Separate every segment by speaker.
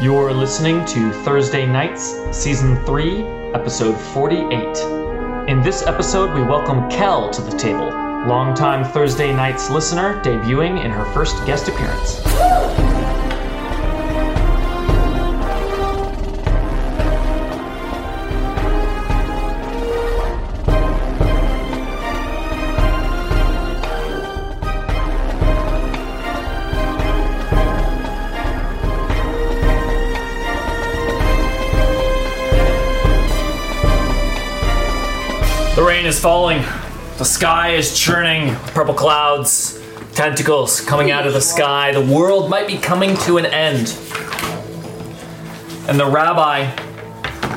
Speaker 1: You're listening to Thursday Nights, Season 3, Episode 48. In this episode, we welcome Kel to the table, longtime Thursday Nights listener debuting in her first guest appearance. The rain is falling. The sky is churning. Purple clouds, tentacles coming out of the sky. The world might be coming to an end. And the rabbi,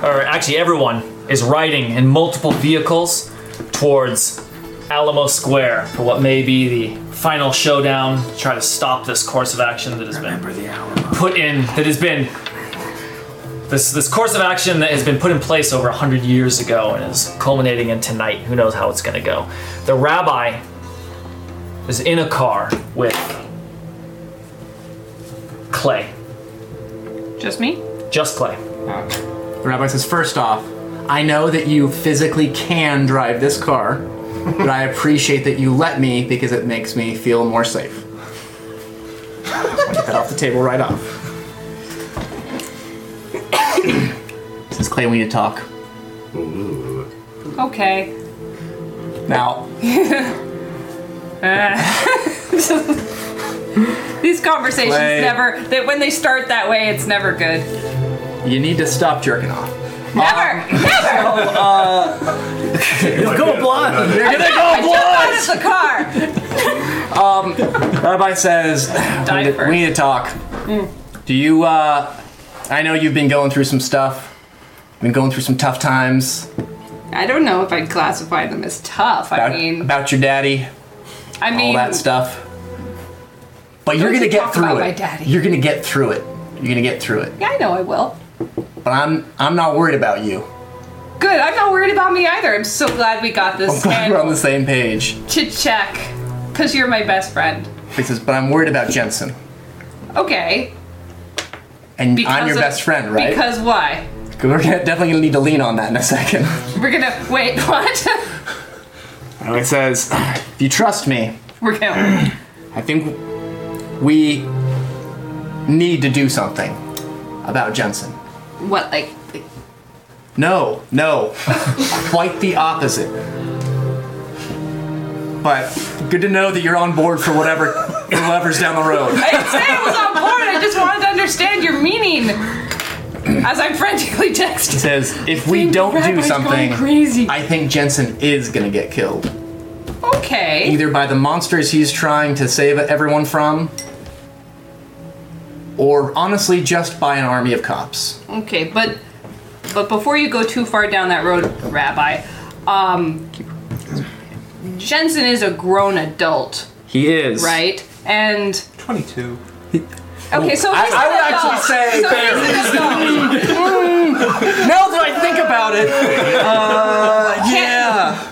Speaker 1: or actually everyone, is riding in multiple vehicles towards Alamo Square for what may be the final showdown to try to stop this course of action that has been put in, that has been this this course of action that has been put in place over 100 years ago and is culminating in tonight who knows how it's going to go the rabbi is in a car with clay
Speaker 2: Just me?
Speaker 1: just clay
Speaker 3: The rabbi says, First off, I know that you physically can drive this car, but I appreciate that you let me because it makes me feel more safe. Get that off the table right off. Says Clay, we need to talk.
Speaker 2: Okay.
Speaker 3: Now,
Speaker 2: These conversations
Speaker 3: Play.
Speaker 2: never that when they start that way, it's never good.
Speaker 3: you need to stop jerking off.
Speaker 2: Never, never.
Speaker 3: Go blonde! You're gonna
Speaker 2: I jump out of the car.
Speaker 3: Rabbi says, we need, to,
Speaker 2: first.
Speaker 3: we need to talk. Do you, uh, I know you've been going through some stuff, been going through some tough times
Speaker 2: I don't know if I'd classify them as tough. I
Speaker 3: about,
Speaker 2: mean,
Speaker 3: about your daddy,
Speaker 2: I mean,
Speaker 3: all that stuff. But you're
Speaker 2: Don't
Speaker 3: gonna
Speaker 2: you
Speaker 3: get
Speaker 2: talk
Speaker 3: through
Speaker 2: about
Speaker 3: it.
Speaker 2: my daddy.
Speaker 3: You're gonna get through it. You're gonna get through it.
Speaker 2: yeah, I know I will.
Speaker 3: But I'm, I'm not worried about you.
Speaker 2: Good. I'm not worried about me either. I'm so glad we got
Speaker 3: I'm
Speaker 2: this
Speaker 3: glad we're on
Speaker 2: handled
Speaker 3: the same page.
Speaker 2: to check, cause you're my best friend.
Speaker 3: He says, but I'm worried about Jensen.
Speaker 2: Okay.
Speaker 3: And
Speaker 2: Because
Speaker 3: I'm your
Speaker 2: of-
Speaker 3: best friend, right?
Speaker 2: Because why?
Speaker 3: 'Cause we're gonna, definitely gonna need to lean on that in a second.
Speaker 2: We're gonna wait. What?
Speaker 3: And he says, if you trust me,
Speaker 2: We're gonna.
Speaker 3: I think we need to do something about Jensen.
Speaker 2: What like?
Speaker 3: No, no, quite the opposite. But good to know that you're on board for whatever for whatever's down the road.
Speaker 2: I didn't say I was on board. I just wanted to understand your meaning. As I'm frantically texting.
Speaker 3: Says if we don't do something, I think Jensen is gonna get killed.
Speaker 2: Okay.
Speaker 3: Either by the monsters he's trying to save everyone from, or honestly just by an army of cops.
Speaker 2: Okay, but but before you go too far down that road, Rabbi, um, Jensen is a grown adult,
Speaker 3: He is.
Speaker 2: right? And
Speaker 4: 22.
Speaker 2: okay, so
Speaker 3: I,
Speaker 2: he's
Speaker 3: I
Speaker 2: an
Speaker 3: would actually
Speaker 2: adult.
Speaker 3: say
Speaker 2: So he's an adult.
Speaker 3: Now that I think about it, uh, yeah.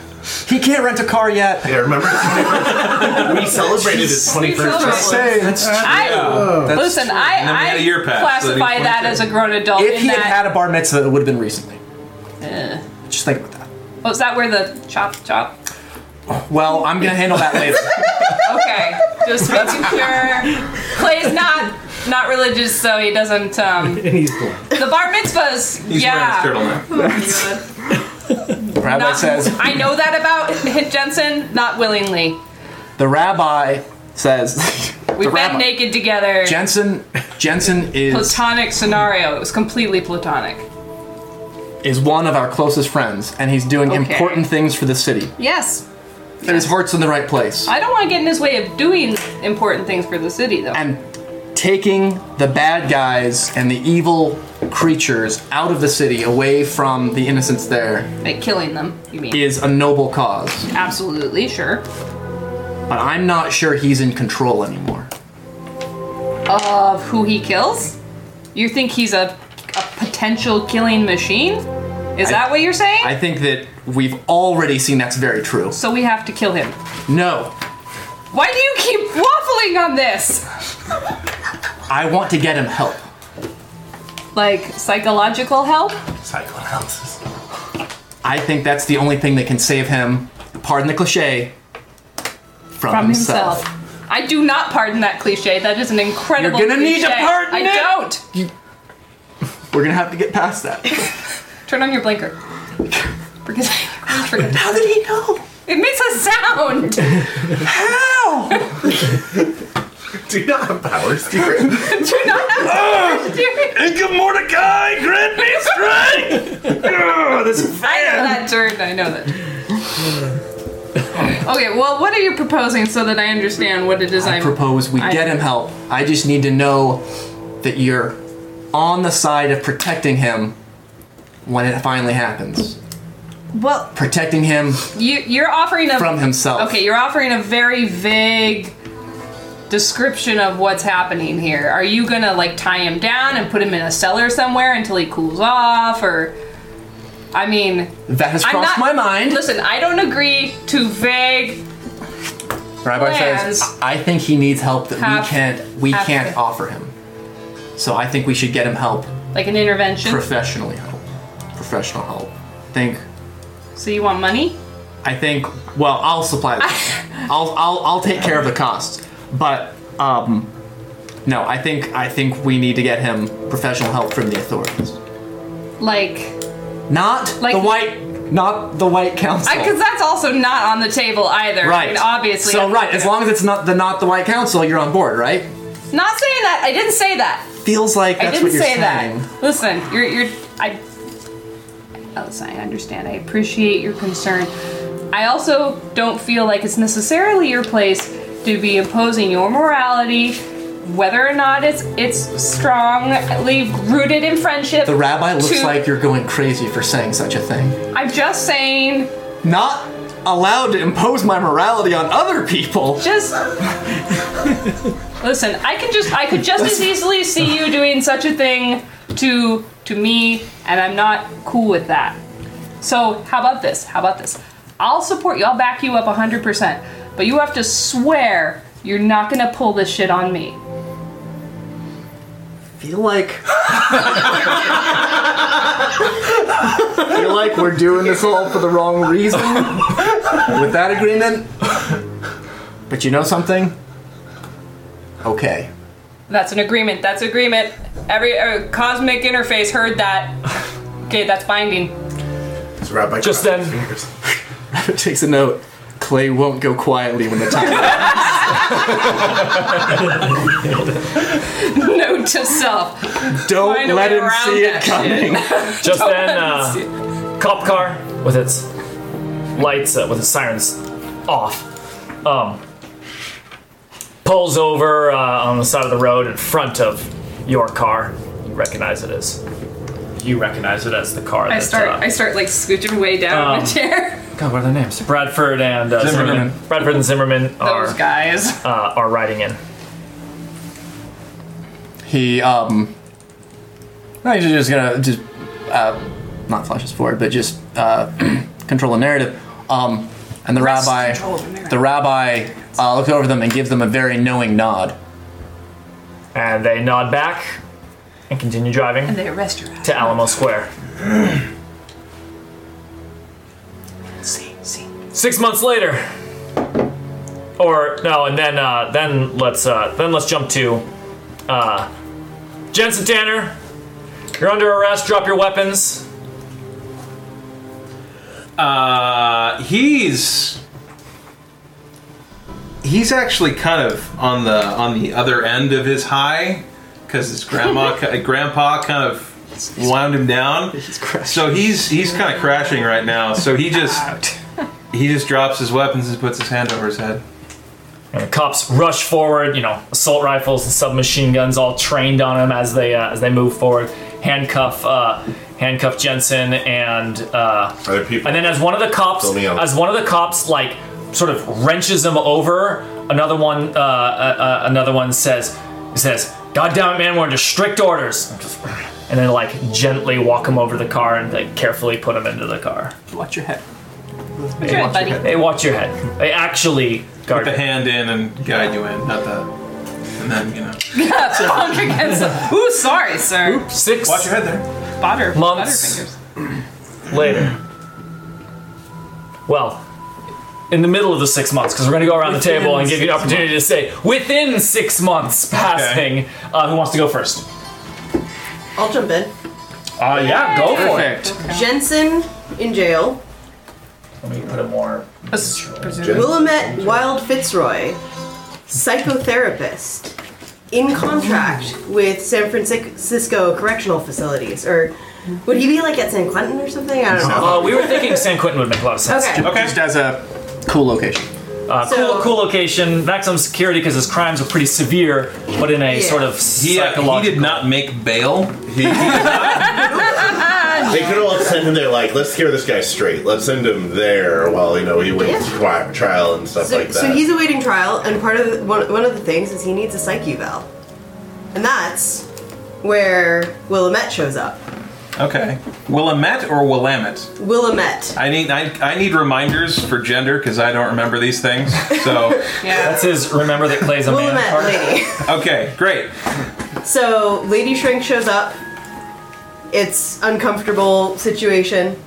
Speaker 3: He can't rent a car yet.
Speaker 4: Yeah, remember? we celebrated his 21st
Speaker 2: celebrated.
Speaker 4: birthday.
Speaker 3: Say, uh, that's
Speaker 2: I listen.
Speaker 4: And then we
Speaker 2: I,
Speaker 4: had
Speaker 2: I
Speaker 4: a year pass, so then he's
Speaker 2: classify that
Speaker 4: 22.
Speaker 2: as a grown adult.
Speaker 3: If
Speaker 2: in
Speaker 3: he had
Speaker 2: that, Eh.
Speaker 3: had a bar mitzvah, it would have been recently. Just think about that.
Speaker 2: was oh, that where the chop chop?
Speaker 3: Well, I'm gonna handle that later.
Speaker 2: Okay, just making sure Clay's not not religious, so he doesn't. Um, and he's The bar mitzvahs,
Speaker 4: He's
Speaker 2: yeah.
Speaker 4: wearing his turtleneck.
Speaker 3: rabbi
Speaker 2: Not-
Speaker 3: says.
Speaker 2: I know that about Hit Jensen, not willingly.
Speaker 3: The rabbi says.
Speaker 2: We've
Speaker 3: the
Speaker 2: been
Speaker 3: rabbi.
Speaker 2: naked together.
Speaker 3: Jensen. Jensen is
Speaker 2: platonic scenario. It was completely platonic.
Speaker 3: is one of our closest friends, and he's doing
Speaker 2: Okay.
Speaker 3: important things for the city.
Speaker 2: Yes.
Speaker 3: And his heart's in the right place.
Speaker 2: I don't want to get in his way of doing important things for the city, though.
Speaker 3: and taking the bad guys and the evil creatures out of the city away from the innocents there
Speaker 2: like killing them, you mean?
Speaker 3: is a noble cause.
Speaker 2: Absolutely, sure.
Speaker 3: But I'm not sure he's in control anymore.
Speaker 2: Of who he kills? You think he's a, a potential killing machine? Is that what you're saying?
Speaker 3: I think that we've already seen that's very true.
Speaker 2: so we have to kill him.
Speaker 3: No,
Speaker 2: Why do you keep waffling on this?
Speaker 3: I want to get him help.
Speaker 2: Like psychological help?
Speaker 4: Cycle analysis.
Speaker 3: I think that's the only thing that can save him. Pardon the cliche. From,
Speaker 2: from
Speaker 3: himself.
Speaker 2: himself. I do not pardon that cliche. That is an incredible.
Speaker 3: You're gonna need to
Speaker 2: cliche.
Speaker 3: pardon
Speaker 2: I
Speaker 3: it!
Speaker 2: don't.
Speaker 3: We're gonna have to get past that.
Speaker 2: Turn on your blinker. Because I forget.
Speaker 3: How did he know?
Speaker 2: it makes a sound.
Speaker 3: How?
Speaker 4: Do you not have powers, dear?
Speaker 2: do not have to
Speaker 4: Good Mordecai, grant me strength! Ugh, this is
Speaker 2: I know that turn. I know that. okay. Well, what are you proposing so that I understand what it is
Speaker 3: I
Speaker 2: I'm
Speaker 3: propose we
Speaker 2: I-
Speaker 3: get him help. I just need to know that you're on the side of protecting him when it finally happens.
Speaker 2: Well,
Speaker 3: Protecting him
Speaker 2: you, you're offering a
Speaker 3: from himself.
Speaker 2: Okay, you're offering a very vague description of what's happening here. Are you gonna like tie him down and put him in a cellar somewhere until he cools off, or? I mean,
Speaker 3: That has
Speaker 2: I'm
Speaker 3: crossed
Speaker 2: not.
Speaker 3: my mind.
Speaker 2: Listen, I don't agree to vague.
Speaker 3: Rabbi
Speaker 2: plans.
Speaker 3: says, "I I think he needs help that
Speaker 2: Have-
Speaker 3: we can't we
Speaker 2: have-
Speaker 3: can't offer him. So I think we should get him help,
Speaker 2: Like an intervention.
Speaker 3: professionally help, professional help. Think,
Speaker 2: so you want money?
Speaker 3: I think. Well, I'll supply. The, I'll I'll I'll take care of the costs. But um, no, I think I think we need to get him professional help from the authorities,
Speaker 2: Like,
Speaker 3: not
Speaker 2: Like-
Speaker 3: the white, not the white council.
Speaker 2: because that's also not on the table either. I
Speaker 3: Right.
Speaker 2: mean, obviously.
Speaker 3: So right, as long as it's not the not the white council, you're on board, right?
Speaker 2: Not saying that. I didn't say that.
Speaker 3: Feels like
Speaker 2: I
Speaker 3: that's
Speaker 2: didn't
Speaker 3: what you're
Speaker 2: say
Speaker 3: saying.
Speaker 2: that. Listen, you're you're I Elsa, I understand. I appreciate your concern. I also don't feel like it's necessarily your place to be imposing your morality, whether or not it's it's strongly rooted in friendship.
Speaker 3: The rabbi looks
Speaker 2: to-
Speaker 3: like you're going crazy for saying such a thing.
Speaker 2: I'm just saying,
Speaker 3: Not allowed to impose my morality on other people.
Speaker 2: just listen. I can just I could just as easily see you doing such a thing to to me, and I'm not cool with that. So how about this? How about this? I'll support you. I'll back you up 100%. But you have to swear you're not gonna pull this shit on me.
Speaker 3: Feel like. feel like we're doing this all for the wrong reason with that agreement. But you know something? Okay.
Speaker 2: That's an agreement. That's agreement. Every uh, cosmic interface heard that. Okay, that's binding.
Speaker 4: It's Rabbi
Speaker 5: Just
Speaker 4: Crosby's
Speaker 5: then-
Speaker 4: fingers.
Speaker 3: It takes a note. Clay won't go quietly when the time.
Speaker 2: Note to self. Find
Speaker 3: Don't
Speaker 2: a
Speaker 3: let
Speaker 2: way
Speaker 3: him
Speaker 2: around
Speaker 3: see it
Speaker 2: that shit.
Speaker 3: coming.
Speaker 5: Just then, uh, cop car with its lights, uh, with its sirens off, um, pulls over uh, on the side of the road in front of your car. You recognize it as. You recognize it as the car.
Speaker 2: I
Speaker 5: that,
Speaker 2: start.
Speaker 5: uh,
Speaker 2: I start like scooching way down
Speaker 5: Um,
Speaker 2: my chair.
Speaker 5: God, what are their names? Bradford and uh, Zimmerman.
Speaker 3: Zimmerman.
Speaker 5: Bradford and Zimmerman are
Speaker 2: Those guys.
Speaker 5: uh, are riding in.
Speaker 3: He um no, he's just gonna just uh not flash us forward, but just uh control the narrative. Um and the rabbi the, rabbi uh, looks over them and gives them a very knowing nod.
Speaker 5: And they nod back and continue driving
Speaker 2: They arrest your ass.
Speaker 5: to Alamo Square.
Speaker 2: See, see.
Speaker 5: Six months later, or no, and then uh, then let's uh, then let's jump to uh, Jensen Tanner. You're under arrest. Drop your weapons.
Speaker 4: Uh, he's he's actually kind of on the on the other end of his high because his grandma grandpa kind of wound him down. So he's he's kind of crashing right now. So he just he just drops his weapons and puts his hand over his head.
Speaker 5: And the cops rush forward. You know, assault rifles and submachine guns all trained on them as they uh, as they move forward. Handcuff uh, handcuff Jensen and uh,
Speaker 6: Other people.
Speaker 5: And then as one of the cops,
Speaker 6: Fill me out.
Speaker 5: as one of the cops like sort of wrenches him over, another one, uh, uh, uh, another one says, says, "God damn it, man, we're under strict orders." And just- And then like gently walk him over to the car and like carefully put him into the car.
Speaker 3: Watch your head.
Speaker 2: What's your buddy?
Speaker 5: They watch your head. They actually guard.
Speaker 4: The hand in and guide you in, not the and then you know.
Speaker 2: Punk against the- Ooh, sorry, sir.
Speaker 1: Six
Speaker 4: Watch your head there.
Speaker 2: Butter,
Speaker 1: Months.
Speaker 2: butterfingers.
Speaker 1: later. Well, in the middle of the six months, because we're going to go around the table and give you the opportunity to say within six months passing. Uh, who wants to go first?
Speaker 7: I'll jump in.
Speaker 1: Uh, yeah, go for it.
Speaker 3: Perfect.
Speaker 7: Jensen in jail.
Speaker 1: Let me put a more.
Speaker 7: Willamette Wild Fitzroy, psychotherapist, in contract with San Francisco Correctional Facilities, or would he be like at San Quentin or something? I don't know.
Speaker 1: Uh, we were thinking San Quentin would make a lot of sense.
Speaker 7: Okay.
Speaker 4: Okay.
Speaker 3: Just as a cool location.
Speaker 1: Uh,
Speaker 7: So-
Speaker 1: cool, cool location, maximum security because his crimes were pretty severe, but in a
Speaker 7: Yeah.
Speaker 1: sort of
Speaker 4: He,
Speaker 1: psychological.
Speaker 4: uh, he did not make bail. He, he did not.
Speaker 8: They could all send him there, like, let's hear this guy straight. Let's send him there while, you know, he waits
Speaker 7: Yeah.
Speaker 8: tri- trial and stuff
Speaker 7: So,
Speaker 8: like that.
Speaker 7: so he's awaiting trial, and part of the, one, one of the things is he needs a psych eval, and that's where Willamette shows up.
Speaker 4: Okay. Willamette or Willamette?
Speaker 7: Willamette.
Speaker 4: I need I, I need reminders for gender because I don't remember these things. So
Speaker 2: Yeah.
Speaker 1: That's his remember that Clay's a man
Speaker 7: Willamette
Speaker 1: card.
Speaker 7: lady.
Speaker 4: okay, great.
Speaker 7: So Lady Shrink shows up. It's uncomfortable situation.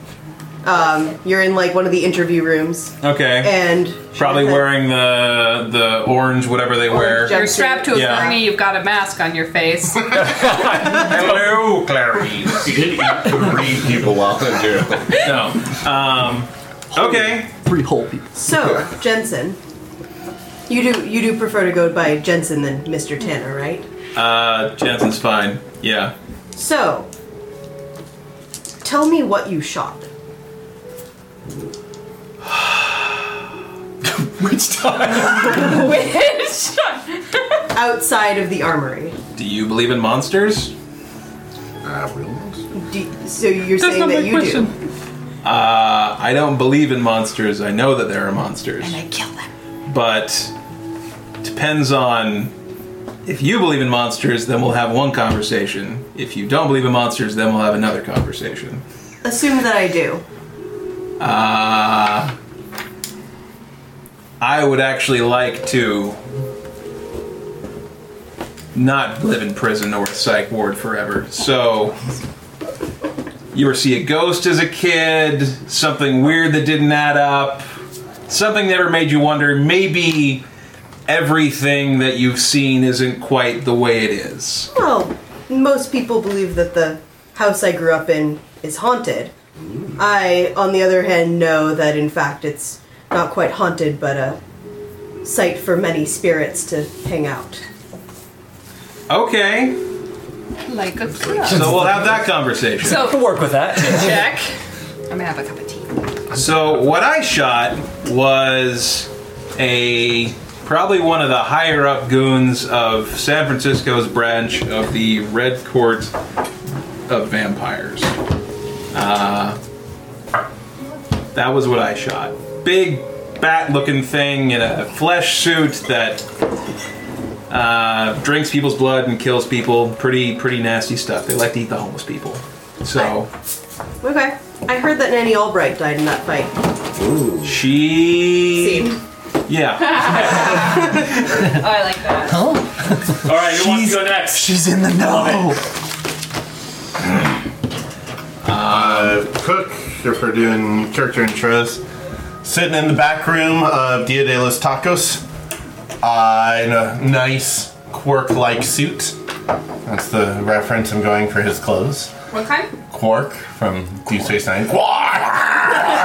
Speaker 7: Um, you're in like one of the interview rooms,
Speaker 4: Okay.
Speaker 7: and
Speaker 4: Probably
Speaker 7: Jonathan-
Speaker 4: wearing the the orange whatever they wear.
Speaker 7: jacket.
Speaker 2: You're strapped to a
Speaker 4: Yeah.
Speaker 2: gurney, you've got a mask on your face.
Speaker 4: Hello, Clarice.
Speaker 8: He did eat three people while in jail.
Speaker 4: No. Um. Okay.
Speaker 3: Three whole people.
Speaker 7: So Jensen, you do you do prefer to go by Jensen than Mr. Tanner, right?
Speaker 4: Uh, Jensen's fine. Yeah.
Speaker 7: So, tell me what you shot.
Speaker 4: Which time?
Speaker 2: Which?
Speaker 7: outside of the armory.
Speaker 4: Do you believe in monsters?
Speaker 8: Ah, real monster.
Speaker 7: Do, so you're saying that you do.
Speaker 4: Uh, I don't believe in monsters. I know that there are monsters.
Speaker 7: I kill them.
Speaker 4: but depends on if you believe in monsters then we'll have one conversation if you don't believe in monsters then we'll have another conversation
Speaker 7: Assume that I do.
Speaker 4: uh, i would actually like to not live in prison or psych ward forever so you ever see a ghost as a kid something weird that didn't add up something that ever made you wonder maybe everything that you've seen isn't quite the way it is
Speaker 7: Well, most people believe that the house I grew up in is haunted. I, on the other hand, know that in fact it's not quite haunted, but a site for many spirits to hang out.
Speaker 4: okay
Speaker 2: Like a club.
Speaker 4: so we'll have that conversation
Speaker 1: I can
Speaker 2: So,
Speaker 1: work with that.
Speaker 2: check. I'm gonna have a cup of tea. Oh,
Speaker 4: So what I shot was a probably one of the higher up goons of San Francisco's branch of the Red Court of Vampires. Uh, that was what I shot. Big bat-looking thing in a flesh suit that uh, drinks people's blood and kills people. Pretty pretty nasty stuff. They like to eat the homeless people. So
Speaker 7: Okay. I heard that Nanny Albright died in that fight.
Speaker 4: she
Speaker 7: Scene.
Speaker 4: yeah.
Speaker 2: Oh, I like that.
Speaker 1: All right, who wants to go next?
Speaker 3: She's in the know.
Speaker 8: Uh, Cook, if we're doing character intros, sitting in the back room of Dia de los Tacos uh, in a nice quark like suit. That's the reference I'm going for his clothes.
Speaker 2: What kind?
Speaker 8: Quark from Deep Space Nine. Quark!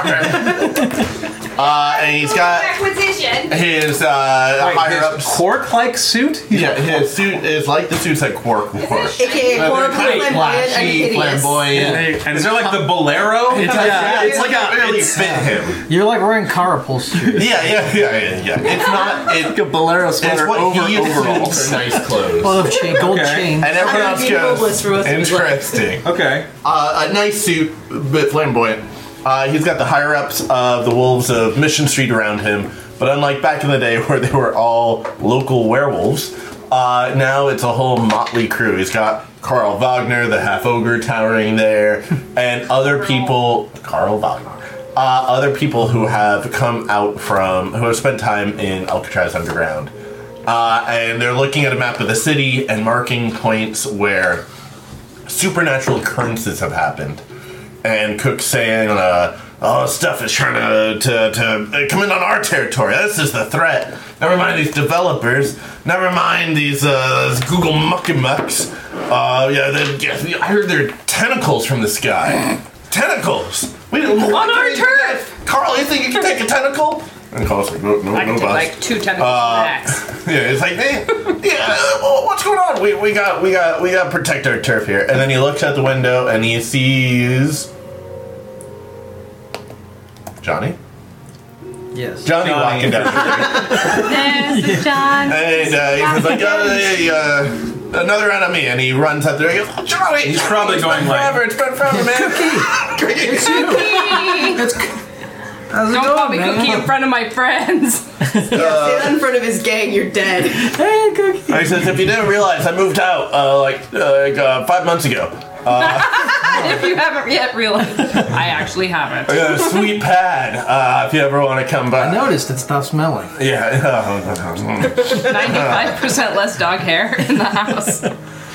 Speaker 8: uh, and he's got
Speaker 2: Acquisition.
Speaker 8: his uh, higher up.
Speaker 4: Cork-like suit? He's
Speaker 8: Yeah, his suit is like the suits at Quark. Quark.
Speaker 7: AKA horrible flamboyant and hideous.
Speaker 4: And is there like the bolero?
Speaker 8: Yeah, it's like
Speaker 7: Yeah.
Speaker 8: a really fit him.
Speaker 9: You're like wearing carapult shoes.
Speaker 8: Yeah, yeah, yeah, yeah, yeah. It's not. It,
Speaker 3: A bolero
Speaker 8: It's
Speaker 3: sweater
Speaker 8: what
Speaker 3: over
Speaker 8: he uses
Speaker 3: overalls.
Speaker 8: for nice clothes.
Speaker 9: Gold chain, gold
Speaker 4: Okay.
Speaker 9: chain.
Speaker 8: And everyone
Speaker 7: I'm
Speaker 8: else
Speaker 7: being homeless
Speaker 8: goes,
Speaker 7: for most of his life.
Speaker 8: interesting.
Speaker 4: Okay.
Speaker 8: Uh, a nice suit, but flamboyant. Uh, he's got the higher ups of the wolves of Mission Street around him, but unlike back in the day where they were all local werewolves, uh, now it's a whole motley crew. He's got Carl Wagner, the half ogre, towering there, and other people. Carl Wagner. Uh, other people who have come out from, who have spent time in Alcatraz Underground uh, and they're looking at a map of the city and marking points where supernatural occurrences have happened. And Cook's saying, uh, "Oh, stuff is trying to to, to uh, come in on our territory. This is the threat. Never mind these developers. Never mind these, uh, these Google muckamucks. Uh, yeah, they, yeah, I heard they're tentacles from the sky. tentacles. We didn't on
Speaker 2: our turf!
Speaker 8: Carl, you think you can take a tentacle?" And Carl's like, "No, no,
Speaker 2: I can
Speaker 8: no,
Speaker 2: take
Speaker 8: boss."
Speaker 2: like two tentacles
Speaker 8: Uh,
Speaker 2: max.
Speaker 8: Yeah, it's like, eh, yeah, well, what's going on? We, we got we got we got to protect our turf here. And then he looks out the window and he sees Johnny.
Speaker 9: Yes.
Speaker 8: Johnny,
Speaker 4: Johnny.
Speaker 8: walking down the street.
Speaker 2: There's the John.
Speaker 8: and uh, he's like, uh, hey, uh, another enemy, and he runs up there. He goes, oh, Johnny.
Speaker 4: He's probably
Speaker 8: it's
Speaker 4: going
Speaker 8: been
Speaker 4: like-
Speaker 8: forever. It's been forever, man. Cricket.
Speaker 2: Don't
Speaker 9: How's it
Speaker 2: call me
Speaker 9: going, man?
Speaker 2: Cookie in front of my friends.
Speaker 7: Yeah, say that in front of his gang, you're dead.
Speaker 9: Hey, Cookie.
Speaker 8: he says, if you didn't realize, I moved out uh, like uh, like uh, five months ago.
Speaker 2: if you haven't yet realized, I actually haven't.
Speaker 8: I got a sweet pad. Uh, if you ever want to come by.
Speaker 9: I noticed it stopped smelling.
Speaker 8: Yeah.
Speaker 2: Ninety-five percent less dog hair in the house.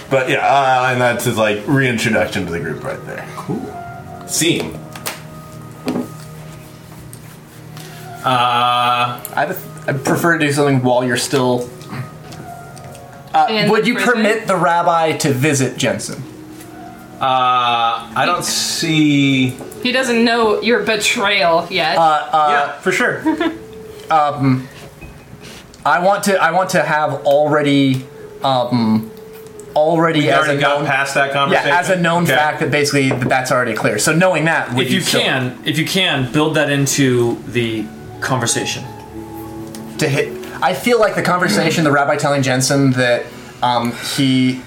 Speaker 8: But yeah, uh, and that's his like reintroduction to the group right there. Cool. Seam.
Speaker 4: Uh,
Speaker 3: I prefer to do something while you're still. Uh,
Speaker 2: In
Speaker 3: would you
Speaker 2: prison?
Speaker 3: permit the rabbi to visit Jensen?
Speaker 4: uh, I don't see.
Speaker 2: He doesn't know your betrayal yet.
Speaker 3: Uh,
Speaker 4: yeah, for sure.
Speaker 3: I want to. I want to have already, um, already
Speaker 4: You
Speaker 3: as a
Speaker 4: already got
Speaker 3: known,
Speaker 4: past that
Speaker 3: yeah,
Speaker 4: conversation.
Speaker 3: as a known
Speaker 4: Okay.
Speaker 3: fact that basically that that's already clear. So knowing that, would
Speaker 1: If you
Speaker 3: still-
Speaker 1: can, if you can, build that into the conversation.
Speaker 3: to hit. I feel like the conversation, the rabbi telling Jensen that um, he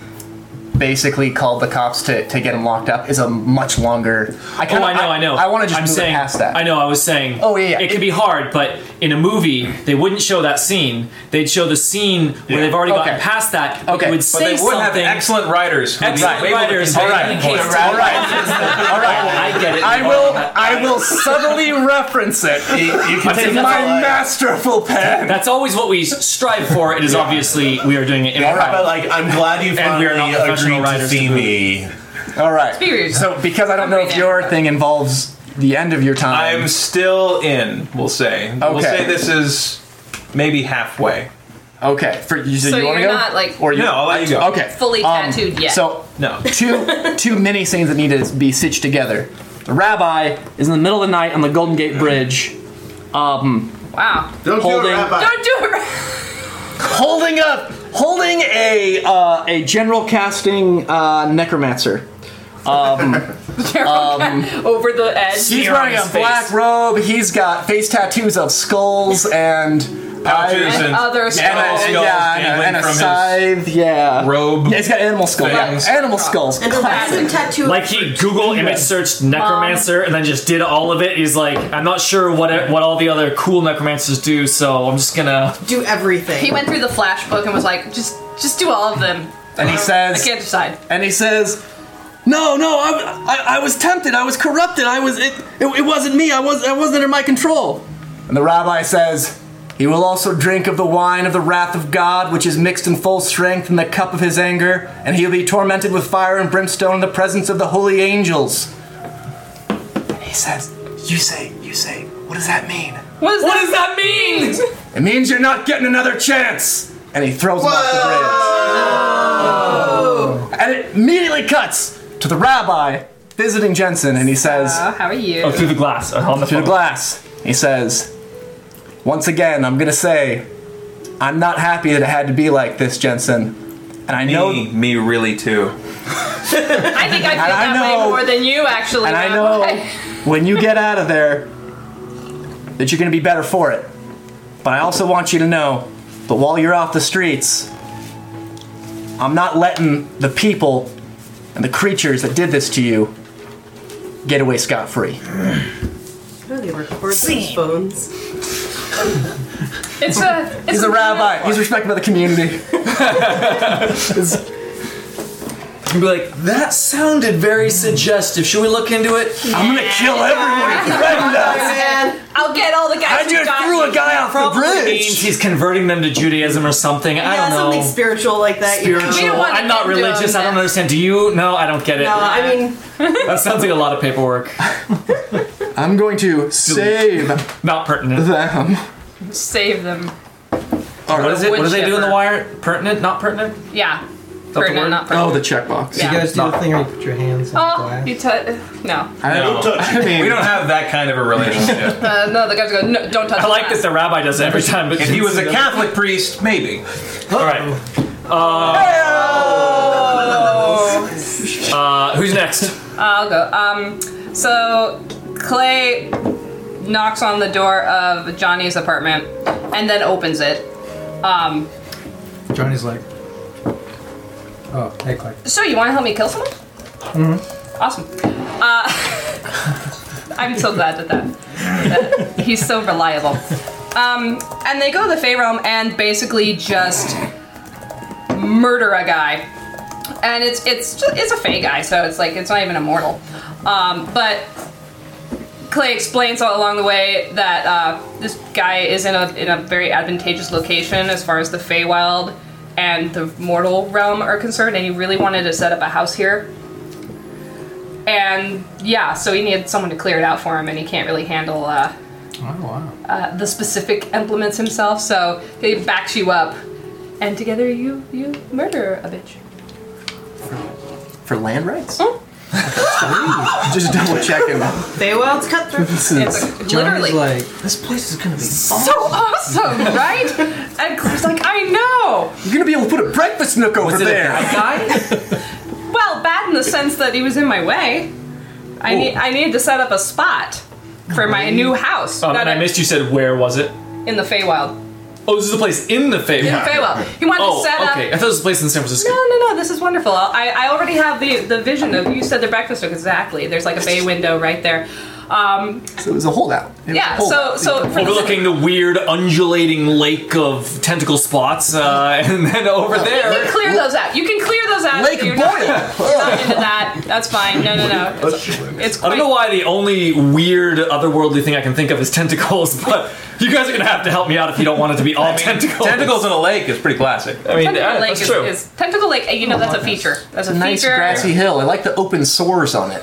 Speaker 3: basically called the cops to, to get him locked up is a much longer. I
Speaker 1: Oh,
Speaker 3: kinda,
Speaker 1: I know, I, know.
Speaker 3: I want to just
Speaker 1: I'm
Speaker 3: move it
Speaker 1: saying,
Speaker 3: past that.
Speaker 1: I know. I was saying.
Speaker 3: Oh, yeah, yeah.
Speaker 1: It, could
Speaker 3: It-
Speaker 1: be hard, but in a movie, they wouldn't show that scene. They'd show the scene where
Speaker 8: Yeah.
Speaker 1: they've already gotten
Speaker 3: Okay.
Speaker 1: past that. but
Speaker 3: Okay.
Speaker 1: They would
Speaker 3: But
Speaker 1: say
Speaker 4: But they would
Speaker 1: something.
Speaker 4: have excellent writers. who would be
Speaker 1: Excellent
Speaker 4: able to
Speaker 1: writers.
Speaker 4: convey
Speaker 1: All
Speaker 4: that
Speaker 1: right.
Speaker 4: point.
Speaker 1: All
Speaker 3: All right,
Speaker 1: All right. I get it.
Speaker 3: I will. I will subtly reference it.
Speaker 8: You, you can
Speaker 3: With
Speaker 8: take
Speaker 3: my
Speaker 8: my mask.
Speaker 3: masterful pen.
Speaker 1: That's always what we strive for. It is obviously we are doing it. In
Speaker 8: All right,
Speaker 1: private.
Speaker 8: but like, I'm glad you
Speaker 1: And we are
Speaker 8: finally
Speaker 1: not professional
Speaker 8: agreed to
Speaker 1: writers
Speaker 8: see
Speaker 1: to move.
Speaker 8: me.
Speaker 3: All right.
Speaker 2: Period.
Speaker 3: So because I don't know if your thing involves the end of your time,
Speaker 4: I'm still in. We'll say. We'll
Speaker 3: Okay.
Speaker 4: say this is maybe halfway.
Speaker 3: okay. For you, so
Speaker 2: So
Speaker 3: you want to
Speaker 2: you're
Speaker 3: go?
Speaker 2: not, like-
Speaker 3: or you?
Speaker 4: No, I'll let you go.
Speaker 3: Okay.
Speaker 2: fully
Speaker 3: Um,
Speaker 2: tattooed yet.
Speaker 3: So
Speaker 4: No.
Speaker 3: two two mini scenes that need to be stitched together. The rabbi is in the middle of the night on the Golden Gate Bridge, um,
Speaker 2: wow.
Speaker 8: Don't
Speaker 3: Holding-
Speaker 2: Don't do it. right-
Speaker 3: holding up, holding a uh, a general casting uh, necromancer.
Speaker 2: over the edge.
Speaker 3: He's
Speaker 1: Smear on
Speaker 3: wearing a
Speaker 1: his face.
Speaker 3: black robe. He's got face tattoos of skulls and
Speaker 4: Pouches and,
Speaker 2: other
Speaker 4: and
Speaker 2: skulls.
Speaker 4: skulls
Speaker 3: yeah, and a-
Speaker 4: dangling
Speaker 3: and a
Speaker 4: from his
Speaker 3: scythe. Yeah,
Speaker 4: robe.
Speaker 3: Yeah, he's got animal skulls.
Speaker 4: Fangs.
Speaker 3: Yeah, animal skulls.
Speaker 7: And the Latin tattoo.
Speaker 1: Like he Google image searched necromancer and then just did all of it. He's like, I'm not sure what what all the other cool necromancers do, so I'm just gonna.
Speaker 7: do everything.
Speaker 2: He went through the flash book and was like, just just do all of them.
Speaker 3: And he
Speaker 2: I
Speaker 3: says,
Speaker 2: can't decide.
Speaker 3: and he says, "No, no, I, I, I was tempted. I was corrupted. I was. It, it, it wasn't me. I was. I wasn't under my control." And the rabbi says, "He will also drink of the wine of the wrath of God, which is mixed in full strength in the cup of his anger, and he will be tormented with fire and brimstone in the presence of the holy angels." And he says, "You say, you say, what does that mean?
Speaker 2: What does, that, mean?
Speaker 3: It means you're not getting another chance." And he throws him off the bridge. And it immediately cuts to the rabbi visiting Jensen, and he says,
Speaker 2: Uh, how are you?
Speaker 1: Oh, through the glass. uh, on the
Speaker 3: through the
Speaker 1: phone.
Speaker 3: glass, he says, Once again, I'm gonna say, I'm not happy that it had to be like this, Jensen. And I know,
Speaker 4: Me, me really too.
Speaker 2: I think I feel
Speaker 3: And I
Speaker 2: that way
Speaker 3: know-
Speaker 2: more than you actually.
Speaker 3: and I
Speaker 2: Rabbi.
Speaker 3: know when you get out of there that you're gonna be better for it. But I also want you to know that while you're off the streets, I'm not letting the people and the creatures that did this to you get away scot free.
Speaker 7: really record those phones.
Speaker 2: It's a. It's
Speaker 3: He's a rabbi. He's respected by the community. He's-
Speaker 5: and be like, that sounded very suggestive. Should we look into it?
Speaker 8: I'm gonna kill everyone if you recognize.
Speaker 7: Man,
Speaker 2: I'll get all the guys.
Speaker 8: I
Speaker 2: who
Speaker 8: just
Speaker 2: got
Speaker 8: threw
Speaker 2: you.
Speaker 8: a guy off the
Speaker 5: Probably means
Speaker 8: bridge.
Speaker 5: he's converting them to Judaism or something. I
Speaker 7: yeah,
Speaker 5: don't know.
Speaker 7: something spiritual like that. you know?
Speaker 5: Spiritual.
Speaker 2: We don't want
Speaker 5: I'm not
Speaker 2: to do
Speaker 5: religious. I
Speaker 2: that.
Speaker 5: don't understand. Do you? No, I don't get it.
Speaker 7: No, uh, I mean,
Speaker 5: That sounds like a lot of paperwork.
Speaker 3: I'm going to save
Speaker 5: Not pertinent.
Speaker 3: them.
Speaker 2: Save them.
Speaker 5: What is it? What do they do in the
Speaker 2: Whichever.
Speaker 5: wire? Pertinent? Not pertinent?
Speaker 2: Yeah.
Speaker 5: the
Speaker 2: Pertinent,
Speaker 5: word?
Speaker 2: not
Speaker 3: Oh,
Speaker 2: pertinent.
Speaker 3: the checkbox.
Speaker 2: Yeah.
Speaker 9: You guys do the thing where you put your hands on
Speaker 2: Oh,
Speaker 9: the
Speaker 2: you
Speaker 9: glass.
Speaker 2: touch. No.
Speaker 3: I,
Speaker 4: No.
Speaker 8: Don't touch
Speaker 3: I mean,
Speaker 4: We don't have that kind of a relationship.
Speaker 2: Uh, no, the guys go, no, don't touch
Speaker 5: I like this. The rabbi does it every time. But
Speaker 4: if he was a Catholic priest, maybe.
Speaker 5: All right. Uh, uh, who's next?
Speaker 2: I'll go. Um, so Clay knocks on the door of Johnny's apartment and then opens it. Um,
Speaker 9: Johnny's like, oh, hey, Clay.
Speaker 2: so you want to help me kill someone? Mm-hmm. Awesome. Uh, I'm so glad that, that that he's so reliable. Um, and they go to the Fey realm and basically just murder a guy. And it's it's just, it's a Fey guy, so it's like it's not even immortal. Um, but Clay explains all along the way that uh, this guy is in a in a very advantageous location as far as the Feywild and the mortal realm are concerned, and he really wanted to set up a house here. And yeah, so he needed someone to clear it out for him, and he can't really handle uh,
Speaker 9: Oh, wow.
Speaker 2: uh, the specific implements himself. So he backs you up, and together you you murder a bitch.
Speaker 3: for land rights. Just double checking.
Speaker 7: Feywild's cutthroat.
Speaker 3: This
Speaker 2: It's
Speaker 3: is
Speaker 2: like,
Speaker 9: Johnny's
Speaker 2: literally
Speaker 9: like, this place is gonna be awesome.
Speaker 2: so awesome, right? and Claire's like, I know.
Speaker 3: you're gonna be able to put a breakfast nook over
Speaker 5: Was it a
Speaker 3: there.
Speaker 5: bad guy?
Speaker 2: Well, bad in the sense that he was in my way. I need I needed to set up a spot for my new house.
Speaker 5: Um,
Speaker 2: Not
Speaker 5: and I
Speaker 2: a-
Speaker 5: missed. You said where was it?
Speaker 2: in the Feywild.
Speaker 5: Oh, this is a place in the Feywild.
Speaker 2: In the Feywild. He wanted
Speaker 5: Oh,
Speaker 2: to set up.
Speaker 5: okay. I thought it was a place in San Francisco.
Speaker 2: No, no, no. This is wonderful. I, I already have the the vision of you said the breakfast nook exactly. There's like a bay window right there. Um,
Speaker 3: So it was a holdout. It was a
Speaker 2: yeah. So
Speaker 3: holdout.
Speaker 2: so for the,
Speaker 5: Overlooking the weird undulating lake of tentacle spots, uh, and then over
Speaker 2: you can
Speaker 5: there.
Speaker 2: clear those out. You can clear those out. if
Speaker 3: Lake
Speaker 2: you're not,
Speaker 3: Boyle.
Speaker 2: you're not into that. That's fine. No, no, no. It's, it's
Speaker 5: I
Speaker 2: quite,
Speaker 5: don't know why the only weird otherworldly thing I can think of is tentacles, but you guys are gonna have to help me out if you don't want it to be all tentacles.
Speaker 4: Tentacles in a lake is pretty classic.
Speaker 5: I mean,
Speaker 2: Tentacle
Speaker 5: yeah,
Speaker 2: Lake
Speaker 5: that's
Speaker 2: is,
Speaker 5: true.
Speaker 2: is Tentacle Lake. You know
Speaker 5: Oh,
Speaker 2: that's a feature. That's a
Speaker 3: nice
Speaker 2: feature.
Speaker 3: grassy hill. I like the open sores on it.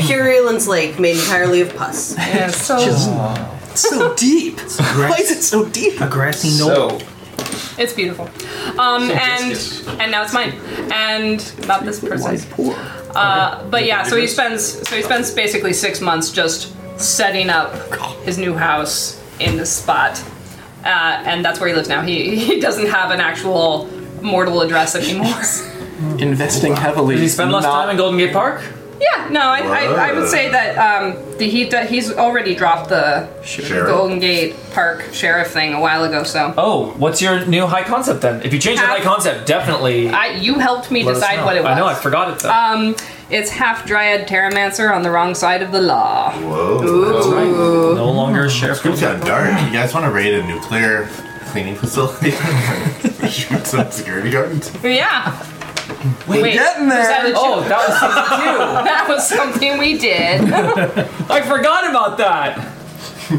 Speaker 7: Purulence Lake made entirely of pus.
Speaker 2: Yeah, so
Speaker 3: It's so deep. Why is it so deep?
Speaker 9: A grassy knoll.
Speaker 4: So,
Speaker 2: It's beautiful. Um, and
Speaker 4: yes.
Speaker 2: and now it's mine, and not this person's.
Speaker 3: poor?
Speaker 2: Uh, but yeah, so he spends so he spends basically six months just setting up his new house in this spot, uh, and that's where he lives now. He he doesn't have an actual mortal address anymore.
Speaker 3: Investing heavily.
Speaker 5: Did he spend less time in Golden Gate Park?
Speaker 2: yeah, no, I, I, I would say that um, the he he's already dropped the
Speaker 8: Sheriff.
Speaker 2: Golden Gate Park sheriff thing a while ago. So
Speaker 5: Oh, what's your new high concept then? If you change your
Speaker 2: Half-
Speaker 5: high concept, definitely. I,
Speaker 2: I you helped me
Speaker 9: Let us
Speaker 2: decide
Speaker 9: know.
Speaker 2: what it was.
Speaker 5: know I forgot it Um, though.
Speaker 2: It's half dryad pteromancer on the wrong side of the law.
Speaker 8: Whoa.
Speaker 5: no
Speaker 4: Hmm.
Speaker 5: longer a sheriff.
Speaker 8: It's got dark. You guys want to raid a nuclear cleaning facility? Shoot some security guards?
Speaker 2: Yeah.
Speaker 3: We
Speaker 2: Wait,
Speaker 3: getting
Speaker 2: was that
Speaker 3: there.
Speaker 2: a
Speaker 5: Oh, that was
Speaker 2: That
Speaker 5: season
Speaker 2: was something we did.
Speaker 5: two. I forgot about that.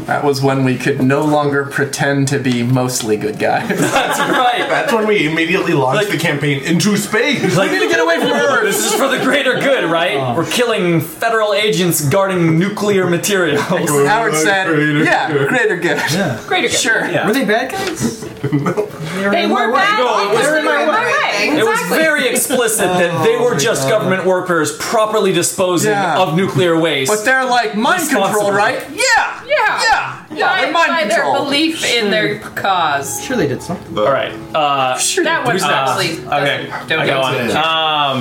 Speaker 3: That was when we could no longer pretend to be mostly good guys.
Speaker 5: That's right.
Speaker 8: That's when we immediately launched
Speaker 5: Like-
Speaker 8: the campaign into space.
Speaker 5: Like, we need to get away from Earth. This is for the greater good, right?
Speaker 4: Oh.
Speaker 5: We're killing federal agents guarding nuclear materials.
Speaker 3: Howard said,
Speaker 8: Greater
Speaker 3: "Yeah,
Speaker 8: good."
Speaker 3: greater good."
Speaker 9: Yeah.
Speaker 2: Greater good.
Speaker 3: Sure.
Speaker 9: Were they bad guys? no.
Speaker 2: They were bad.
Speaker 5: No, it
Speaker 2: because
Speaker 5: was-
Speaker 2: they were in my way.
Speaker 5: It was
Speaker 2: Exactly.
Speaker 5: very explicit that
Speaker 1: Oh
Speaker 5: they were just government workers properly disposing
Speaker 3: Yeah.
Speaker 5: of nuclear waste.
Speaker 3: But they're like mind
Speaker 5: Responsible.
Speaker 3: control, right? Yeah.
Speaker 2: Yeah.
Speaker 3: Yeah. Yeah.
Speaker 2: by,
Speaker 3: they're mind
Speaker 2: by their
Speaker 3: control.
Speaker 2: belief in their cause.
Speaker 9: Sure, they did something.
Speaker 5: All right. Uh,
Speaker 2: That Uh, was
Speaker 5: Who's next?
Speaker 2: actually.
Speaker 4: okay,
Speaker 2: Don't
Speaker 5: I
Speaker 2: go
Speaker 5: got
Speaker 2: on.
Speaker 5: one.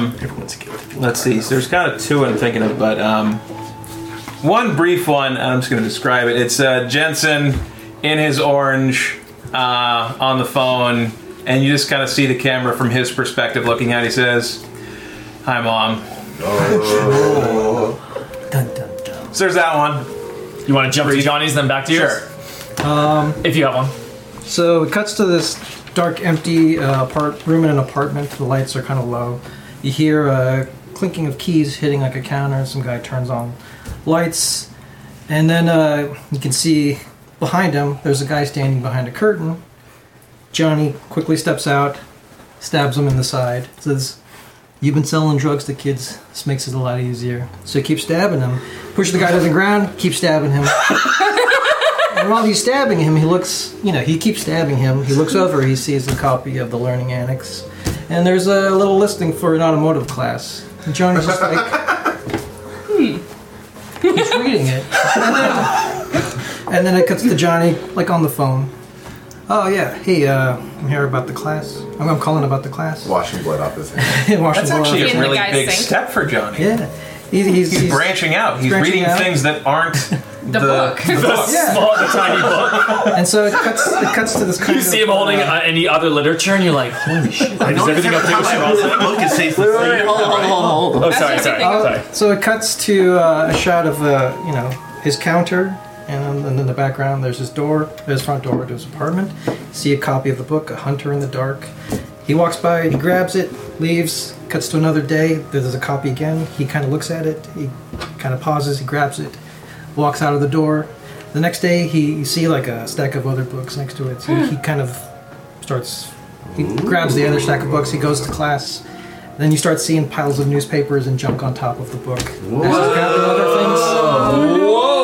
Speaker 4: um,
Speaker 8: Everyone's guilty.
Speaker 4: let's see. So there's kind of two I'm thinking of, but um, one brief one, and I'm just going to describe it. It's uh, Jensen in his orange uh, on the phone, and you just kind of see the camera from his perspective looking at. it. He says, "Hi, mom."
Speaker 9: Dun dun dun.
Speaker 4: So there's that one.
Speaker 5: You want to jump to Johnny's, then back to yours? Um, if you have one.
Speaker 9: So it cuts to this dark, empty uh, apart room in an apartment. The lights are kind of low, You hear a clinking of keys hitting like a counter. Some guy turns on lights, and then uh, you can see behind him there's a guy standing behind a curtain. Johnny quickly steps out, stabs him in the side, says, You've been selling drugs to kids. This makes it a lot easier. So he keeps stabbing him. Push the guy to the ground, keep stabbing him. and while he's stabbing him, he looks, you know, he keeps stabbing him. He looks over, he sees a copy of the Learning Annex. And there's a little listing for an automotive class. And Johnny's just like, hmm. He's reading it. And then it cuts to Johnny, like on the phone. Oh, yeah. Hey, uh, I'm here about the class. I'm, I'm calling about the class.
Speaker 8: Washing blood off his hand.
Speaker 9: Hey, Marshall,
Speaker 4: That's
Speaker 9: hold on.
Speaker 4: actually
Speaker 2: In
Speaker 4: a
Speaker 2: the
Speaker 4: really
Speaker 2: guy's
Speaker 4: big
Speaker 2: sink.
Speaker 4: step for Johnny.
Speaker 9: Yeah. He's, he's,
Speaker 4: He's,
Speaker 9: he's-
Speaker 4: branching out. He's
Speaker 9: branching
Speaker 4: reading
Speaker 9: out.
Speaker 4: things that aren't the,
Speaker 2: book.
Speaker 4: the book.
Speaker 1: Small, the tiny book.
Speaker 9: And so it cuts, it cuts to this kind
Speaker 1: You
Speaker 9: of,
Speaker 1: see him holding
Speaker 9: uh,
Speaker 1: uh, any other literature, and you're like, holy shit. Is everything okay with you?
Speaker 8: Look, it says the same.
Speaker 1: Oh, sorry,
Speaker 2: That's
Speaker 1: sorry,
Speaker 2: everything.
Speaker 1: sorry.
Speaker 9: So it cuts to uh, a shot of, uh, you know, his counter. And, and in the background, there's his door, his front door to his apartment. See a copy of the book, A Hunter in the Dark. He walks by, and he grabs it, leaves, cuts to another day. There's a copy again. He kind of looks at it, he kind of pauses, he grabs it, walks out of the door. The next day, he you see like a stack of other books next to it. So he kind of starts, he grabs the other stack of books, he goes to class. Then you start seeing piles of newspapers and junk on top of the book. Whoa. Other things.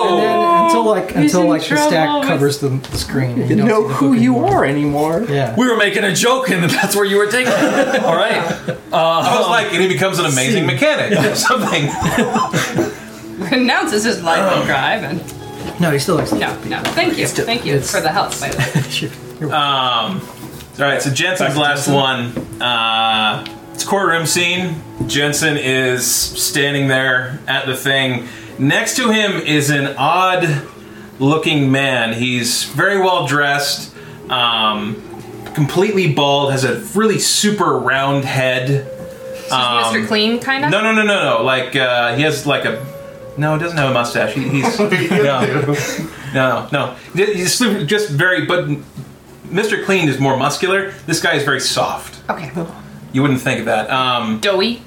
Speaker 9: And then until like until
Speaker 2: in
Speaker 9: like the stack
Speaker 2: trouble.
Speaker 9: covers the screen. and You
Speaker 3: You
Speaker 9: don't
Speaker 3: know
Speaker 9: see the
Speaker 3: who
Speaker 9: book
Speaker 3: you
Speaker 9: anymore.
Speaker 3: are anymore.
Speaker 9: Yeah.
Speaker 1: We were making a joke, and that's where you were taking it. All right.
Speaker 4: I was like, and he becomes an amazing mechanic or something.
Speaker 2: Announces his life of drive and
Speaker 9: No, he still likes
Speaker 2: no, no. Thank you, thank you for the help. By the way,
Speaker 9: Sure.
Speaker 1: Uh,
Speaker 4: All right, so Jensen's last one. Uh, it's a courtroom scene. Jensen is standing there at the thing. Next to him is an odd-looking man. He's very well dressed, um, completely bald, has a really super round head.
Speaker 2: Mr. Clean, kind of.
Speaker 4: No, no, no, no, no. Like uh, he has like a. No, he doesn't have a mustache. He, he's no, no, no. He's super- just very. But Mr. Clean is more muscular. This guy is very soft.
Speaker 2: Okay,
Speaker 4: You wouldn't think of that. Um,
Speaker 2: doughy,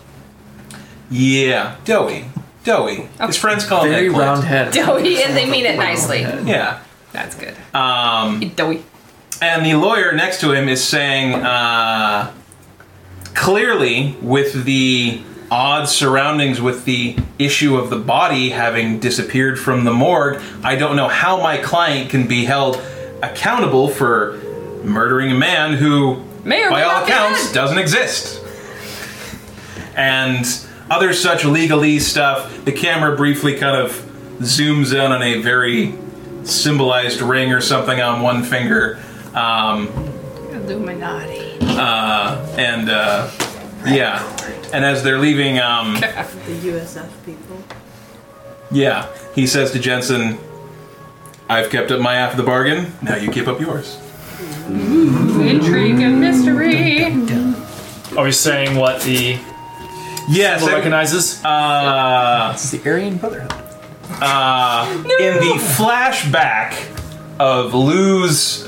Speaker 4: yeah, doughy, doughy. His friends call him
Speaker 3: Very
Speaker 4: eggplant.
Speaker 3: round head.
Speaker 2: doughy, and they mean it nicely.
Speaker 4: Yeah.
Speaker 2: That's good. Um, doughy.
Speaker 4: And the lawyer next to him is saying, uh, clearly, with the odd surroundings, with the issue of the body having disappeared from the morgue, I don't know how my client can be held accountable for murdering a man who,
Speaker 2: May or
Speaker 4: by
Speaker 2: may
Speaker 4: all
Speaker 2: not be
Speaker 4: accounts,
Speaker 2: dead.
Speaker 4: doesn't exist. And other such legalese stuff. The camera briefly kind of zooms in on a very symbolized ring or something on one finger. Um,
Speaker 2: Illuminati.
Speaker 4: and uh, yeah, and as they're leaving, um,
Speaker 7: The USF people.
Speaker 4: yeah, he says to Jensen, "I've kept up my half of the bargain. Now you keep up yours."
Speaker 2: Intrigue and mystery.
Speaker 1: Are we saying what the
Speaker 4: Yes,
Speaker 1: symbol recognizes?
Speaker 4: uh,
Speaker 3: It's the Aryan Brotherhood.
Speaker 4: in the flashback of Lou's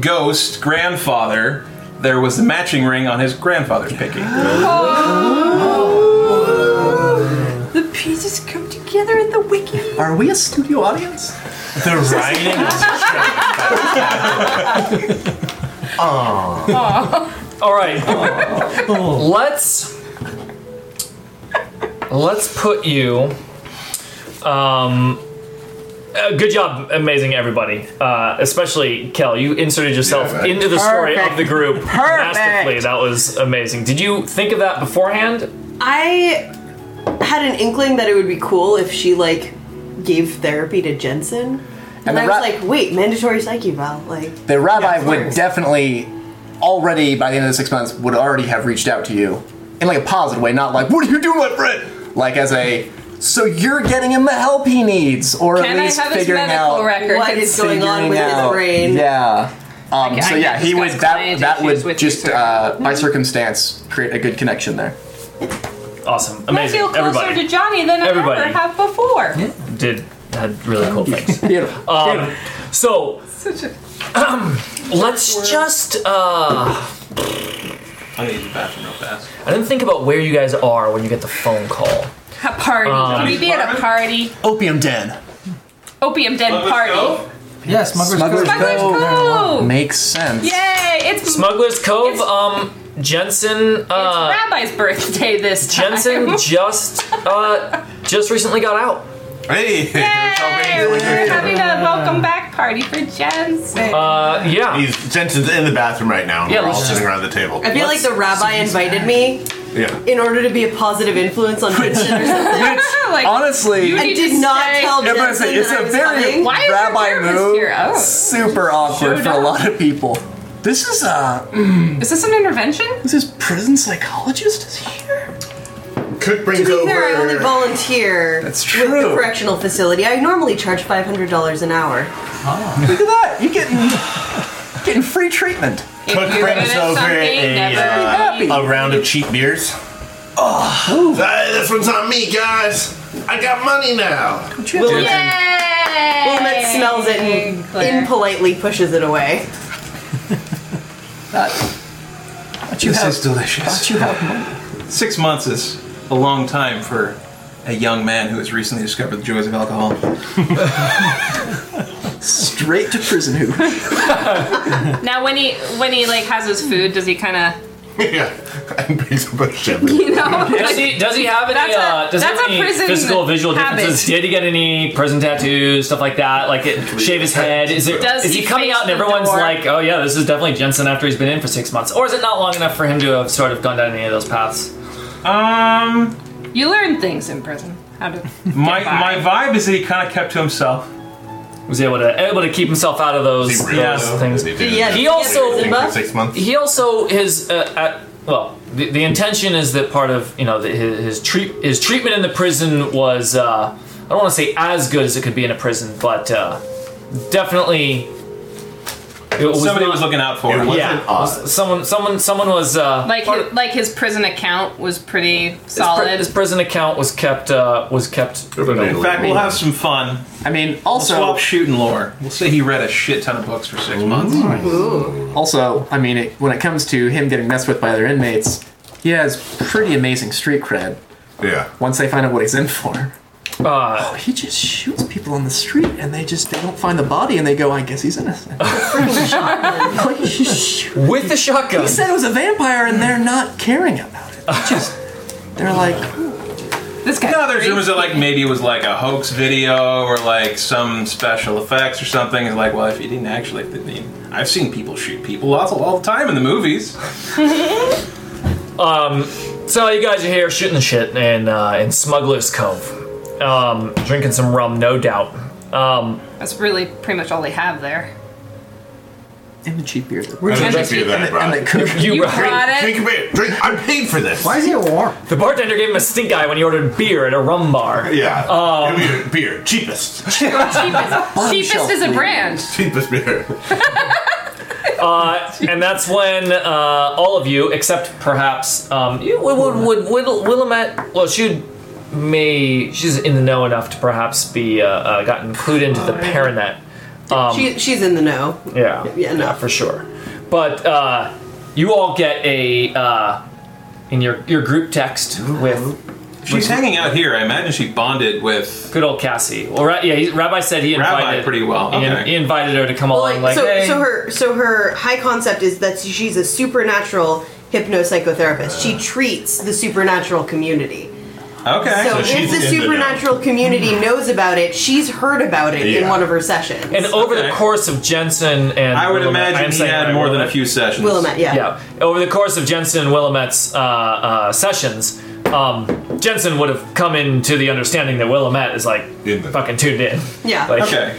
Speaker 4: ghost grandfather, there was the matching ring on his grandfather's picking.
Speaker 2: The pieces come together in the wiki.
Speaker 3: Are we a studio audience?
Speaker 8: The writing
Speaker 1: All right. Let's let's put you. Um, uh, good job, amazing everybody. Uh, especially Kel, you inserted yourself
Speaker 8: Yeah, man.
Speaker 1: into the story of the group
Speaker 7: Perfect.
Speaker 1: masterfully. That was amazing. Did you think of that beforehand?
Speaker 7: I had an inkling that it would be cool if she like gave therapy to Jensen. And,
Speaker 3: the
Speaker 7: I was
Speaker 3: ra-
Speaker 7: like, wait, mandatory psyche val. Like,
Speaker 3: The rabbi
Speaker 7: Yeah,
Speaker 3: would
Speaker 7: hilarious.
Speaker 3: definitely already by the end of the six months would already have reached out to you in like a positive way, not like "What are you doing, my friend?" Like as a "So you're getting him the help he needs," or
Speaker 2: Can
Speaker 3: at
Speaker 2: I
Speaker 3: least
Speaker 2: have his
Speaker 3: figuring
Speaker 2: medical
Speaker 3: out
Speaker 2: records?
Speaker 7: what is going on
Speaker 3: figuring
Speaker 7: with his
Speaker 10: uh,
Speaker 3: out-
Speaker 7: brain?
Speaker 3: Yeah. Um,
Speaker 2: I
Speaker 3: so
Speaker 2: get
Speaker 3: yeah,
Speaker 2: this
Speaker 3: he would
Speaker 2: guy's
Speaker 3: that
Speaker 2: client
Speaker 3: that
Speaker 2: issues
Speaker 3: would
Speaker 2: with you,
Speaker 3: just
Speaker 2: sir.
Speaker 3: uh, by circumstance create a good connection there.
Speaker 1: Awesome,
Speaker 2: I
Speaker 1: amazing.
Speaker 2: feel closer
Speaker 1: Everybody
Speaker 2: to Johnny than I
Speaker 1: Everybody.
Speaker 2: ever have before.
Speaker 1: did had really cool things.
Speaker 3: Beautiful.
Speaker 1: Um, so
Speaker 2: Such a
Speaker 1: let's just uh,
Speaker 4: I'm gonna use the bathroom real fast.
Speaker 1: I didn't think about where you guys are when you get the phone call.
Speaker 2: A party. Can we be at a party?
Speaker 10: Opium den.
Speaker 2: Opium den party.
Speaker 9: Yeah, smugglers.
Speaker 10: Smuggler's
Speaker 9: Cove.
Speaker 2: Smuggler's Cove.
Speaker 3: Makes sense.
Speaker 2: Yay! It's,
Speaker 1: Smuggler's Cove.
Speaker 2: It's-
Speaker 1: um, Jensen.
Speaker 2: it's
Speaker 1: Uh,
Speaker 2: Rabbi's birthday this time.
Speaker 1: Jensen just uh just recently got out.
Speaker 8: Hey,
Speaker 2: Yay! We're having a welcome back party for Jensen.
Speaker 1: Uh, yeah.
Speaker 8: He's Jensen's in the bathroom right now. And
Speaker 1: Yeah,
Speaker 8: we're all
Speaker 1: let's
Speaker 8: sitting
Speaker 1: just-
Speaker 8: around the table.
Speaker 7: I feel like the rabbi invited me
Speaker 8: Yeah.
Speaker 7: in order to be a positive influence on Vincent or something.
Speaker 2: like,
Speaker 10: Honestly,
Speaker 2: You
Speaker 7: I
Speaker 2: need
Speaker 7: did
Speaker 2: to
Speaker 7: not
Speaker 2: say-
Speaker 7: tell Jensen
Speaker 10: Yeah, but it's a, it's
Speaker 7: that I
Speaker 10: a
Speaker 7: was
Speaker 10: very
Speaker 7: coming.
Speaker 2: Why is
Speaker 10: rabbi
Speaker 2: there nervous
Speaker 10: move.
Speaker 2: here? Oh.
Speaker 10: Super awkward
Speaker 2: Showed
Speaker 10: for a
Speaker 2: up.
Speaker 10: lot of people. This is uh,
Speaker 2: is this an intervention?
Speaker 10: is this prison psychologist is here?
Speaker 8: Cook brings
Speaker 7: To be fair, I only volunteer
Speaker 10: That's
Speaker 7: with the
Speaker 10: true.
Speaker 7: correctional facility. I normally charge five hundred dollars an hour.
Speaker 10: Look at that! You getting getting free treatment.
Speaker 2: If
Speaker 8: Cook
Speaker 2: you're
Speaker 8: brings
Speaker 2: good at
Speaker 8: over
Speaker 2: something,
Speaker 8: a,
Speaker 2: never
Speaker 8: uh,
Speaker 2: leave.
Speaker 8: a round of cheap beers. Oh, this one's on me, guys. I got money now.
Speaker 7: Willamette,
Speaker 2: Yay!
Speaker 7: Willamette smells it and
Speaker 2: Claire.
Speaker 7: impolitely pushes it away.
Speaker 10: But you
Speaker 4: This
Speaker 10: have
Speaker 4: is delicious.
Speaker 10: you have money.
Speaker 4: Six months is a long time for a young man who has recently discovered the joys of alcohol.
Speaker 10: Straight to prison hoop.
Speaker 2: Now, when he when he like has his food, does he kind of
Speaker 8: yeah, and brings up a shepherd.
Speaker 2: you know?
Speaker 1: Does
Speaker 2: like-
Speaker 1: he, does he have any,
Speaker 2: That's a-
Speaker 1: uh, does he have
Speaker 2: that's a
Speaker 1: any
Speaker 2: prison
Speaker 1: physical visual
Speaker 2: habit.
Speaker 1: differences? Did he get any prison tattoos, stuff like that? Like, it, shave his head? Is, it,
Speaker 2: Does
Speaker 1: is he,
Speaker 2: he
Speaker 1: coming
Speaker 2: face
Speaker 1: out and
Speaker 2: the
Speaker 1: everyone's
Speaker 2: door?
Speaker 1: like, oh yeah, this is definitely Jensen after he's been in for six months? Or is it not long enough for him to have sort of gone down any of those paths?
Speaker 4: Um,
Speaker 2: you learn things in prison. How to
Speaker 4: my
Speaker 2: Goodbye.
Speaker 4: my vibe is that he kind of kept to himself.
Speaker 1: Was he able to, able to keep himself out of those,
Speaker 8: Really?
Speaker 1: those things?
Speaker 7: Yeah,
Speaker 1: He also-
Speaker 7: yeah,
Speaker 8: For
Speaker 7: buff.
Speaker 8: six months.
Speaker 1: he also his uh, at, well the, the intention is that part of you know the, his, his treat his treatment in the prison was uh, I don't want to say as good as it could be in a prison but uh, definitely it was
Speaker 4: Somebody
Speaker 1: not-
Speaker 4: was looking out for him.
Speaker 1: yeah was- someone someone someone was uh,
Speaker 2: like
Speaker 1: part of-
Speaker 2: his, like his prison account was pretty
Speaker 1: his, pri-
Speaker 2: solid.
Speaker 1: his prison account was kept uh, was kept you know,
Speaker 4: In fact, we'll have some fun.
Speaker 3: I mean,
Speaker 4: Swap
Speaker 3: also,
Speaker 4: shooting lore. We'll say he read a shit ton of books for six months.
Speaker 3: also, I mean, it, when it comes to him getting messed with by other inmates, he has pretty amazing street cred.
Speaker 8: Yeah.
Speaker 3: Once they find out what he's in for, Oh,
Speaker 1: uh,
Speaker 3: he just shoots people on the street, and they just they don't find the body, and they go, "I guess he's innocent." Like, shoot.
Speaker 1: with the shotgun
Speaker 3: he said it was a vampire, and they're not caring about it. They just they're like,
Speaker 2: this guy.
Speaker 4: No, there's rumors that like maybe it was like a hoax video or like some special effects or something. It's like, well, if he didn't actually, I mean, I've seen people shoot people lots all the time in the movies.
Speaker 1: So you guys are here shooting the shit in uh, in Smuggler's Cove, um, drinking some rum, no doubt. Um,
Speaker 2: That's really pretty much all they have there.
Speaker 3: "In the cheap beer."
Speaker 8: I don't
Speaker 2: Jensen-
Speaker 8: do that,
Speaker 3: And
Speaker 8: bro.
Speaker 3: the cook.
Speaker 1: you,
Speaker 2: You got it.
Speaker 8: Drink a beer. Drink. I paid for this.
Speaker 9: Why is he at war?
Speaker 1: the bartender gave him a stink eye when he ordered beer at a rum bar.
Speaker 8: Yeah. Um, beer, beer. Cheapest.
Speaker 2: Cheapest, cheapest is a brand.
Speaker 8: Cheapest beer.
Speaker 1: Uh, And that's when uh, all of you, except perhaps um, you, would, would, would, Will, Willamette, well, she would may she's in the know enough to perhaps be uh, uh, got included into the Paranet. Um,
Speaker 7: she, she's in the know.
Speaker 1: Yeah.
Speaker 7: Yeah, no.
Speaker 1: for sure. But uh, you all get a uh, in your your group text with
Speaker 4: She's hanging out here. I imagine she bonded with.
Speaker 1: Good old Cassie. Well, Ra- yeah, he, Rabbi said he
Speaker 4: Rabbi
Speaker 1: invited
Speaker 4: pretty well,
Speaker 1: He,
Speaker 4: okay.
Speaker 1: he invited her to come
Speaker 7: Well,
Speaker 1: along. Like,
Speaker 7: so,
Speaker 1: hey.
Speaker 7: so her so her high concept is that she's a supernatural hypnopsychotherapist. She treats the supernatural community.
Speaker 4: Okay.
Speaker 7: So, if
Speaker 8: she's
Speaker 7: the
Speaker 8: in the know.
Speaker 7: supernatural community knows about it, she's heard about it in
Speaker 8: Yeah.
Speaker 7: one of her sessions.
Speaker 1: and over the
Speaker 4: okay.
Speaker 1: course of Jensen and
Speaker 4: I would
Speaker 1: Willamette- I am
Speaker 4: imagine he
Speaker 1: saying
Speaker 4: had
Speaker 1: Rabbi
Speaker 4: more than a
Speaker 1: Willamette.
Speaker 4: few sessions.
Speaker 7: Willamette, yeah.
Speaker 1: Yeah, over the course of Jensen and Willamette's uh, uh, sessions, um, Jensen would have come into the understanding that Willamette is like
Speaker 8: In the-
Speaker 1: fucking tuned in.
Speaker 7: Yeah.
Speaker 1: Like,
Speaker 4: Okay.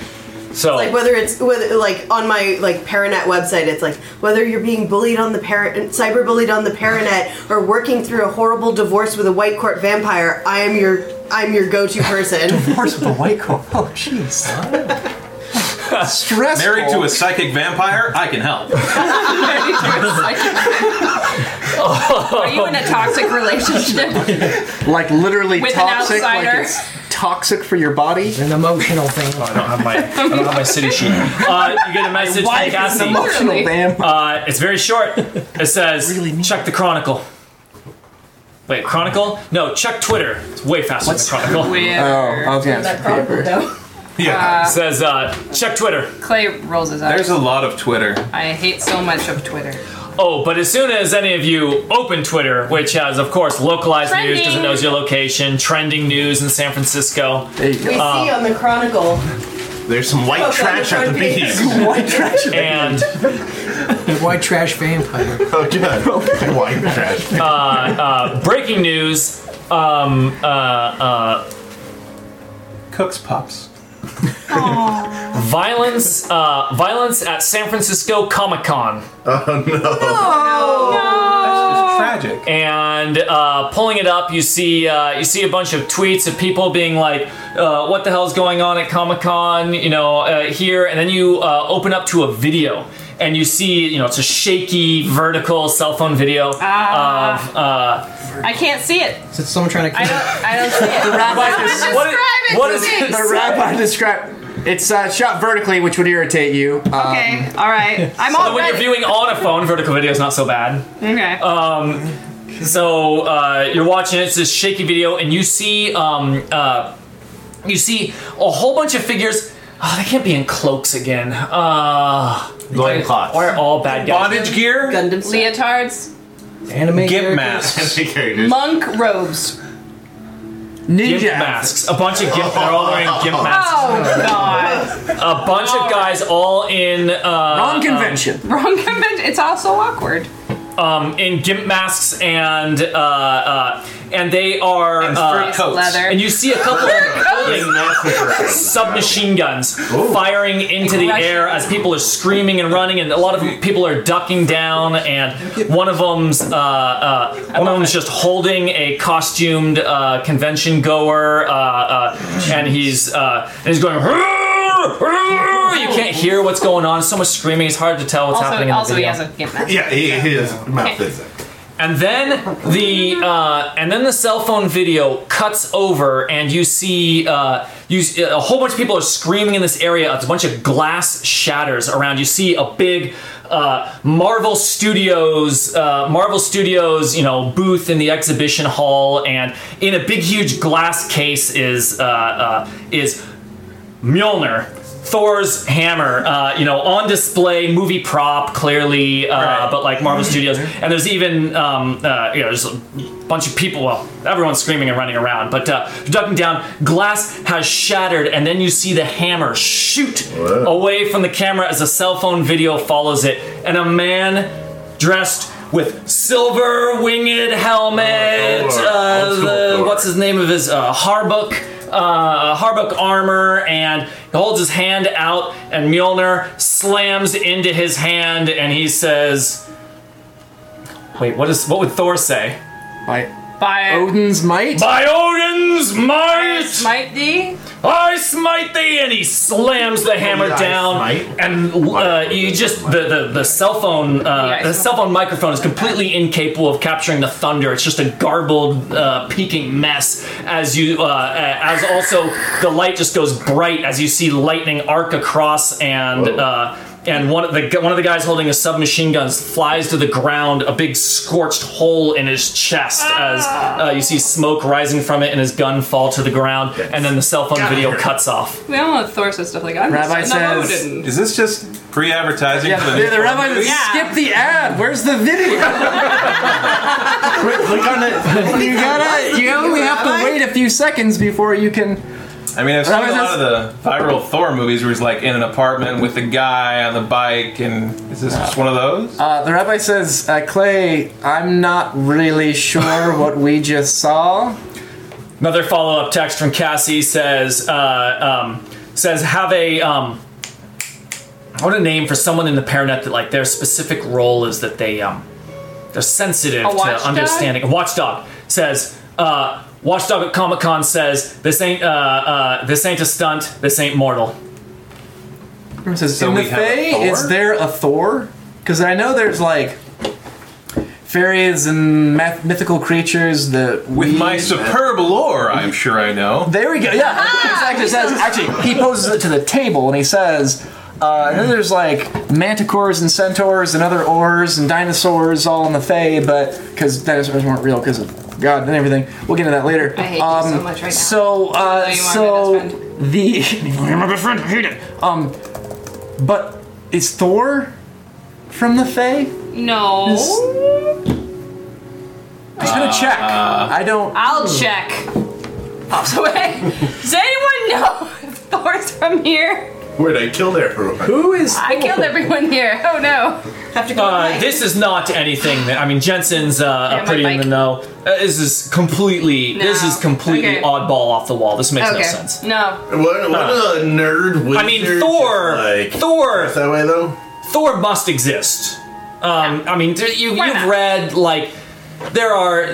Speaker 1: So
Speaker 7: Like whether it's whether like on my like Paranet website, it's like whether you're being bullied on the par- cyber bullied on the Paranet, or working through a horrible divorce with a white court vampire. I am your I'm your go-to person.
Speaker 3: Horse with a white coat. Oh, jeez. Stressful.
Speaker 4: Married to a psychic vampire, I can help.
Speaker 2: Are you in a toxic relationship?
Speaker 3: like literally
Speaker 2: With an
Speaker 3: toxic. Like
Speaker 2: outsider.
Speaker 3: it's toxic for your body.
Speaker 9: An emotional thing.
Speaker 1: I don't have my, I don't have my city sheet. Uh, you get a message from
Speaker 3: Life is an
Speaker 1: Cassie.
Speaker 3: emotional
Speaker 2: Really?
Speaker 3: vampire.
Speaker 1: Uh, it's very short. It says, check the Chronicle. Wait, Chronicle? No, check Twitter. It's way faster than the Chronicle.
Speaker 2: Weird.
Speaker 3: Oh, I was gonna
Speaker 5: That
Speaker 3: say
Speaker 5: chronicle,
Speaker 3: paper.
Speaker 5: though.
Speaker 4: Yeah.
Speaker 1: It says, uh, check Twitter.
Speaker 2: Clay rolls his eyes.
Speaker 4: There's a lot of Twitter.
Speaker 2: I hate so much of Twitter.
Speaker 1: Oh, but as soon as any of you open Twitter, which has, of course, localized news,
Speaker 2: Trending.
Speaker 1: doesn't know your location, trending news in San Francisco.
Speaker 3: There you
Speaker 7: We
Speaker 3: go.
Speaker 7: see on the Chronicle.
Speaker 8: There's some white
Speaker 7: Oh,
Speaker 8: trash at the
Speaker 7: sorry.
Speaker 8: beach.
Speaker 3: White trash.
Speaker 1: And
Speaker 9: White trash vampire.
Speaker 8: Oh, good. White trash.
Speaker 1: breaking news um, uh,
Speaker 4: Cook's Pops.
Speaker 1: violence uh, violence at San Francisco Comic Con.
Speaker 4: That's just
Speaker 2: Oh.
Speaker 4: tragic.
Speaker 1: and uh, pulling it up, you see uh, you see a bunch of tweets of people being like, uh, "What the hell's going on at Comic Con?" You know, uh, here, and then you uh, open up to a video, and you see, you know, it's a shaky vertical cell phone video
Speaker 2: Ah.
Speaker 1: of. Uh,
Speaker 2: I can't see it.
Speaker 9: Is it someone trying to
Speaker 2: I
Speaker 9: kill
Speaker 2: don't. I don't see it.
Speaker 3: Rabbi
Speaker 2: Someone
Speaker 3: is-
Speaker 2: describe
Speaker 1: what is-
Speaker 2: it
Speaker 1: what
Speaker 2: to
Speaker 1: is-
Speaker 2: me.
Speaker 3: The rabbi described. It's uh, shot vertically, which would irritate you. Um,
Speaker 2: Okay. All right. I'm all
Speaker 1: when you're uh,
Speaker 2: ready.
Speaker 1: viewing on a phone, vertical video is not so bad.
Speaker 2: Okay.
Speaker 1: So uh, you're watching it, it's this shaky video, and you see um, uh, you see a whole bunch of figures. Oh, they can't be in cloaks again. Uh,
Speaker 8: Loincloths.
Speaker 1: Why are all bad guys?
Speaker 4: Bondage gear,
Speaker 5: Gundam stuff.
Speaker 2: Leotards,
Speaker 9: anime
Speaker 4: gimp
Speaker 9: characters?
Speaker 4: masks.
Speaker 8: characters.
Speaker 2: monk robes.
Speaker 1: gimp
Speaker 3: ninja
Speaker 1: masks. A bunch of gimp. They're all wearing gimp masks.
Speaker 2: Oh god.
Speaker 1: A bunch of guys, all in uh,
Speaker 3: Wrong convention.
Speaker 2: Wrong convention. It's also awkward.
Speaker 1: um, in gimp masks, and uh, uh, and they are.
Speaker 4: And
Speaker 1: uh,
Speaker 4: fur coats.
Speaker 2: Leather.
Speaker 1: and you see a couple of
Speaker 8: Big massive-
Speaker 1: submachine guns firing into the air as people are screaming and running, and a lot of people are ducking down. And one of them's uh, uh, one of them's just holding a costumed uh, convention goer, uh, uh, and he's uh, and he's going. "Roar! Roar!" You can't hear what's going on. So much screaming. It's hard to tell what's happening.
Speaker 2: also,
Speaker 1: In the
Speaker 2: also
Speaker 1: video.
Speaker 2: he has a gimp mask.
Speaker 8: Yeah, he, his mouth is.
Speaker 1: And then the uh, and then the cell phone video cuts over, and you see uh, you s- a whole bunch of people are screaming in this area. It's a bunch of glass shatters around. You see a big uh, Marvel Studios uh, Marvel Studios you know booth in the exhibition hall, and in a big huge glass case is uh, uh, is Mjolnir. Thor's hammer, uh, you know, on display, movie prop, clearly, uh,
Speaker 4: Right.
Speaker 1: but like Marvel Studios. And there's even, um, uh, you know, there's a bunch of people, well, everyone's screaming and running around, but uh, ducking down. Glass has shattered, and then you see the hammer shoot away from the camera as a cell phone video follows it. And a man dressed with silver winged helmet,
Speaker 8: Thor.
Speaker 1: uh,
Speaker 8: Old school
Speaker 1: the,
Speaker 8: Thor.
Speaker 1: what's his name of his uh, Harbuck uh, Harbuck armor, and he holds his hand out, and Mjolnir slams into his hand, and he says, "Wait, what is what would Thor say?" Oh,
Speaker 3: By
Speaker 2: By
Speaker 3: Um, Odin's might.
Speaker 1: By Odin's might,
Speaker 2: Smite thee.
Speaker 1: I smite thee, and he slams the hammer
Speaker 8: yeah, I
Speaker 1: down,
Speaker 8: smite.
Speaker 1: and uh, you just the, the the cell phone uh,
Speaker 2: I
Speaker 1: the
Speaker 2: smite.
Speaker 1: cell phone microphone is completely incapable of capturing the thunder. It's just a garbled, uh, peaking mess. As you uh, uh, as also the light just goes bright as you see lightning arc across and. Uh, and one of the one of the guys holding a submachine gun flies to the ground, a big scorched hole in his chest as uh, you see smoke rising from it and his gun fall to the ground. And then the cell phone video cuts off.
Speaker 2: We all know Thor says stuff like I'm
Speaker 3: Rabbi
Speaker 2: just an
Speaker 3: says-
Speaker 2: Odin.
Speaker 4: Is this just pre-advertising
Speaker 3: Yeah,
Speaker 4: for the
Speaker 3: the,
Speaker 4: new
Speaker 3: the rabbi says,
Speaker 2: Yeah.
Speaker 3: skip the ad. Where's the video?
Speaker 8: Click click on it.
Speaker 3: you gotta. You only have to wait a few seconds before you can.
Speaker 4: I mean, I've seen
Speaker 3: That
Speaker 4: a
Speaker 3: was
Speaker 4: lot of the viral Thor movies where he's like in an apartment with a guy on the bike, and is this just one of those?
Speaker 2: Um,
Speaker 3: Uh, the rabbi says, uh, Clay, I'm not really sure what we just saw.
Speaker 1: Another follow up text from Cassie says, uh, um, says, have a, um, what a name for someone in the Paranet that like their specific role is that they, um, they're sensitive
Speaker 2: A
Speaker 1: to
Speaker 2: watchdog?
Speaker 1: understanding. A watchdog says, uh, watchdog at Comic Con says, this ain't, uh, uh, this ain't a stunt, this ain't mortal.
Speaker 3: It says,
Speaker 4: So
Speaker 3: in the
Speaker 4: we have a
Speaker 3: Fae,
Speaker 4: Thor?
Speaker 3: is there a Thor? Because I know there's like fairies and myth- mythical creatures that
Speaker 4: With
Speaker 3: we-
Speaker 4: my superb lore, I'm sure I know.
Speaker 3: There we go. Yeah,
Speaker 2: Ah,
Speaker 3: exactly. Says actually, he poses it to the table and he says, uh, and then "There's like manticores and centaurs and other ores and dinosaurs all in the Fey, but because dinosaurs weren't real because of God and everything. We'll get into that later. Um,
Speaker 2: I hate you so much right now.
Speaker 3: So, uh,
Speaker 2: Even though you are my
Speaker 3: so
Speaker 2: best
Speaker 3: the you're my best friend. I hate it. Um, but is Thor from the Fey?
Speaker 2: No.
Speaker 3: Just gonna check. I don't.
Speaker 2: I'll check. Pops away. Does anyone know if Thor's from here?
Speaker 8: Where'd I kill there?
Speaker 3: Who is?
Speaker 2: I killed everyone here. Oh no.
Speaker 7: Have to go.
Speaker 5: Uh,
Speaker 7: away.
Speaker 5: this is not anything that I mean. Jensen's uh,
Speaker 2: my
Speaker 5: pretty in the
Speaker 2: bike.
Speaker 5: know. Uh, this is completely. This
Speaker 2: No.
Speaker 5: is completely
Speaker 2: Okay.
Speaker 5: oddball off the wall. This makes no sense.
Speaker 2: No.
Speaker 8: What, what a nerd wizard.
Speaker 5: I mean, Thor.
Speaker 8: Like,
Speaker 5: Thor.
Speaker 8: that way though.
Speaker 5: Thor must exist. Um, I mean, d- you,
Speaker 2: Why
Speaker 5: you've
Speaker 2: not?
Speaker 5: read like there are,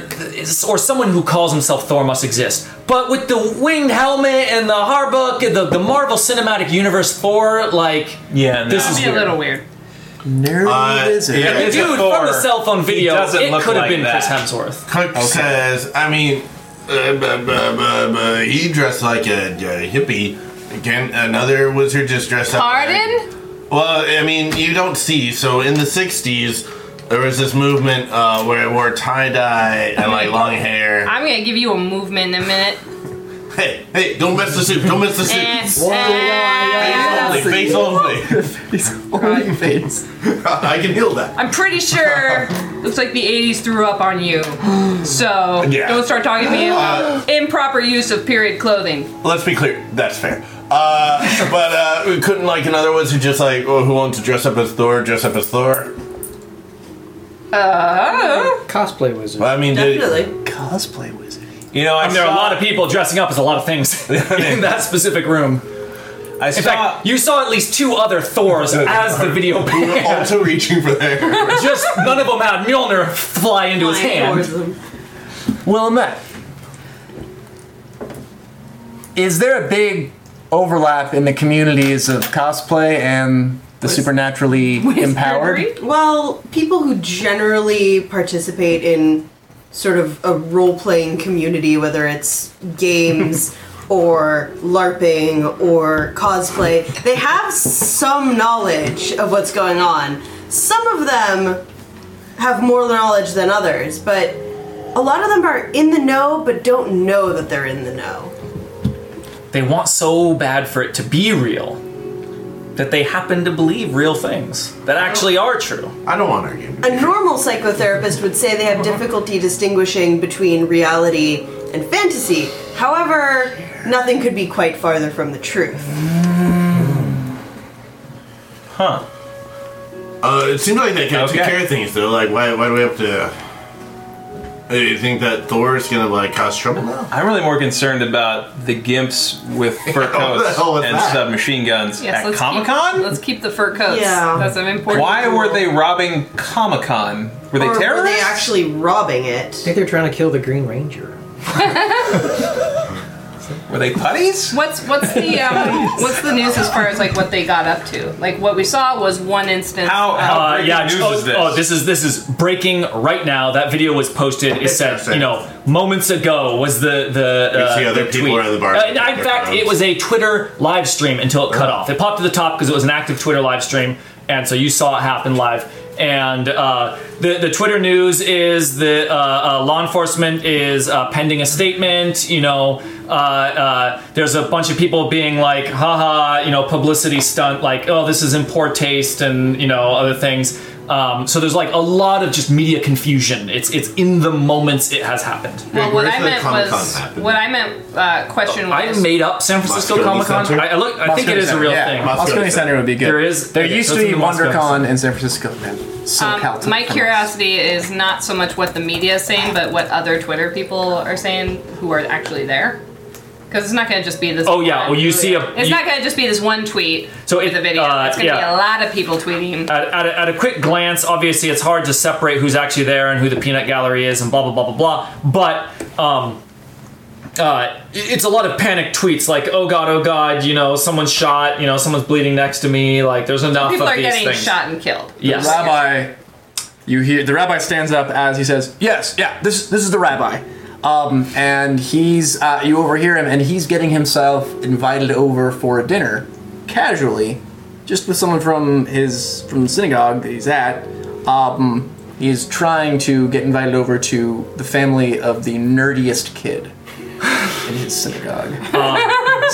Speaker 5: or someone who calls himself Thor must exist. But with the winged helmet and the Harbuck and the, the Marvel Cinematic Universe Thor, like
Speaker 4: Yeah, no.
Speaker 5: This is
Speaker 2: Be a little weird.
Speaker 3: Nerdy
Speaker 8: Uh,
Speaker 3: wizard.
Speaker 8: yeah.
Speaker 4: It's a
Speaker 5: dude
Speaker 4: Thor.
Speaker 5: from the cell phone video,
Speaker 4: He doesn't
Speaker 5: it
Speaker 4: look
Speaker 5: could have
Speaker 4: like
Speaker 5: been
Speaker 4: that.
Speaker 5: Chris Hemsworth.
Speaker 8: Cook says, I mean, uh, buh, buh, buh, buh, he dressed like a, a hippie. Again, another wizard just dressed up. like-
Speaker 2: Arden?
Speaker 8: Well, I mean, you don't see. So in the '60s, there was this movement uh, where it wore tie dye and like long hair.
Speaker 2: I'm gonna give you a movement in a minute.
Speaker 8: Hey, hey, don't mess the soup. Don't mess the
Speaker 2: Eh,
Speaker 8: soup.
Speaker 2: eh.
Speaker 8: Face only, face only.
Speaker 3: Only face.
Speaker 8: I can heal that.
Speaker 2: I'm pretty sure looks like the 80s threw up on you. So
Speaker 8: Yeah.
Speaker 2: don't start talking to me
Speaker 4: Uh,
Speaker 2: about improper use of period clothing.
Speaker 8: Let's be clear. That's fair. Uh, but uh, we couldn't like another ones who just like oh, who wants to dress up as Thor, dress up as Thor.
Speaker 2: Oh.
Speaker 9: Cosplay wizard.
Speaker 8: Well, I mean, did-
Speaker 7: Definitely.
Speaker 3: Cosplay wizard.
Speaker 4: You know, I
Speaker 5: I mean, there are a
Speaker 4: saw-
Speaker 5: lot of people dressing up as a lot of things in that specific room.
Speaker 4: I
Speaker 5: In
Speaker 4: saw.
Speaker 5: fact, you saw at least two other Thors as the video
Speaker 8: we're
Speaker 5: pan.
Speaker 8: also reaching for there.
Speaker 5: Just none of them had Mjolnir fly into his hand.
Speaker 3: Willamette, is there a big overlap in the communities of cosplay and the supernaturally empowered?
Speaker 7: Well, people who generally participate in sort of a role playing community, whether it's games or LARPing or cosplay, they have some knowledge of what's going on. Some of them have more knowledge than others, but a lot of them are in the know but don't know that they're in the know.
Speaker 5: They want so bad for it to be real that they happen to believe real things that actually are true.
Speaker 8: I don't want to argue.
Speaker 7: A normal psychotherapist would say they have difficulty distinguishing between reality and fantasy. However, nothing could be quite farther from the truth.
Speaker 8: Uh, it seems like they can
Speaker 4: Okay.
Speaker 8: take care of things though. Like, why, why do we have to? Do you think that Thor is gonna like cause trouble now?
Speaker 4: I'm really more concerned about the gimps with fur
Speaker 8: Oh, What the
Speaker 4: coats
Speaker 8: hell was
Speaker 4: and
Speaker 8: that?
Speaker 4: submachine guns
Speaker 2: Yes,
Speaker 4: at
Speaker 2: let's
Speaker 4: Comic
Speaker 2: keep,
Speaker 4: Con.
Speaker 2: let's keep the fur coats.
Speaker 7: Yeah.
Speaker 2: That's an important.
Speaker 4: Why
Speaker 2: rule.
Speaker 4: were they robbing Comic Con? Were they
Speaker 7: or
Speaker 4: terrorists?
Speaker 7: were they actually robbing it?
Speaker 9: I think they're trying to kill the Green Ranger.
Speaker 4: Were they putties?
Speaker 2: What's what's the um, what's the news as far as like what they got up to? Like what we saw was one instance.
Speaker 4: How?
Speaker 2: of-
Speaker 4: how
Speaker 5: Uh,
Speaker 4: breaking
Speaker 5: yeah,
Speaker 4: news
Speaker 5: oh,
Speaker 4: is this?
Speaker 5: oh, this is this is breaking right now. That video was posted. It said,
Speaker 8: Interesting.
Speaker 5: you know, moments ago was the the. Uh,
Speaker 8: see other
Speaker 5: the
Speaker 8: people
Speaker 5: tweet.
Speaker 8: around the bar.
Speaker 5: Uh, no, in fact, it was a Twitter live stream until it cut
Speaker 8: Oh.
Speaker 5: off. It popped to the top because it was an active Twitter live stream, and so you saw it happen live. And uh, the the Twitter news is the uh, uh, law enforcement is uh, pending a statement. You know, uh, uh, there's a bunch of people being like, haha, you know, publicity stunt, like, oh, this is in poor taste, and you know, other things. Um, so there's like a lot of just media confusion. It's it's in the moments it has happened.
Speaker 2: well, what
Speaker 8: Where's
Speaker 2: I
Speaker 8: the
Speaker 2: meant
Speaker 8: Comic-Con Oh,
Speaker 2: was
Speaker 8: happened?
Speaker 2: what I meant uh, question
Speaker 5: I
Speaker 2: was
Speaker 5: made up San Francisco
Speaker 8: Moscone
Speaker 5: Comic Con.
Speaker 8: Center?
Speaker 5: I, I look. I think it is a real
Speaker 3: yeah.
Speaker 5: thing.
Speaker 8: Moscone
Speaker 3: Moscone Center
Speaker 8: Center
Speaker 3: would be good.
Speaker 5: There is-
Speaker 3: There
Speaker 5: okay,
Speaker 3: used
Speaker 5: so
Speaker 3: to
Speaker 5: it's
Speaker 3: be
Speaker 5: in the Moscone
Speaker 3: WonderCon
Speaker 5: Center.
Speaker 3: in San Francisco. Man.
Speaker 2: Um,
Speaker 3: SoCal took
Speaker 2: my
Speaker 3: from us.
Speaker 2: curiosity is not so much what the media is saying, but what other Twitter people are saying who are actually there. Because it's not going to just be this.
Speaker 5: Oh, yeah, well, you see a-
Speaker 2: It's
Speaker 5: you-
Speaker 2: not going to just be this one tweet.
Speaker 5: So
Speaker 2: with
Speaker 5: it-
Speaker 2: the video,
Speaker 5: uh,
Speaker 2: it's going to
Speaker 5: yeah.
Speaker 2: be a lot of people tweeting.
Speaker 5: at, at, a, at a quick glance, obviously it's hard to separate who's actually there and who the peanut gallery is and blah blah blah blah blah. But um, uh, it's a lot of panic tweets like, "Oh god, oh god," you know, someone's shot, you know, someone's bleeding next to me. Like, there's enough
Speaker 2: people
Speaker 5: of
Speaker 2: are
Speaker 5: these
Speaker 2: getting
Speaker 5: things.
Speaker 2: shot and killed.
Speaker 5: Yes.
Speaker 3: Rabbi You hear the rabbi stands up as he says, "Yes, yeah, this this is the rabbi," um, and he's uh, you overhear him, and he's getting himself invited over for a dinner, casually, just with someone from his from the synagogue that he's at. Um, he's trying to get invited over to the family of the nerdiest kid in his synagogue.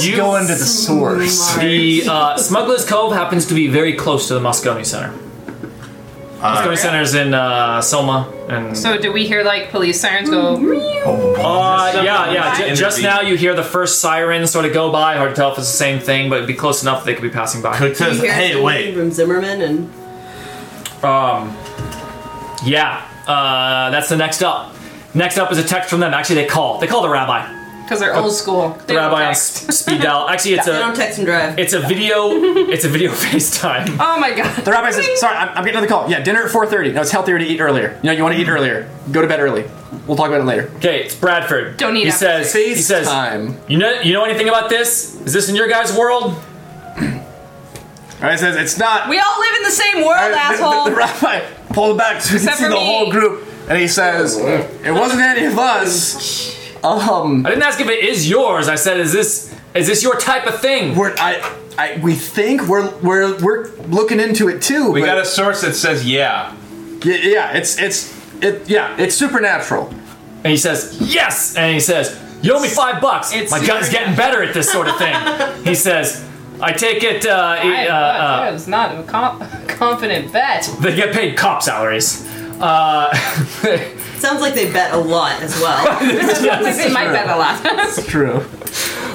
Speaker 1: You
Speaker 8: Going to the source.
Speaker 1: The uh, Smuggler's Cove happens to be very close to the Moscone Center. Moscone Center is in uh, Soma, and
Speaker 2: So do we hear like police sirens go?
Speaker 1: uh, yeah, yeah. ju-
Speaker 4: Intervene.
Speaker 1: just now, you hear the first siren sort of go by. Hard to tell if it's the same thing, but it'd be close enough they could be passing by.
Speaker 8: Cook says,
Speaker 7: You hear
Speaker 8: hey,
Speaker 7: something
Speaker 8: wait.
Speaker 7: From Zimmerman and
Speaker 1: Yeah, uh, that's the next up. Next up is a text from them. Actually, they call. They call the rabbi.
Speaker 2: Because they're old school.
Speaker 1: The rabbi on s- speed dial. Actually, it's
Speaker 7: they don't
Speaker 1: a
Speaker 7: text and drive.
Speaker 1: it's a video. It's a video FaceTime.
Speaker 2: Oh my god.
Speaker 3: The rabbi says, "Sorry, I'm, I'm getting another call. Yeah, dinner at 4:30. No, it's healthier to eat earlier. You know, you want to eat earlier. Go to bed early. We'll talk about it later."
Speaker 1: Okay, it's Bradford.
Speaker 2: Don't eat
Speaker 1: He
Speaker 2: after
Speaker 1: says. He says.
Speaker 3: time.
Speaker 1: You know. You know anything about this? Is this in your guys' world?
Speaker 3: Rabbi says, "It's not."
Speaker 2: We all live in the same world,
Speaker 3: the-
Speaker 2: asshole.
Speaker 3: The, the rabbi pulled back so you can
Speaker 2: Except
Speaker 3: see
Speaker 2: for
Speaker 3: the
Speaker 2: me.
Speaker 3: whole group, and he says, "It wasn't any of us. Um,
Speaker 1: I didn't ask if it is yours. I said, is this is this your type of thing?
Speaker 3: we're I." I, we think we're we're we're looking into it too.
Speaker 4: We
Speaker 3: but
Speaker 4: got a source that says yeah.
Speaker 3: yeah, yeah, it's it's it yeah, it's supernatural.
Speaker 1: And he says, yes. And he says, you owe me five bucks.
Speaker 2: It's
Speaker 1: My gun's
Speaker 2: serious.
Speaker 1: getting better at this sort of thing. he says, I take it. Uh,
Speaker 2: I,
Speaker 1: uh, uh,
Speaker 2: was not a com- confident bet.
Speaker 1: they get paid cop salaries. Uh,
Speaker 7: Sounds like they bet a lot as well.
Speaker 2: It might bet a lot. Should
Speaker 3: True.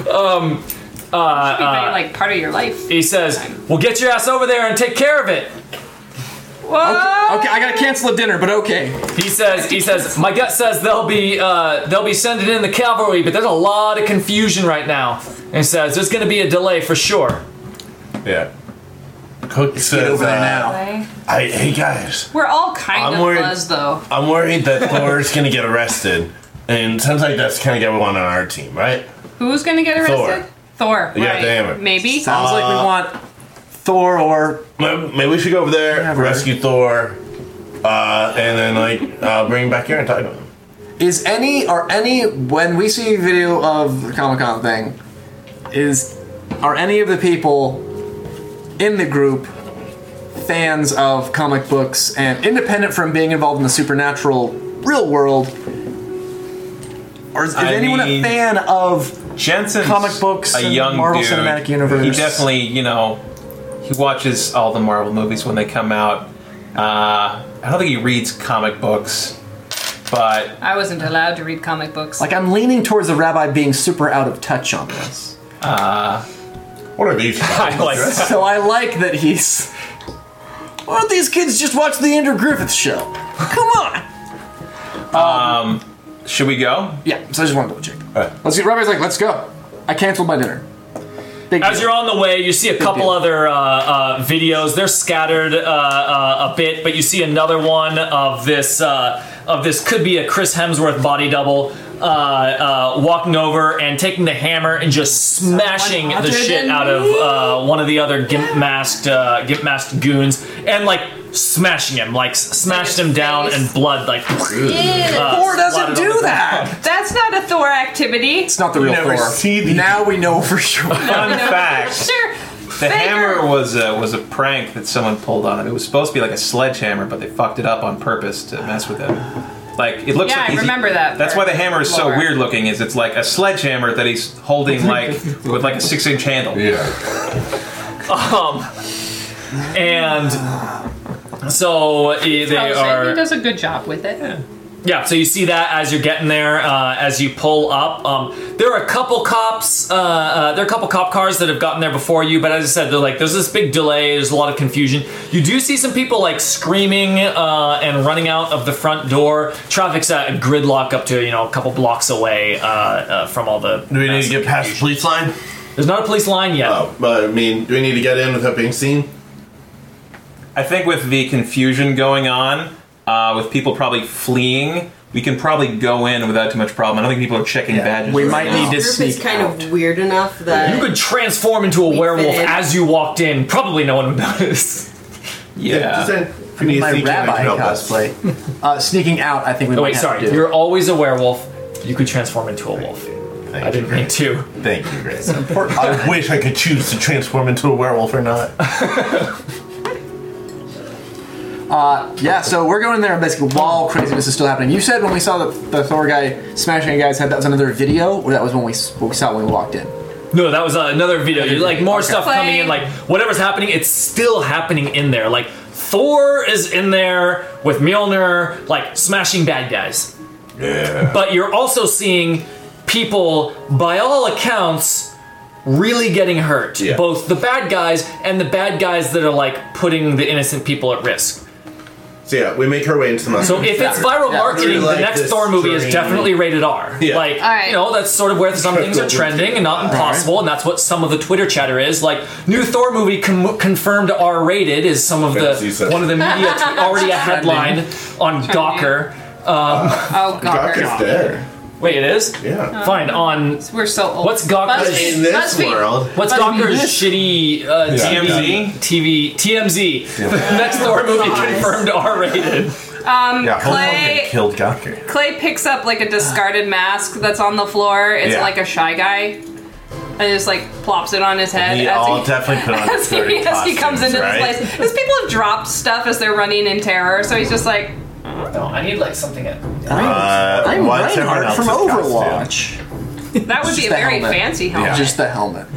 Speaker 2: be
Speaker 5: Uh,
Speaker 2: betting, like part of your life.
Speaker 1: he says, well, get your ass over there and take care of it.
Speaker 2: What?
Speaker 3: Okay, I gotta cancel a dinner, but okay.
Speaker 1: He says, he says, my gut says they'll be uh, they'll be sending in the cavalry, but there's a lot of confusion right now. And he says, there's going to be a delay for sure.
Speaker 8: Yeah. Cook
Speaker 3: Get
Speaker 8: says,
Speaker 3: over there
Speaker 8: uh,
Speaker 3: now.
Speaker 8: I, hey guys,
Speaker 2: We're all kind
Speaker 8: I'm
Speaker 2: of
Speaker 8: worried-
Speaker 2: buzzed though.
Speaker 8: I'm worried that Thor's gonna get arrested. And sounds like that's the kind of guy we want on our team, right?
Speaker 2: Who's gonna get
Speaker 8: Thor.
Speaker 2: arrested? Thor.
Speaker 8: Yeah,
Speaker 2: right.
Speaker 8: damn it.
Speaker 2: Maybe.
Speaker 3: Sounds like we want Thor or
Speaker 8: Maybe maybe we should go over there,
Speaker 3: Whatever.
Speaker 8: rescue Thor, uh, and then like uh, bring him back here and talk about him.
Speaker 3: Is any are any when we see video of the Comic Con thing, is are any of the people in the group fans of comic books and independent from being involved in the supernatural real world? Or is, is
Speaker 4: I
Speaker 3: anyone
Speaker 4: mean-
Speaker 3: a fan of
Speaker 4: Jensen's
Speaker 3: Comic books
Speaker 4: a
Speaker 3: and
Speaker 4: young
Speaker 3: Marvel
Speaker 4: dude.
Speaker 3: Cinematic Universe.
Speaker 4: He definitely, you know, he watches all the Marvel movies when they come out. Uh, I don't think he reads comic books, but
Speaker 2: I wasn't allowed to read comic books.
Speaker 3: like I'm leaning towards the rabbi being super out of touch on this.
Speaker 8: What are these?
Speaker 1: I like that.
Speaker 3: so I like that he's Why don't these kids just watch the Andrew Griffith show? Come on!
Speaker 4: should we go?
Speaker 3: Yeah, so I just want to double check.
Speaker 8: Alright.
Speaker 3: Let's get Robbie's like, let's go. I canceled my dinner. Big
Speaker 1: As
Speaker 3: deal.
Speaker 1: you're on the way, you see a couple
Speaker 3: deal.
Speaker 1: other uh, uh, videos. They're scattered uh, uh, a bit, but you see another one of this uh, of this could be a Chris Hemsworth body double uh, uh, walking over and taking the hammer and just smashing the
Speaker 7: hotter
Speaker 1: shit
Speaker 7: than
Speaker 1: out of uh, one of the other gimp masked uh, gimp masked goons and like smashing him, like s- smashed him down and blood like.
Speaker 3: Thor
Speaker 1: splattered
Speaker 3: doesn't
Speaker 1: on the
Speaker 3: do that.
Speaker 2: That's not a Thor activity.
Speaker 3: It's not the real
Speaker 8: never
Speaker 3: Thor.
Speaker 8: see the-
Speaker 3: Now we know for sure.
Speaker 4: Fun fact:
Speaker 2: Sure.
Speaker 4: the hammer was a, was a prank that someone pulled on him. It was supposed to be like a sledgehammer, but they fucked it up on purpose to mess with him. Like it looks.
Speaker 2: Yeah,
Speaker 4: like
Speaker 2: I
Speaker 4: he's-
Speaker 2: remember that
Speaker 4: That's
Speaker 2: for
Speaker 4: why the hammer is so
Speaker 2: Laura.
Speaker 4: weird looking. Is it's like a sledgehammer that he's holding like with like a six inch handle.
Speaker 8: Yeah.
Speaker 1: And so eh, they
Speaker 2: I was saying,
Speaker 1: are.
Speaker 2: he does a good job with it.
Speaker 1: Yeah, so you see that as you're getting there, uh, as you pull up. Um, there are a couple cops. Uh, uh, there are a couple cop cars that have gotten there before you, but as I said, they're like there's this big delay. There's a lot of confusion. You do see some people like screaming uh, and running out of the front door. Traffic's at a gridlock up to you know a couple blocks away uh, uh, from all the.
Speaker 8: Do we need to get past the police line?
Speaker 1: There's not a police line yet.
Speaker 8: Oh, but I mean, do we need to get in without being seen?
Speaker 4: I think with the confusion going on, uh, with people probably fleeing, we can probably go in without too much problem. I don't think people are checking badges.
Speaker 3: we
Speaker 4: right
Speaker 3: might
Speaker 4: now.
Speaker 3: need to
Speaker 7: Group is
Speaker 3: sneak
Speaker 7: kind
Speaker 3: out.
Speaker 7: of weird enough that
Speaker 1: You could transform into a werewolf
Speaker 7: in.
Speaker 1: as you walked in. Probably no one would notice.
Speaker 4: Yeah.
Speaker 8: Just in. We need to
Speaker 3: my
Speaker 8: sneak in and
Speaker 3: rabbi
Speaker 8: help us.
Speaker 3: cosplay. uh, sneaking out, I think we
Speaker 1: Oh,
Speaker 3: might
Speaker 1: wait,
Speaker 3: have
Speaker 1: sorry.
Speaker 3: to do.
Speaker 1: You're always a werewolf. You could transform into a wolf.
Speaker 8: Thank
Speaker 1: I didn't mean
Speaker 8: Grace.
Speaker 1: to.
Speaker 8: Thank you, Grace. I wish I could choose to transform into a werewolf or not.
Speaker 3: Yeah, so we're going there and basically while craziness is still happening. You said when we saw the, the Thor guy smashing a guy's head, that was another video, or that was when we, s- what we saw when we walked in?
Speaker 1: No, that was uh, another video. You like more stuff coming in.
Speaker 2: Playing.
Speaker 1: Like whatever's happening, it's still happening in there. Like Thor is in there with Mjolnir, like smashing bad guys. Yeah. But you're also seeing people, by all accounts, really getting hurt.
Speaker 8: Yeah.
Speaker 1: Both the bad guys and the bad guys that are like putting the innocent people at risk.
Speaker 8: So yeah, we make our way into the
Speaker 1: So if it's viral
Speaker 3: Yeah.
Speaker 1: marketing,
Speaker 8: Really like
Speaker 1: the next
Speaker 8: this
Speaker 1: Thor movie is
Speaker 8: dream.
Speaker 1: definitely rated R.
Speaker 8: Yeah.
Speaker 1: Like,
Speaker 2: Alright.
Speaker 1: you know, that's sort of where some things are trending and not impossible, and that's what some of the Twitter chatter is. Like, new Thor movie com- confirmed R rated is some of
Speaker 8: Fantasy
Speaker 1: the
Speaker 8: section.
Speaker 1: one of the media t- already a headline on Gawker.
Speaker 2: Oh,
Speaker 8: Doc is
Speaker 2: Gawker.
Speaker 8: there.
Speaker 1: Wait, it is
Speaker 8: Yeah.
Speaker 2: Uh,
Speaker 1: fine on
Speaker 2: We're so old.
Speaker 1: What's Gawker?
Speaker 2: BuzzFeed,
Speaker 8: in this
Speaker 2: BuzzFeed.
Speaker 8: world,
Speaker 1: what's
Speaker 2: Must be
Speaker 1: Gawker's
Speaker 2: this.
Speaker 1: shitty uh,
Speaker 8: Yeah.
Speaker 1: TV, TV TMZ. The next Thor movie confirmed R rated.
Speaker 8: yeah, Hulk Hogan
Speaker 2: Clay-
Speaker 8: killed Gawker.
Speaker 2: Clay picks up like a discarded mask that's on the floor. It's
Speaker 8: Yeah.
Speaker 2: like a shy guy. And just like plops it on his head.
Speaker 8: He
Speaker 2: as
Speaker 8: all
Speaker 2: he-
Speaker 8: definitely put on
Speaker 2: as he,
Speaker 8: dirty
Speaker 2: as he comes
Speaker 8: costumes,
Speaker 2: into
Speaker 8: right?
Speaker 2: this place. Because people have dropped stuff as they're running in terror, so he's just like,
Speaker 1: No, I need like something. At-
Speaker 8: Uh,
Speaker 3: I'm
Speaker 8: why is everyone
Speaker 3: Reinhardt from
Speaker 8: else's costume?
Speaker 3: Overwatch.
Speaker 2: that would be
Speaker 3: just
Speaker 2: a
Speaker 3: the
Speaker 2: very
Speaker 3: helmet.
Speaker 2: fancy helmet.
Speaker 3: Just the helmet.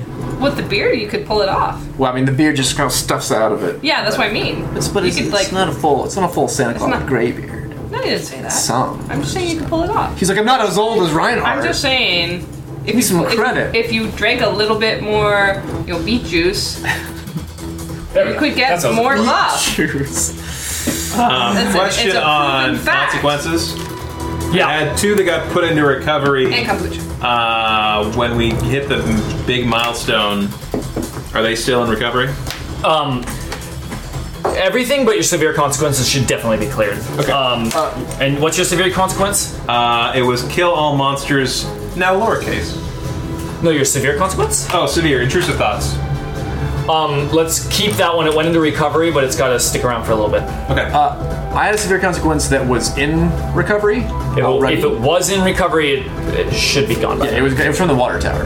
Speaker 2: With the beard, you could pull it off.
Speaker 3: Well, I mean, the beard just kind of stuffs out of it.
Speaker 2: Yeah, that's what I mean.
Speaker 3: It's, but
Speaker 2: you
Speaker 3: it's,
Speaker 2: could
Speaker 3: it's
Speaker 2: like.
Speaker 3: not a full. It's not a full Santa Claus
Speaker 2: not-
Speaker 3: gray beard.
Speaker 2: no, you didn't say that.
Speaker 3: Some.
Speaker 2: I'm just saying you could pull it off.
Speaker 3: He's like, I'm not as old as Reinhardt.
Speaker 2: I'm just saying. If you,
Speaker 3: some credit.
Speaker 2: If, if you drank a little bit more, you know, beet juice, you could get more love.
Speaker 3: Cheers.
Speaker 4: Um,
Speaker 2: It's a-
Speaker 4: question
Speaker 2: it's a proven
Speaker 4: on
Speaker 2: fact.
Speaker 4: consequences. I
Speaker 1: yeah.
Speaker 4: had two that got put into
Speaker 2: And
Speaker 4: recovery
Speaker 2: kombucha.
Speaker 4: uh, when we hit the m- big milestone. Are they still in recovery?
Speaker 1: Um, everything but your severe consequences should definitely be cleared.
Speaker 4: Okay.
Speaker 1: Um, and what's your severe consequence?
Speaker 4: Uh, it was kill all monsters, now lowercase.
Speaker 1: No, your severe consequence.
Speaker 4: Oh, severe intrusive thoughts.
Speaker 1: Um, let's keep that one. It went into recovery, but it's got to stick around for a little bit.
Speaker 4: Okay.
Speaker 3: Uh, I had a severe consequence that was in recovery.
Speaker 1: If, it,
Speaker 3: already.
Speaker 1: if it was in recovery, it, it should be gone. By
Speaker 3: Yeah,
Speaker 1: now.
Speaker 3: it was, it was from the water tower.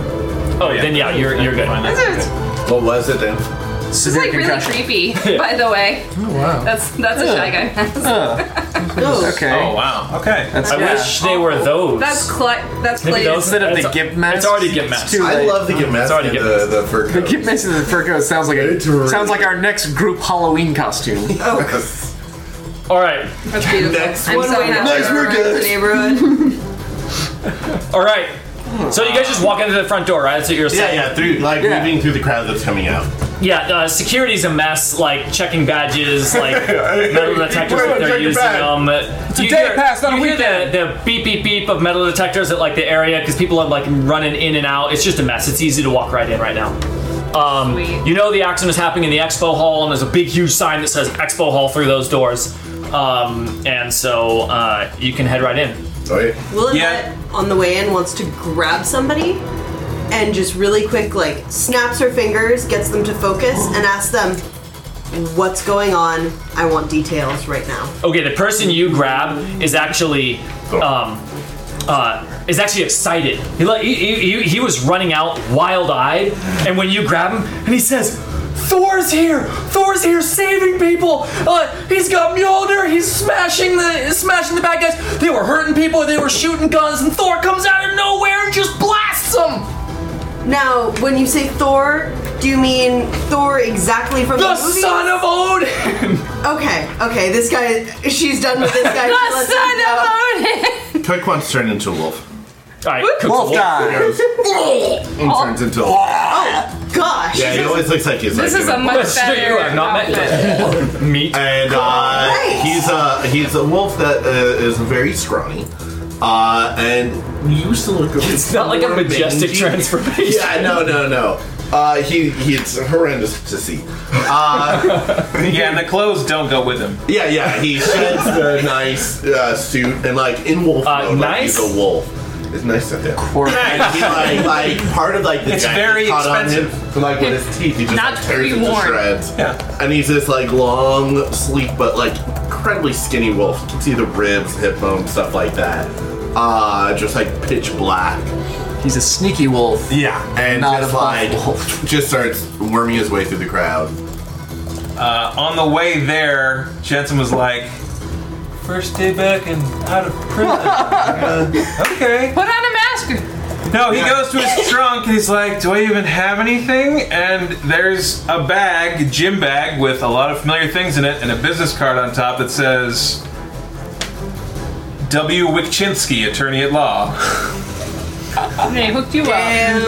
Speaker 1: oh, then yeah, you're you're good.
Speaker 4: Fine, that's
Speaker 2: It's-
Speaker 4: okay.
Speaker 8: What was it then?
Speaker 2: It's
Speaker 3: Severe
Speaker 2: like really
Speaker 3: concussion.
Speaker 2: creepy, by the way.
Speaker 9: Oh, wow.
Speaker 2: That's that's a shy guy. That's,
Speaker 7: No.
Speaker 3: Okay.
Speaker 4: Oh wow. Okay. That's
Speaker 1: I
Speaker 3: Yeah.
Speaker 1: wish they were those.
Speaker 2: that's Clay. That's
Speaker 1: Maybe
Speaker 2: Clay.
Speaker 1: those
Speaker 3: Instead of the
Speaker 1: It's-
Speaker 3: gimp mask,
Speaker 1: it's already gimp mask.
Speaker 3: It's too
Speaker 8: I
Speaker 3: late.
Speaker 8: love the mask
Speaker 1: already
Speaker 8: and
Speaker 1: good.
Speaker 8: the, the fur coat.
Speaker 3: Gimp mask and the fur coat sounds like a,
Speaker 8: It's really-
Speaker 3: sounds like our next group Halloween costume.
Speaker 1: All right,
Speaker 2: That's beautiful.
Speaker 8: Next
Speaker 2: I'm
Speaker 8: one
Speaker 2: so
Speaker 8: way
Speaker 2: happy.
Speaker 8: Nice, we're
Speaker 2: around
Speaker 8: good.
Speaker 2: The neighborhood.
Speaker 1: all right. So you guys just walk into the front door, right? That's what you're saying.
Speaker 8: Yeah, yeah, through like
Speaker 3: Yeah.
Speaker 8: weaving through the crowd that's coming out.
Speaker 1: Yeah, uh, security's a mess. Like checking badges, like metal detectors
Speaker 8: Wait,
Speaker 1: if
Speaker 8: check
Speaker 1: they're
Speaker 8: your
Speaker 1: using
Speaker 8: badge.
Speaker 1: them. you
Speaker 3: day pass, not a
Speaker 1: you hear the, the beep beep beep of metal detectors at like the area because people are like running in and out. It's just a mess. It's easy to walk right in right now. Um,
Speaker 2: Sweet.
Speaker 1: you know the action is happening in the expo hall, and there's a big huge sign that says expo hall through those doors. Um, and so uh, you can head right in.
Speaker 8: Sorry.
Speaker 7: Willem
Speaker 4: Yeah.
Speaker 7: on the way in wants to grab somebody and just really quick like snaps her fingers, gets them to focus, and asks them, "What's going on? I want details right now."
Speaker 1: Okay, the person you grab is actually um, uh, is actually excited. He, like, he, he, he- he was running out wild-eyed, and when you grab him, and he says, "Thor's here! Thor's here, saving people! Uh, he's got Mjolnir! He's smashing the smashing the bad guys! They were hurting people! They were shooting guns! And Thor comes out of nowhere and just blasts them!
Speaker 7: Now, when you say Thor, do you mean Thor exactly from the,
Speaker 1: The
Speaker 7: movie?
Speaker 1: son of Odin!
Speaker 7: Okay, okay, this guy, she's done with this guy. She
Speaker 2: The
Speaker 7: lets him
Speaker 2: son
Speaker 7: go.
Speaker 2: of Odin.
Speaker 8: Quick wants to turn into a wolf.
Speaker 1: All right, cook's a
Speaker 3: Wolf time.
Speaker 8: And turns into a wolf.
Speaker 7: Oh, Gosh.
Speaker 8: Yeah, he always looks like he's
Speaker 2: This
Speaker 8: like
Speaker 2: is
Speaker 8: in
Speaker 2: a much
Speaker 1: Yes, you
Speaker 2: better.
Speaker 1: have not met
Speaker 2: outfit.
Speaker 1: Meat.
Speaker 8: And uh,
Speaker 7: Great.
Speaker 8: he's a he's a wolf that uh, is very scrawny, uh, and used to look.
Speaker 1: It's not like a majestic transformation.
Speaker 8: Yeah, no, no, no. Uh, he he's horrendous to see. Uh,
Speaker 4: yeah, and the clothes don't go with him.
Speaker 8: Yeah, yeah. He sheds the nice uh, suit and like in wolf
Speaker 1: Uh,
Speaker 8: mode, like, he's
Speaker 1: nice?
Speaker 8: a wolf. It's nice out there.
Speaker 3: Or-
Speaker 8: And he, like, like, part of like the
Speaker 4: It's
Speaker 8: jacket
Speaker 4: very
Speaker 8: caught on
Speaker 4: expensive.
Speaker 8: him, so like with his teeth, he just
Speaker 2: Not
Speaker 8: like,
Speaker 2: to
Speaker 8: tears
Speaker 2: be
Speaker 8: it to
Speaker 2: worn.
Speaker 8: shreds.
Speaker 4: Yeah.
Speaker 8: And he's this like long, sleek, but like incredibly skinny wolf. You can see the ribs, hip bone, stuff like that. Uh, just like pitch black.
Speaker 3: He's a sneaky wolf.
Speaker 8: Yeah, and
Speaker 3: Not
Speaker 8: just
Speaker 3: a
Speaker 8: like
Speaker 3: buff wolf.
Speaker 8: just starts worming his way through the crowd.
Speaker 4: Uh, on the way there, Jensen was like, First day back and out of prison. Uh, okay.
Speaker 2: Put on a mask.
Speaker 4: No, he goes to his trunk and he's like, Do I even have anything? And there's a bag, gym bag, with a lot of familiar things in it and a business card on top that says, W. Wichynski, attorney at law.
Speaker 2: And they hooked you up.
Speaker 7: Damn.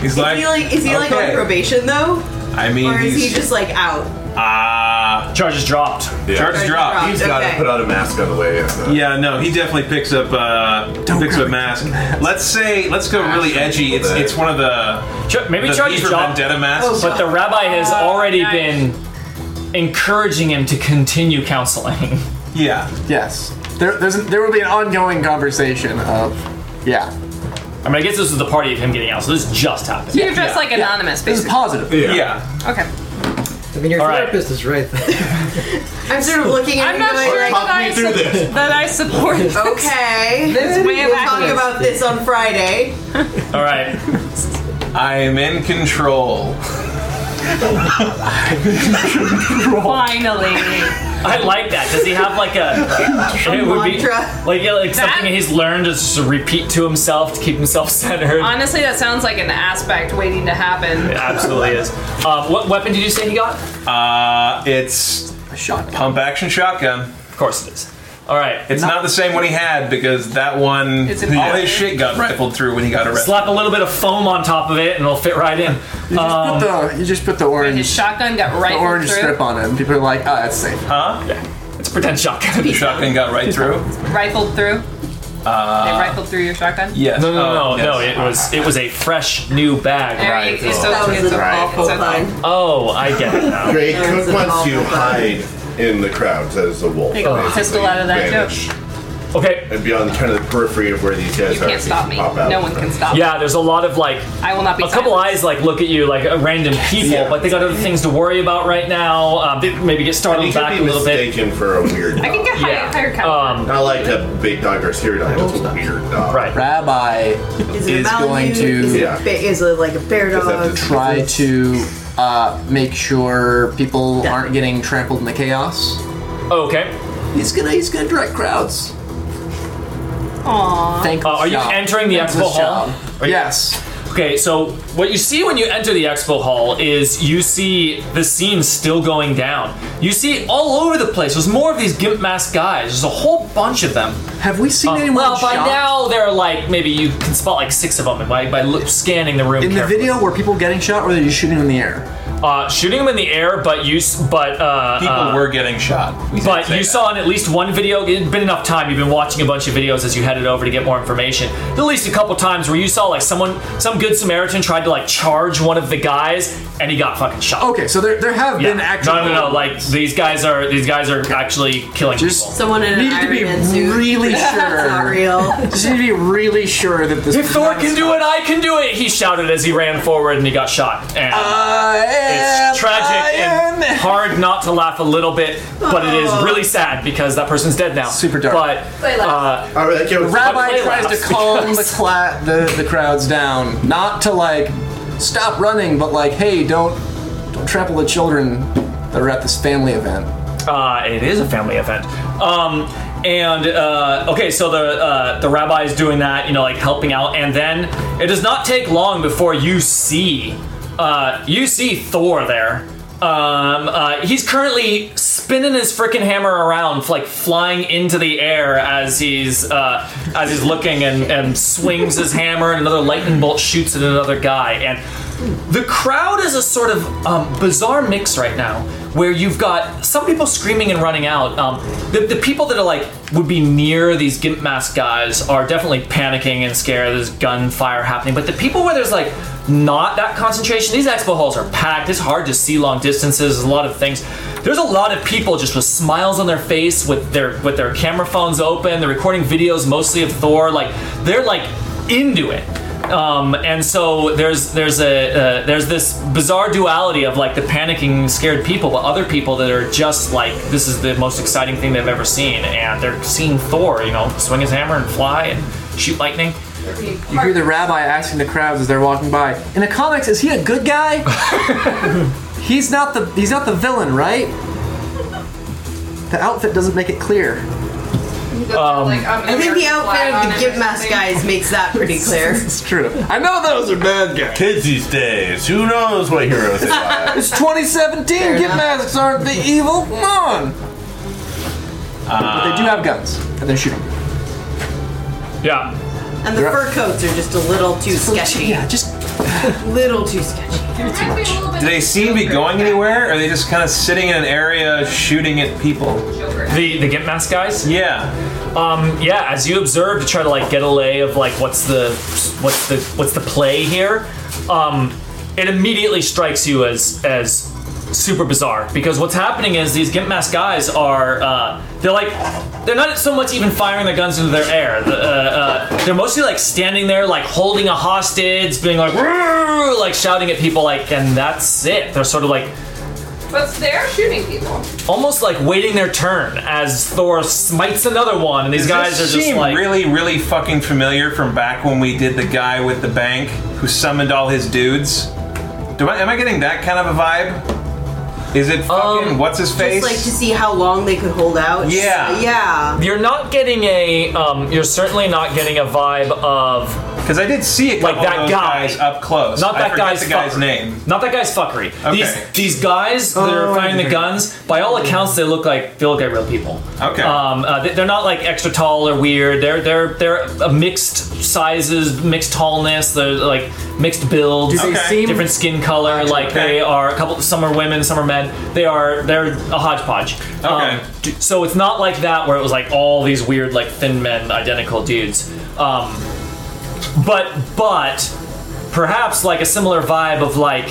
Speaker 4: He's
Speaker 7: Is he like is he like on
Speaker 4: "Okay."
Speaker 7: probation though,
Speaker 4: I mean,
Speaker 7: or is
Speaker 4: he's,
Speaker 7: he just like out?
Speaker 4: ah,
Speaker 1: Charges dropped.
Speaker 8: Yeah.
Speaker 4: charge drop.
Speaker 7: dropped.
Speaker 8: He's got to
Speaker 7: Okay.
Speaker 8: put on a mask on the way uh, in. so-
Speaker 4: Yeah, no, he definitely picks up uh, picks up mask. Let's say let's go really edgy. It's it's one of the
Speaker 1: Ch- maybe
Speaker 4: the V
Speaker 1: charges
Speaker 4: for
Speaker 1: dropped,
Speaker 4: vendetta masks.
Speaker 1: but the rabbi has already
Speaker 2: Uh, nice.
Speaker 1: been encouraging him to continue counseling.
Speaker 4: yeah,
Speaker 3: Yes. There, there's, there will be an ongoing conversation of, yeah.
Speaker 1: I mean, I guess this is the party of him getting out, so this just happened.
Speaker 2: You're just like anonymous,
Speaker 3: This is
Speaker 2: basically.
Speaker 3: positive.
Speaker 4: yeah.
Speaker 2: Okay.
Speaker 9: I mean, your
Speaker 1: All right.
Speaker 9: therapist is right. there.
Speaker 7: I'm sort of looking at
Speaker 2: I'm
Speaker 7: him
Speaker 2: not
Speaker 7: going,
Speaker 2: sure
Speaker 7: like,
Speaker 2: that I,
Speaker 8: through this.
Speaker 2: su- that I support this.
Speaker 7: okay,
Speaker 2: This way of
Speaker 7: we'll talk
Speaker 2: acting.
Speaker 7: about this on Friday.
Speaker 1: All right.
Speaker 4: I am in control.
Speaker 2: Finally.
Speaker 1: I like that. Does he have like a, it would be
Speaker 7: mantra.
Speaker 1: like, yeah, like something he's learned is just to repeat to himself to keep himself centered?
Speaker 2: Honestly, that sounds like an aspect waiting to happen.
Speaker 1: It absolutely is. Uh, what weapon did you say he got?
Speaker 4: Uh, it's
Speaker 3: A shotgun.
Speaker 4: pump action shotgun.
Speaker 1: Of course it is. All right.
Speaker 4: It's not, the same one he had because that one
Speaker 2: It's an-
Speaker 4: all his shit got rifled through when he got arrested.
Speaker 1: Slap a little bit of foam on top of it, and it'll fit right in. Um,
Speaker 3: Put the, you just put the
Speaker 2: His
Speaker 3: orange,
Speaker 2: shotgun got
Speaker 3: the
Speaker 2: right
Speaker 3: orange
Speaker 2: through.
Speaker 3: strip on it, and people are like, oh, that's safe.
Speaker 1: It's pretend shotgun.
Speaker 4: The shotgun got right through.
Speaker 2: Rifled through. Uh, they rifled through your shotgun.
Speaker 4: Yes.
Speaker 1: No, no, no,
Speaker 4: Oh,
Speaker 1: no.
Speaker 4: yes.
Speaker 1: It was it was a fresh new bag.
Speaker 2: There
Speaker 8: Right.
Speaker 2: you- It's
Speaker 7: That
Speaker 2: so
Speaker 7: was
Speaker 2: it's
Speaker 7: an
Speaker 2: so
Speaker 7: awful
Speaker 2: it's so-
Speaker 7: pun.
Speaker 1: Oh, I get it now.
Speaker 8: Drake
Speaker 7: Yeah, it's
Speaker 8: Cook
Speaker 7: an
Speaker 8: wants you
Speaker 7: awful
Speaker 8: hide in the crowds as a wolf.
Speaker 2: They got a pistol out of that
Speaker 8: Vanish.
Speaker 1: Okay.
Speaker 8: And be on kind of the periphery of where these guys
Speaker 2: You
Speaker 8: are.
Speaker 2: can't stop me.
Speaker 8: Pop out.
Speaker 2: No one can stop. me.
Speaker 1: Yeah, there's a lot of like
Speaker 2: I will not be.
Speaker 1: a couple
Speaker 2: silenced.
Speaker 1: eyes like look at you like uh, random people,
Speaker 8: Yeah.
Speaker 1: but they got other things to worry about right now. Um, they maybe get
Speaker 8: You
Speaker 1: startled
Speaker 8: could
Speaker 1: back
Speaker 8: be
Speaker 1: a little bit.
Speaker 8: mistaken for a weird
Speaker 2: I can
Speaker 8: dog.
Speaker 2: get higher,
Speaker 1: Yeah.
Speaker 2: higher count.
Speaker 1: Um,
Speaker 8: Not like a big dog or a scary dog, just a weird dog.
Speaker 1: right.
Speaker 3: Rabbi
Speaker 7: Is it
Speaker 3: Is
Speaker 7: about
Speaker 3: going
Speaker 7: you?
Speaker 3: to-
Speaker 7: is, it
Speaker 8: Yeah.
Speaker 7: ba- is it like a bear
Speaker 8: Is that
Speaker 7: dog?
Speaker 8: the
Speaker 3: try to uh, make sure people aren't getting trampled in the chaos.
Speaker 1: Okay.
Speaker 3: He's gonna he's gonna direct crowds.
Speaker 2: Aw.
Speaker 3: Thank
Speaker 1: Uh, are you entering the expo hall? Are you-
Speaker 3: Yes.
Speaker 1: Okay, so what you see when you enter the expo hall is you see the scene still going down. You see all over the place. There's more of these gimp mask guys. There's a whole bunch of them.
Speaker 3: Have we seen
Speaker 1: Um,
Speaker 3: anyone
Speaker 1: well, by
Speaker 3: shot?
Speaker 1: now there are like maybe you can spot like six of them and by by look, scanning the room.
Speaker 3: in the
Speaker 1: carefully.
Speaker 3: video were people getting shot or are you shooting in the air?
Speaker 1: uh, shooting them in the air, but you s- but uh,
Speaker 4: People
Speaker 1: uh,
Speaker 4: were getting shot. We did
Speaker 1: But
Speaker 4: say
Speaker 1: you
Speaker 4: that.
Speaker 1: saw in at least one video, it'd been enough time, you've been watching a bunch of videos as you headed over to get more information. At least a couple times where you saw like someone, some good Samaritan tried to like charge one of the guys and he got fucking shot.
Speaker 3: Okay, so there there have
Speaker 1: Yeah.
Speaker 3: been actual
Speaker 1: no, no, no, like these guys are, these guys are actually killing
Speaker 3: Just-
Speaker 1: people.
Speaker 7: Someone in an
Speaker 3: Needed to
Speaker 7: Iron
Speaker 3: be
Speaker 7: Man suit.
Speaker 3: really
Speaker 7: That's not
Speaker 3: sure.
Speaker 7: real.
Speaker 3: Just need to be really sure that this.
Speaker 1: If Thor can do it, I can do it, he shouted as he ran forward and he got shot. And it's tragic and hard not to laugh a little bit, but it is really sad because that person's dead now.
Speaker 3: Super dark.
Speaker 1: But
Speaker 2: Play left.
Speaker 1: uh,
Speaker 8: All right, that kid was-
Speaker 3: Rabbi
Speaker 1: Play
Speaker 3: tries to
Speaker 1: laughs
Speaker 3: calm the,
Speaker 1: because-
Speaker 3: cla- the the crowds down, not to like stop running, but like, hey, don't don't trample the children that are at this family event.
Speaker 1: Uh, it is a family event. Um, and uh, okay, so the uh, the rabbi is doing that, you know, like helping out, and then it does not take long before you see uh, you see Thor there. Um, uh, he's currently spinning his freaking hammer around, like flying into the air as he's uh, as he's looking and, and swings his hammer, and another lightning bolt shoots at another guy, and the crowd is a sort of um, bizarre mix right now, where you've got some people screaming and running out. Um, the, the people that are like would be near these gimp mask guys are definitely panicking and scared. There's gunfire happening, but the people where there's like not that concentration, these expo halls are packed. It's hard to see long distances. There's a lot of things. There's a lot of people just with smiles on their face, with their with their camera phones open. They're recording videos mostly of Thor. Like they're like into it. Um, and so there's there's a uh, there's this bizarre duality of like the panicking scared people, but other people that are just like this is the most exciting thing they've ever seen, and they're seeing Thor, you know, swing his hammer and fly and shoot lightning.
Speaker 3: You hear the rabbi asking the crowds as they're walking by. In the comics, is he a good guy? he's not the he's not the villain, right? The outfit doesn't make it clear.
Speaker 7: I think the outfit of the Gimp Mask guys makes that pretty clear.
Speaker 3: It's true. I know those are bad guys.
Speaker 8: Kids these days, who knows what heroes they are?
Speaker 3: It's 2017. Get masks aren't the evil. Come on. but they do have guns, and they shoot them.
Speaker 1: Yeah.
Speaker 7: And the fur coats are just a little too sketchy.
Speaker 3: Yeah, just
Speaker 7: Little too sketchy.
Speaker 4: Do they seem to be going anywhere? Or are they just kind of sitting in an area shooting at people?
Speaker 1: The the gimp mask guys.
Speaker 4: Yeah.
Speaker 1: Um, yeah, as you observe to try to like get a lay of like what's the what's the what's the play here, um, it immediately strikes you as as super bizarre because what's happening is these gimp mask guys are uh, they're like they're not so much even firing their guns into their air. The, uh, uh, they're mostly like standing there like holding a hostage, being like "Rrrr," like shouting at people like, and that's it. They're sort of like
Speaker 2: But they're shooting people.
Speaker 1: almost like waiting their turn as Thor smites another one, and these guys
Speaker 4: Does
Speaker 1: are
Speaker 4: this
Speaker 1: just
Speaker 4: seem
Speaker 1: like
Speaker 4: really, really fucking familiar from back when we did the guy with the bank who summoned all his dudes. Do I am I getting that kind of a vibe? Is it fucking
Speaker 1: Um,
Speaker 4: what's his face?
Speaker 7: Just like to see how long they could hold out.
Speaker 4: Yeah.
Speaker 7: Yeah.
Speaker 1: You're not getting a. Um, you're certainly not getting a vibe of
Speaker 4: Because I did see a
Speaker 1: Like
Speaker 4: couple
Speaker 1: that
Speaker 4: of those
Speaker 1: guy.
Speaker 4: guys up close.
Speaker 1: not
Speaker 4: I
Speaker 1: that
Speaker 4: forget
Speaker 1: guy's
Speaker 4: the guy's
Speaker 1: fuckery.
Speaker 4: name.
Speaker 1: Not that guy's fuckery.
Speaker 4: Okay.
Speaker 1: These these guys that
Speaker 3: Oh,
Speaker 1: are
Speaker 3: I
Speaker 1: firing the
Speaker 3: see.
Speaker 1: guns, by all accounts, they look like they look like real people.
Speaker 4: Okay.
Speaker 1: Um, uh, they- they're not like extra tall or weird. They're they're they're uh, mixed sizes, mixed tallness. They're like mixed builds.
Speaker 3: do they
Speaker 4: Okay.
Speaker 3: seem
Speaker 1: Different skin color, like they are a couple. Some are women, some are men. They are they're a hodgepodge.
Speaker 4: Okay.
Speaker 1: d- so it's not like that where it was like all these weird like thin men, identical dudes. Um, but but perhaps like a similar vibe of like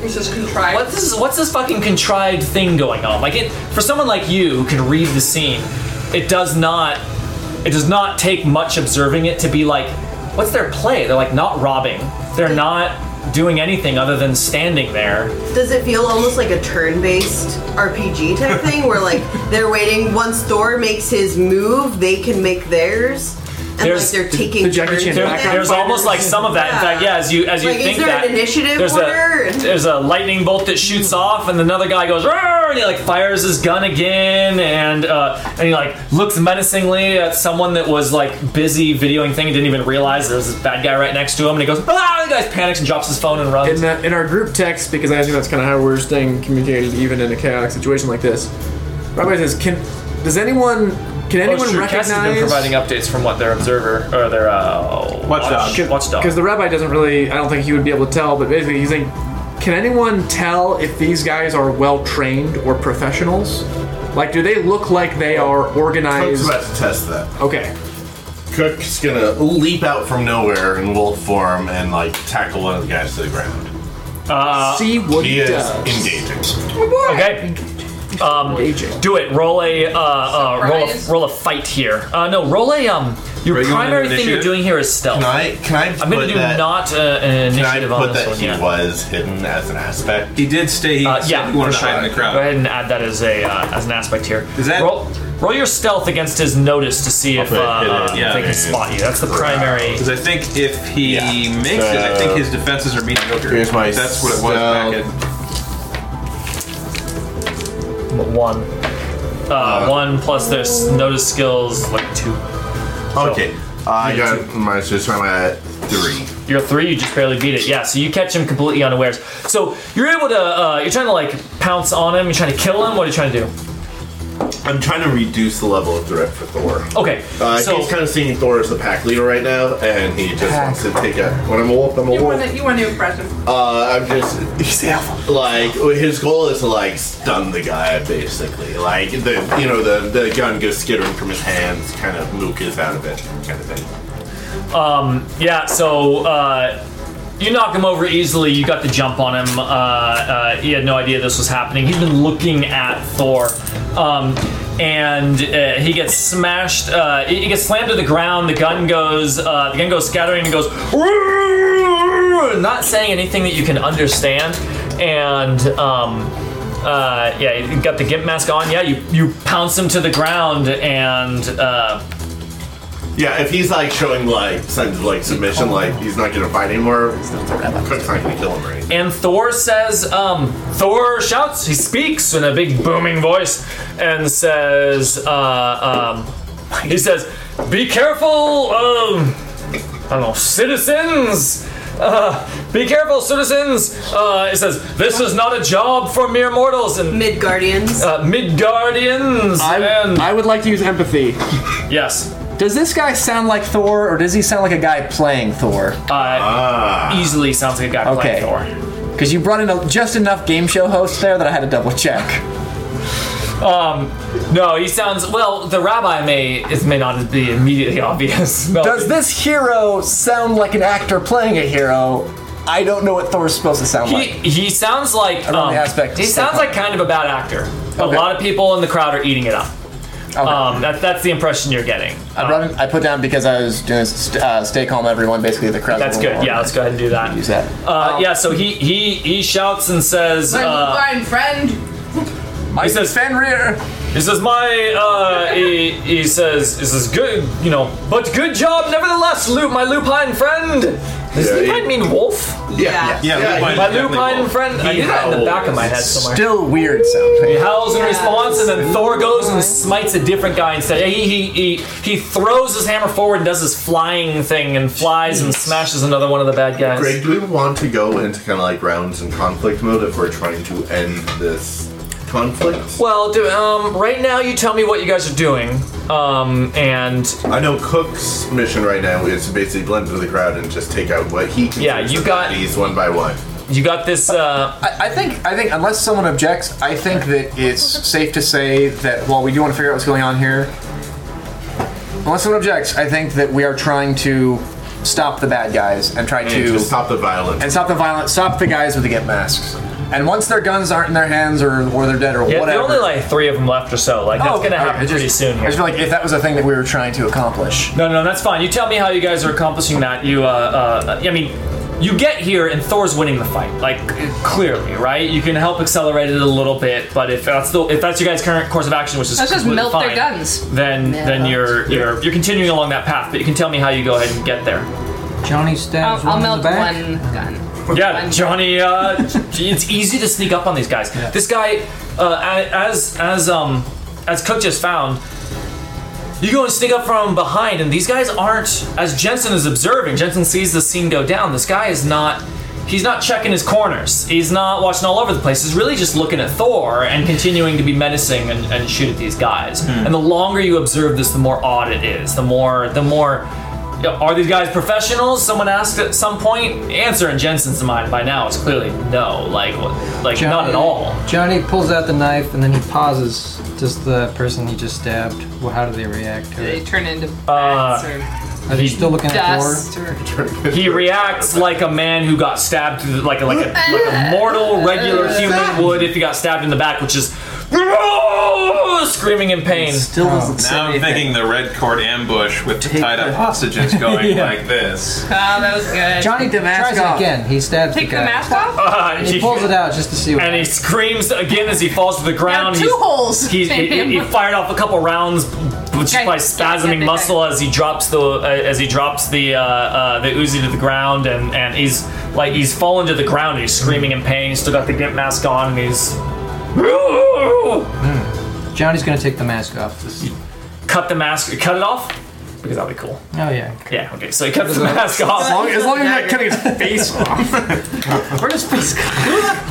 Speaker 2: This is contrived.
Speaker 1: what this is what's this fucking contrived thing going on? Like it for someone like you who can read the scene, it does not it does not take much observing it to be like, what's their play? They're like not robbing. They're not doing anything other than standing there.
Speaker 7: Does it feel almost like a turn-based RPG type thing where like they're waiting once Thor makes his move, they can make theirs? And
Speaker 1: There's-
Speaker 7: like they're taking
Speaker 3: the Jackie
Speaker 7: turns
Speaker 3: Chan
Speaker 7: with
Speaker 1: There-
Speaker 7: it?
Speaker 3: background
Speaker 1: there's almost like some of that. In fact, yeah, as you as you
Speaker 7: Like, is
Speaker 1: think
Speaker 7: there
Speaker 1: that
Speaker 7: an initiative
Speaker 1: there's
Speaker 7: order?
Speaker 1: a there's a lightning bolt that shoots off, and another guy goes "Rrr," and he like fires his gun again, and uh, and he like looks menacingly at someone that was like busy videoing thing and didn't even realize there was this bad guy right next to him, and he goes ah, the guy panics and drops his phone and runs.
Speaker 5: in that in our group text because I think that's kind of how we're staying communicated even in a chaotic situation like this. Rabbi says, "Can does anyone can
Speaker 1: Oh,
Speaker 5: anyone
Speaker 1: shoot, Cass
Speaker 5: recognize?"
Speaker 1: has been providing updates from what their observer or their uh,
Speaker 4: Watchdog.
Speaker 1: watch, watchdog.
Speaker 5: Because the rabbi doesn't really, I don't think he would be able to tell, but basically he's like, can anyone tell if these guys are well trained or professionals? Like, do they look like they are
Speaker 8: Cook's
Speaker 5: organized?
Speaker 8: about to test that.
Speaker 5: Okay.
Speaker 8: Cook's gonna leap out from nowhere in wolf form and like tackle one of the guys to the ground.
Speaker 5: See what
Speaker 8: Uh, He
Speaker 5: he,
Speaker 8: is
Speaker 5: does.
Speaker 8: engaging.
Speaker 1: Okay.
Speaker 5: Engaging.
Speaker 1: Do it. Roll a uh, uh, roll a
Speaker 2: Surprise.
Speaker 1: roll a fight here. Uh, no, roll a um. Your
Speaker 4: Regular
Speaker 1: primary thing you're
Speaker 4: initiative?
Speaker 1: doing here is stealth.
Speaker 8: Can I? Can I?
Speaker 1: I'm
Speaker 8: put
Speaker 1: gonna do
Speaker 8: that,
Speaker 1: not uh, an
Speaker 8: Can I
Speaker 1: initiative on
Speaker 8: put
Speaker 1: this
Speaker 8: that
Speaker 1: one.
Speaker 8: he
Speaker 1: Yeah.
Speaker 8: was hidden as an aspect?
Speaker 4: He did stay. He
Speaker 1: Uh, yeah,
Speaker 4: said he wanted to
Speaker 1: for
Speaker 4: hide in
Speaker 1: sure.
Speaker 4: the
Speaker 1: Go
Speaker 4: crowd.
Speaker 1: ahead and add that as a uh, as an aspect here.
Speaker 4: Is that-
Speaker 1: roll, roll your stealth against his notice to see if uh,
Speaker 8: put it in,
Speaker 1: uh,
Speaker 4: yeah.
Speaker 1: they can spot you. That's the primary.
Speaker 4: Because I think if he
Speaker 8: Yeah.
Speaker 4: makes it, I
Speaker 8: So-
Speaker 4: think his defenses are mediocre.
Speaker 8: Here's my
Speaker 4: That's what it was back
Speaker 8: stealth.
Speaker 4: in.
Speaker 1: One. Uh, one plus there's notice skills like two.
Speaker 8: Okay. I got my system at three.
Speaker 1: You're three, you just barely beat it. Yeah, so you catch him completely unawares. So you're able to, uh, you're trying to like pounce on him. You're trying to kill him. What are you trying to do?
Speaker 8: I'm trying to reduce the level of threat for Thor.
Speaker 1: Okay,
Speaker 8: Uh,
Speaker 1: so
Speaker 8: he's kind of seeing Thor as the pack leader right now, and he just wants to take a. When I'm a wolf, I'm a
Speaker 2: You
Speaker 8: wolf.
Speaker 2: want to you want to impress him?
Speaker 8: Uh, I'm just. He's alpha. Like his goal is to like stun the guy, basically. Like the you know the the gun goes skittering from his hands, kind of mook is out of it, kind of thing.
Speaker 1: yeah, so uh, you knock him over easily. You got the jump on him. Uh, uh, he had no idea this was happening. He's been looking at Thor, um, and uh, he gets smashed. Uh, he he gets slammed to the ground. The gun goes. Uh, the gun goes scattering and goes. Not saying anything that you can understand, and. Um, uh, yeah, you got the gimp mask on. Yeah, you, you pounce him to the ground, and uh,
Speaker 8: Yeah, if he's like showing like signs of like submission, like he's not gonna fight anymore, Quick's not gonna kill him or anything.
Speaker 1: And Thor says, um, Thor shouts, he speaks in a big booming voice and says, uh, um, he says, be careful, um, I don't know, citizens! Uh, be careful, citizens! Uh, it says, this is not a job for mere mortals and
Speaker 7: Mid Guardians.
Speaker 1: uh, Midgardians! and,
Speaker 3: I, I would like to use empathy.
Speaker 1: yes,
Speaker 3: Does this guy sound like Thor, or does he sound like a guy playing Thor?
Speaker 1: uh, easily sounds like a guy
Speaker 3: Okay.
Speaker 1: playing Thor.
Speaker 3: Because you brought in a, just enough game show hosts there that I had to double check.
Speaker 1: No, he sounds, well, the rabbi may, it may not be immediately obvious. No.
Speaker 3: Does this hero sound like an actor playing a hero? I don't know what Thor's supposed to sound
Speaker 1: He,
Speaker 3: like.
Speaker 1: he sounds like
Speaker 3: don't
Speaker 1: um,
Speaker 3: really aspect
Speaker 1: he
Speaker 3: to
Speaker 1: sounds
Speaker 3: say.
Speaker 1: like kind of a bad actor. A
Speaker 3: Okay.
Speaker 1: lot of people in the crowd are eating it up. Um, that, that's the impression you're getting.
Speaker 3: I, brought him, I put down because I was doing this, st- uh, stay calm, everyone. Basically, the crowd.
Speaker 1: That's good. Yeah, let's go ahead and do that.
Speaker 3: Use that.
Speaker 1: Uh, yeah, so he he he shouts and says
Speaker 2: My
Speaker 1: uh,
Speaker 2: blind friend.
Speaker 3: My
Speaker 1: says-
Speaker 3: Fenrir.
Speaker 1: he says my uh, he, he says this is good you know but good job nevertheless Lu my lupine friend. Does
Speaker 8: Yeah, he-
Speaker 1: lupine mean wolf?
Speaker 8: Yeah,
Speaker 4: Yeah, Lupine's
Speaker 1: My
Speaker 4: definitely
Speaker 1: lupine
Speaker 4: wolf.
Speaker 1: friend. I did that in the back of my head somewhere.
Speaker 3: Still weird sounding.
Speaker 1: He howls in response, and then Thor goes and smites a different guy instead. He, he, he, he throws his hammer forward and does his flying thing and flies and smashes another one of the bad guys.
Speaker 8: Greg, do we want to go into kind of like rounds and conflict mode if we're trying to end this conflict?
Speaker 1: Well, do, um, right now you tell me what you guys are doing. Um, and
Speaker 8: I know Cook's mission right now is to basically blend into the crowd and just take out what he can.
Speaker 1: Yeah, you got-
Speaker 8: these one by one.
Speaker 1: you got this. Uh,
Speaker 3: I, I think. I think unless someone objects, I think that it's safe to say that while we do want to figure out what's going on here, unless someone objects, I think that we are trying to stop the bad guys and try
Speaker 8: And
Speaker 3: to
Speaker 8: to stop the violence.
Speaker 3: and stop the violence. Stop the guys with the get masks. And once their guns aren't in their hands or, or they're dead or
Speaker 1: yeah, there
Speaker 3: whatever. Oh,
Speaker 1: are only like three of them left or so. Like that's gonna happen pretty soon.
Speaker 3: I
Speaker 1: Here.
Speaker 3: just feel like if that was a thing that we were trying to accomplish.
Speaker 1: No, no, that's fine. You tell me how you guys are accomplishing that. You, uh, uh, I mean, you get here and Thor's winning the fight, like clearly, right? You can help accelerate it a little bit, but if that's the if that's your guys' current course of action, which is
Speaker 2: Let's just
Speaker 1: completely
Speaker 2: melt
Speaker 1: fine,
Speaker 2: their guns.
Speaker 1: then then you're you're you're continuing along that path. But you can tell me how you go ahead and get there.
Speaker 9: Johnny stabs
Speaker 2: I'll, I'll
Speaker 9: one in
Speaker 2: melt
Speaker 9: the back.
Speaker 2: one gun.
Speaker 1: Yeah, Johnny. Uh, it's easy to sneak up on these guys. This guy, uh, a- as as um as Cook just found, you go and sneak up from behind, and these guys aren't. As Jensen is observing, Jensen sees the scene go down. This guy is not. He's not checking his corners. He's not watching all over the place. He's really just looking at Thor and continuing to be menacing and, and shoot at these guys. And the longer you observe this, the more odd it is. The more, the more yeah, Are these guys professionals? Someone asked at some point. Answer in Jensen's mind by now is clearly no. Like, what- like not at all.
Speaker 9: Johnny pulls out the knife and then he pauses. Does the person he just stabbed? Well, how do they react to
Speaker 2: They
Speaker 9: it?
Speaker 2: turn into
Speaker 1: Uh,
Speaker 2: bats or
Speaker 9: Are they still looking at Thor?
Speaker 2: dust or
Speaker 1: He reacts like a man who got stabbed, through the- like a, like a, like a mortal, regular human would if he got stabbed in the back, which is screaming in pain.
Speaker 3: Still doesn't say
Speaker 4: Now I'm
Speaker 3: anything.
Speaker 4: thinking the red cord ambush with the tied up hostages going like this.
Speaker 2: Oh, that was good.
Speaker 9: Johnny
Speaker 3: Take the mask
Speaker 9: tries
Speaker 3: off.
Speaker 9: it again. He stabs
Speaker 2: Take
Speaker 9: the
Speaker 2: the
Speaker 9: guy.
Speaker 2: mask off.
Speaker 1: Uh,
Speaker 9: He pulls it out just to see what.
Speaker 1: And he screams again as he falls to the
Speaker 2: Now
Speaker 1: ground.
Speaker 2: two
Speaker 1: He's-
Speaker 2: holes.
Speaker 1: He, he, he- he fired off a couple rounds, which
Speaker 2: Okay.
Speaker 1: by
Speaker 2: Yeah,
Speaker 1: spasming
Speaker 2: yeah,
Speaker 1: muscle as he drops the uh, as he drops the uh, uh, the Uzi to the ground, and, and he's like he's fallen to the ground. And he's screaming in pain. He's still got the gimp mask on, and he's
Speaker 9: Johnny's gonna take the mask off.
Speaker 1: cut the mask, cut it off. Because that'd be cool.
Speaker 9: Oh yeah.
Speaker 1: Yeah, okay, so he kept the mask off.
Speaker 5: long, as long as you're not cutting his face off.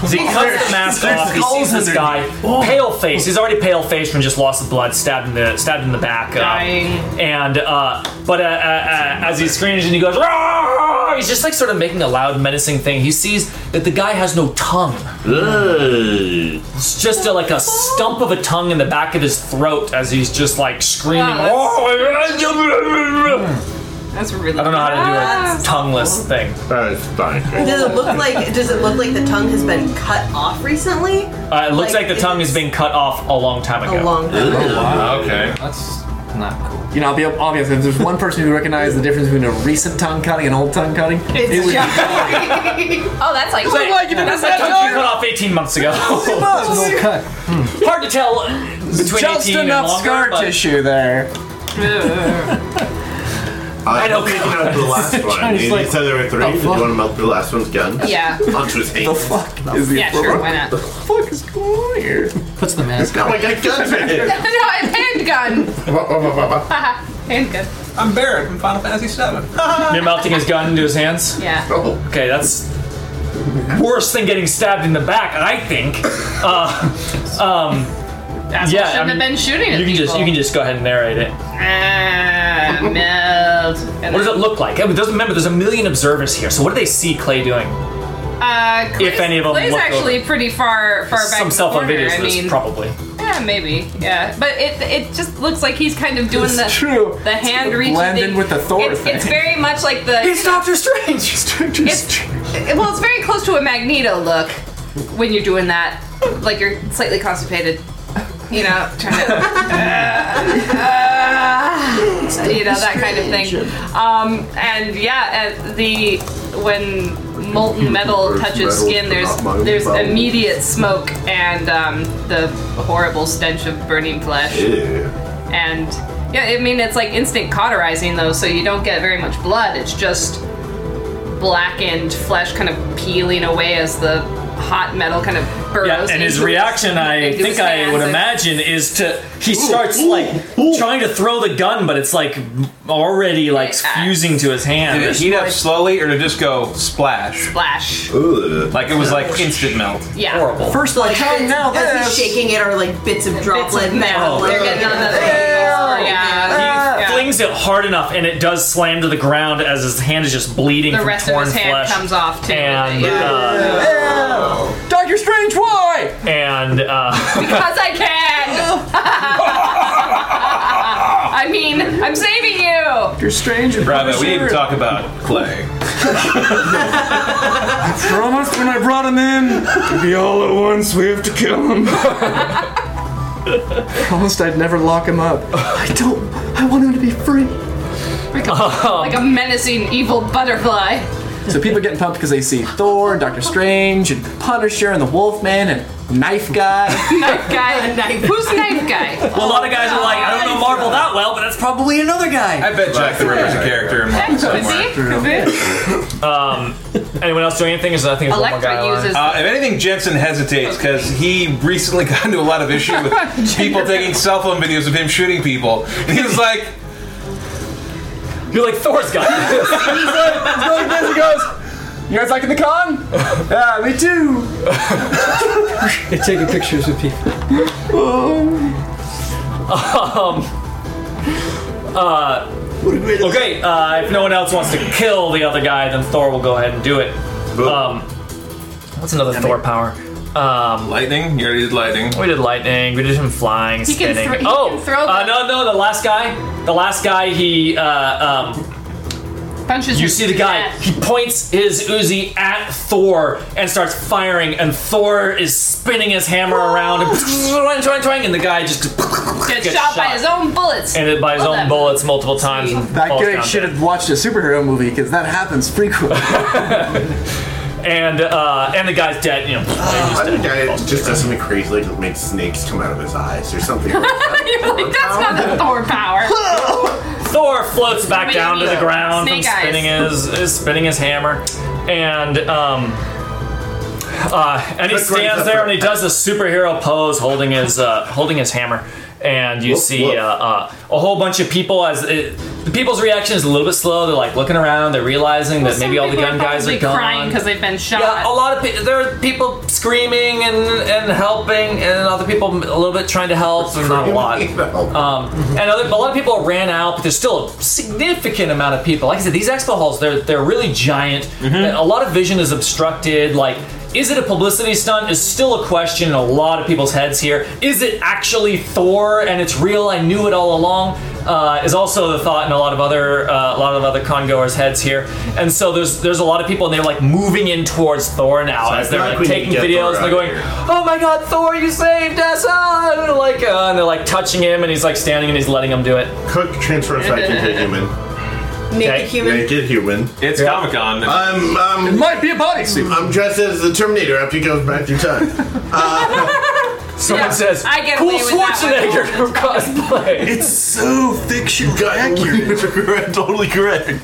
Speaker 1: So he cuts the mask off. He sees this guy, pale face. He's already pale faced from just loss of blood, stabbed in the stabbed in the back. uh,
Speaker 2: Dying.
Speaker 1: and uh, but uh, uh, uh, as he screams and he goes, "Rah!" he's just like sort of making a loud menacing thing. He sees that the guy has no tongue. It's just a, like a stump of a tongue in the back of his throat as he's just like screaming.
Speaker 2: Wow, that's-
Speaker 1: I
Speaker 2: That's really.
Speaker 1: don't know
Speaker 2: Ah.
Speaker 1: how to do a tongueless thing.
Speaker 8: That is fine.
Speaker 7: Does it look like does it look like the tongue has been cut off recently?
Speaker 1: Uh, it looks like,
Speaker 7: Like,
Speaker 1: the tongue
Speaker 7: it's-
Speaker 1: has been cut off a long time ago.
Speaker 7: A long time.
Speaker 4: Okay.
Speaker 10: That's not cool.
Speaker 5: You know, I'll be obvious. If there's one person who recognizes the difference between a recent tongue cutting and old tongue cutting,
Speaker 7: It's
Speaker 5: it would
Speaker 7: just-
Speaker 2: Oh, that's like.
Speaker 1: That's that tongue you cut off 18 months ago.
Speaker 9: Little cut.
Speaker 1: Hard to tell between
Speaker 10: Just
Speaker 1: 18 and
Speaker 10: enough
Speaker 1: longer,
Speaker 10: scar
Speaker 1: but-
Speaker 10: tissue there.
Speaker 8: I
Speaker 1: know.
Speaker 8: Taking out the last one.
Speaker 9: Chinese
Speaker 8: You
Speaker 9: like-
Speaker 8: said there were three. Did you want to melt the last one's gun?
Speaker 2: yeah.
Speaker 8: Onto his hand.
Speaker 10: Fuck is the
Speaker 2: Yeah, sure. Why not? no,
Speaker 10: fuck is going on here?
Speaker 9: Puts the mask.
Speaker 8: Oh my god, guns right here.
Speaker 2: I'm handgun. Haha, handgun.
Speaker 10: I'm Barrett from Final Fantasy VII.
Speaker 1: You're melting his gun into his hands?
Speaker 2: Yeah.
Speaker 8: Oh,
Speaker 1: Okay, that's worse than getting stabbed in the back, I think.
Speaker 2: That's
Speaker 1: Yeah,
Speaker 2: what shouldn't
Speaker 1: I mean,
Speaker 2: have been shooting at
Speaker 1: You can just you can just go ahead and narrate it.
Speaker 2: Ah, meld. And
Speaker 1: What does it look like? It doesn't remember. There's a million observers here, so what do they see Clay doing?
Speaker 2: Uh, Clay's,
Speaker 1: If any of them
Speaker 2: Clay's
Speaker 1: look
Speaker 2: actually pretty far, far back. in
Speaker 1: Some
Speaker 2: the
Speaker 1: cell phone
Speaker 2: corner,
Speaker 1: videos.
Speaker 2: I
Speaker 1: of this,
Speaker 2: mean,
Speaker 1: probably.
Speaker 2: yeah, maybe, yeah. But it it just looks like he's kind of doing the
Speaker 10: true.
Speaker 2: the hand reaching.
Speaker 10: blend
Speaker 2: thing.
Speaker 10: in with the Thor
Speaker 2: It's- It's
Speaker 10: thing.
Speaker 2: very much like the.
Speaker 1: Doctor Strange.
Speaker 2: It's, it- well, it's very close to a Magneto look when you're doing that. Like you're slightly constipated. You know, trying to. Uh, uh, you know, that kind of thing. Um, and yeah, and the. When molten metal touches skin, there's there's immediate smoke and um, the horrible stench of burning flesh
Speaker 8: yeah.
Speaker 2: and yeah, I mean it's like instant cauterizing though, so you don't get very much blood. It's just blackened flesh kind of peeling away as the hot metal kind of burrows.
Speaker 1: Yeah, and his
Speaker 2: into
Speaker 1: reaction, I
Speaker 2: into
Speaker 1: think
Speaker 2: his
Speaker 1: I would
Speaker 2: hands.
Speaker 1: imagine, is to he starts like trying to throw the gun, but it's like already like
Speaker 2: Yeah.
Speaker 1: fusing to his hand.
Speaker 4: Did it heat up slowly or did it just go splash?
Speaker 2: Flash.
Speaker 8: Ugh.
Speaker 4: Like it was like instant melt.
Speaker 2: Yeah.
Speaker 1: Horrible.
Speaker 10: First like tongue, now
Speaker 7: As he's
Speaker 10: this.
Speaker 7: shaking it are like bits of
Speaker 2: Bits
Speaker 7: droplet
Speaker 2: of metal. Oh.
Speaker 7: metal.
Speaker 2: They're getting on the
Speaker 7: Yeah.
Speaker 2: yeah.
Speaker 1: He flings it hard enough, and it does slam to the ground as his hand is just bleeding
Speaker 2: The
Speaker 1: from
Speaker 2: rest of
Speaker 1: torn
Speaker 2: his hand
Speaker 1: flesh.
Speaker 2: comes off too.
Speaker 1: And
Speaker 2: yeah.
Speaker 1: uh,
Speaker 10: Doctor Strange, why?
Speaker 1: and uh,
Speaker 2: Because I can. I mean, I'm saving you.
Speaker 10: Doctor Strange and
Speaker 4: Bravo, we didn't talk about Clay.
Speaker 10: Promised when I brought him in, it'd be all at once. We have to kill him. Promised I'd never lock him up. I don't. I want him to be free.
Speaker 2: Like a menacing evil butterfly.
Speaker 5: so people are getting pumped because they see Thor and Doctor Strange and Punisher and the Wolfman and Knife Guy.
Speaker 2: Knife guy. Who's knife guy?
Speaker 1: a lot of guys are like, I don't know Marvel that well, but that's probably.
Speaker 5: Probably another guy.
Speaker 4: I bet Jack the Ripper's a character in Marvel somewhere.
Speaker 2: See?
Speaker 1: Anyone else doing anything? Is I
Speaker 5: Oh
Speaker 1: think there's one more guy.
Speaker 2: Electra
Speaker 1: alive.
Speaker 2: uses.
Speaker 4: Uh, if anything, Jensen hesitates because he recently got into a lot of issue with people taking cell phone videos of him shooting people. And he was like,
Speaker 1: You're like Thor's guy.
Speaker 5: really busy goes. You guys liking the con? yeah, me too.
Speaker 9: They're taking pictures with people.
Speaker 1: okay, uh, if no one else wants to kill the other guy, then Thor will go ahead and do it. Um, what's another Thor power? Um,
Speaker 4: lightning? You already did lightning.
Speaker 1: We did lightning. We did him flying,
Speaker 2: He can
Speaker 1: spinning.
Speaker 2: thro- he
Speaker 1: oh,
Speaker 2: can throw
Speaker 1: uh,
Speaker 2: the-
Speaker 1: no, no, the last guy. The last guy. He, uh, um,
Speaker 2: punches.
Speaker 1: you
Speaker 2: him
Speaker 1: see
Speaker 2: to
Speaker 1: the guy.
Speaker 2: death.
Speaker 1: He points his Uzi at Thor and starts firing, and Thor is spinning his hammer around and twang, twang, twang, and the guy just
Speaker 2: Gets shot, by his own bullets.
Speaker 1: and it by his
Speaker 2: Love
Speaker 1: own
Speaker 2: that.
Speaker 1: bullets multiple times. and
Speaker 5: That
Speaker 1: falls
Speaker 5: guy
Speaker 1: down
Speaker 5: should have watched a superhero movie because that happens frequently.
Speaker 1: dead. And uh, and the guy's dead. You know.
Speaker 8: I think guy just does something crazy, like makes snakes come out of his eyes or something. like that.
Speaker 2: You're like, that's not a Thor power.
Speaker 1: Thor floats back
Speaker 2: Maybe
Speaker 1: down to the
Speaker 2: a
Speaker 1: ground from
Speaker 2: snake eyes.
Speaker 1: spinning his, is spinning his hammer, and um, uh, and he
Speaker 8: Quick, quick,
Speaker 1: stands
Speaker 8: quick,
Speaker 1: there and
Speaker 8: quick.
Speaker 1: he does a superhero pose, holding his uh, holding his hammer, and you
Speaker 8: Woof,
Speaker 1: see
Speaker 8: woof.
Speaker 1: uh, uh, a whole bunch of people. As it, the people's reaction is a little bit slow. They're like looking around. They're realizing that maybe all the gun guys are gone.
Speaker 2: crying because they've been shot.
Speaker 1: Yeah, oh, a lot of pe- there are people screaming and and helping, and other people a little bit trying to help, and not a lot. Um, and other, a lot of people ran out, but there's still a significant amount of people. Like I said, these expo halls they're they're really giant.
Speaker 8: Mm-hmm.
Speaker 1: A lot of vision is obstructed. Like. Is it a publicity stunt? Is still a question in a lot of people's heads here. Is it actually Thor and it's real? I knew it all along. Uh, is also the thought in a lot of other uh, a lot of other congoers' heads here, and so there's there's a lot of people and they're like moving in towards Thor now
Speaker 8: I
Speaker 1: as they're
Speaker 8: feel
Speaker 1: like,
Speaker 8: like we need
Speaker 1: taking
Speaker 8: to get
Speaker 1: videos and
Speaker 8: Thor
Speaker 1: they're
Speaker 8: out
Speaker 1: going,
Speaker 8: of here.
Speaker 1: "Oh my God, Thor, you saved us!" Ah! And they're like uh, and they're like touching him and he's like standing and he's letting him do it.
Speaker 8: Cook transforms back into human.
Speaker 7: Naked
Speaker 1: Okay.
Speaker 7: human.
Speaker 8: Naked human.
Speaker 4: It's Comic Con.
Speaker 8: I'm um,
Speaker 5: Might be a body suit.
Speaker 8: I'm dressed as the Terminator after he goes back through time.
Speaker 1: Someone
Speaker 2: Yeah,
Speaker 1: says,
Speaker 2: I get
Speaker 1: "Cool
Speaker 2: away with that one
Speaker 1: Schwarzenegger
Speaker 2: all
Speaker 1: from cosplay."
Speaker 8: It's so fiction accurate. totally correct.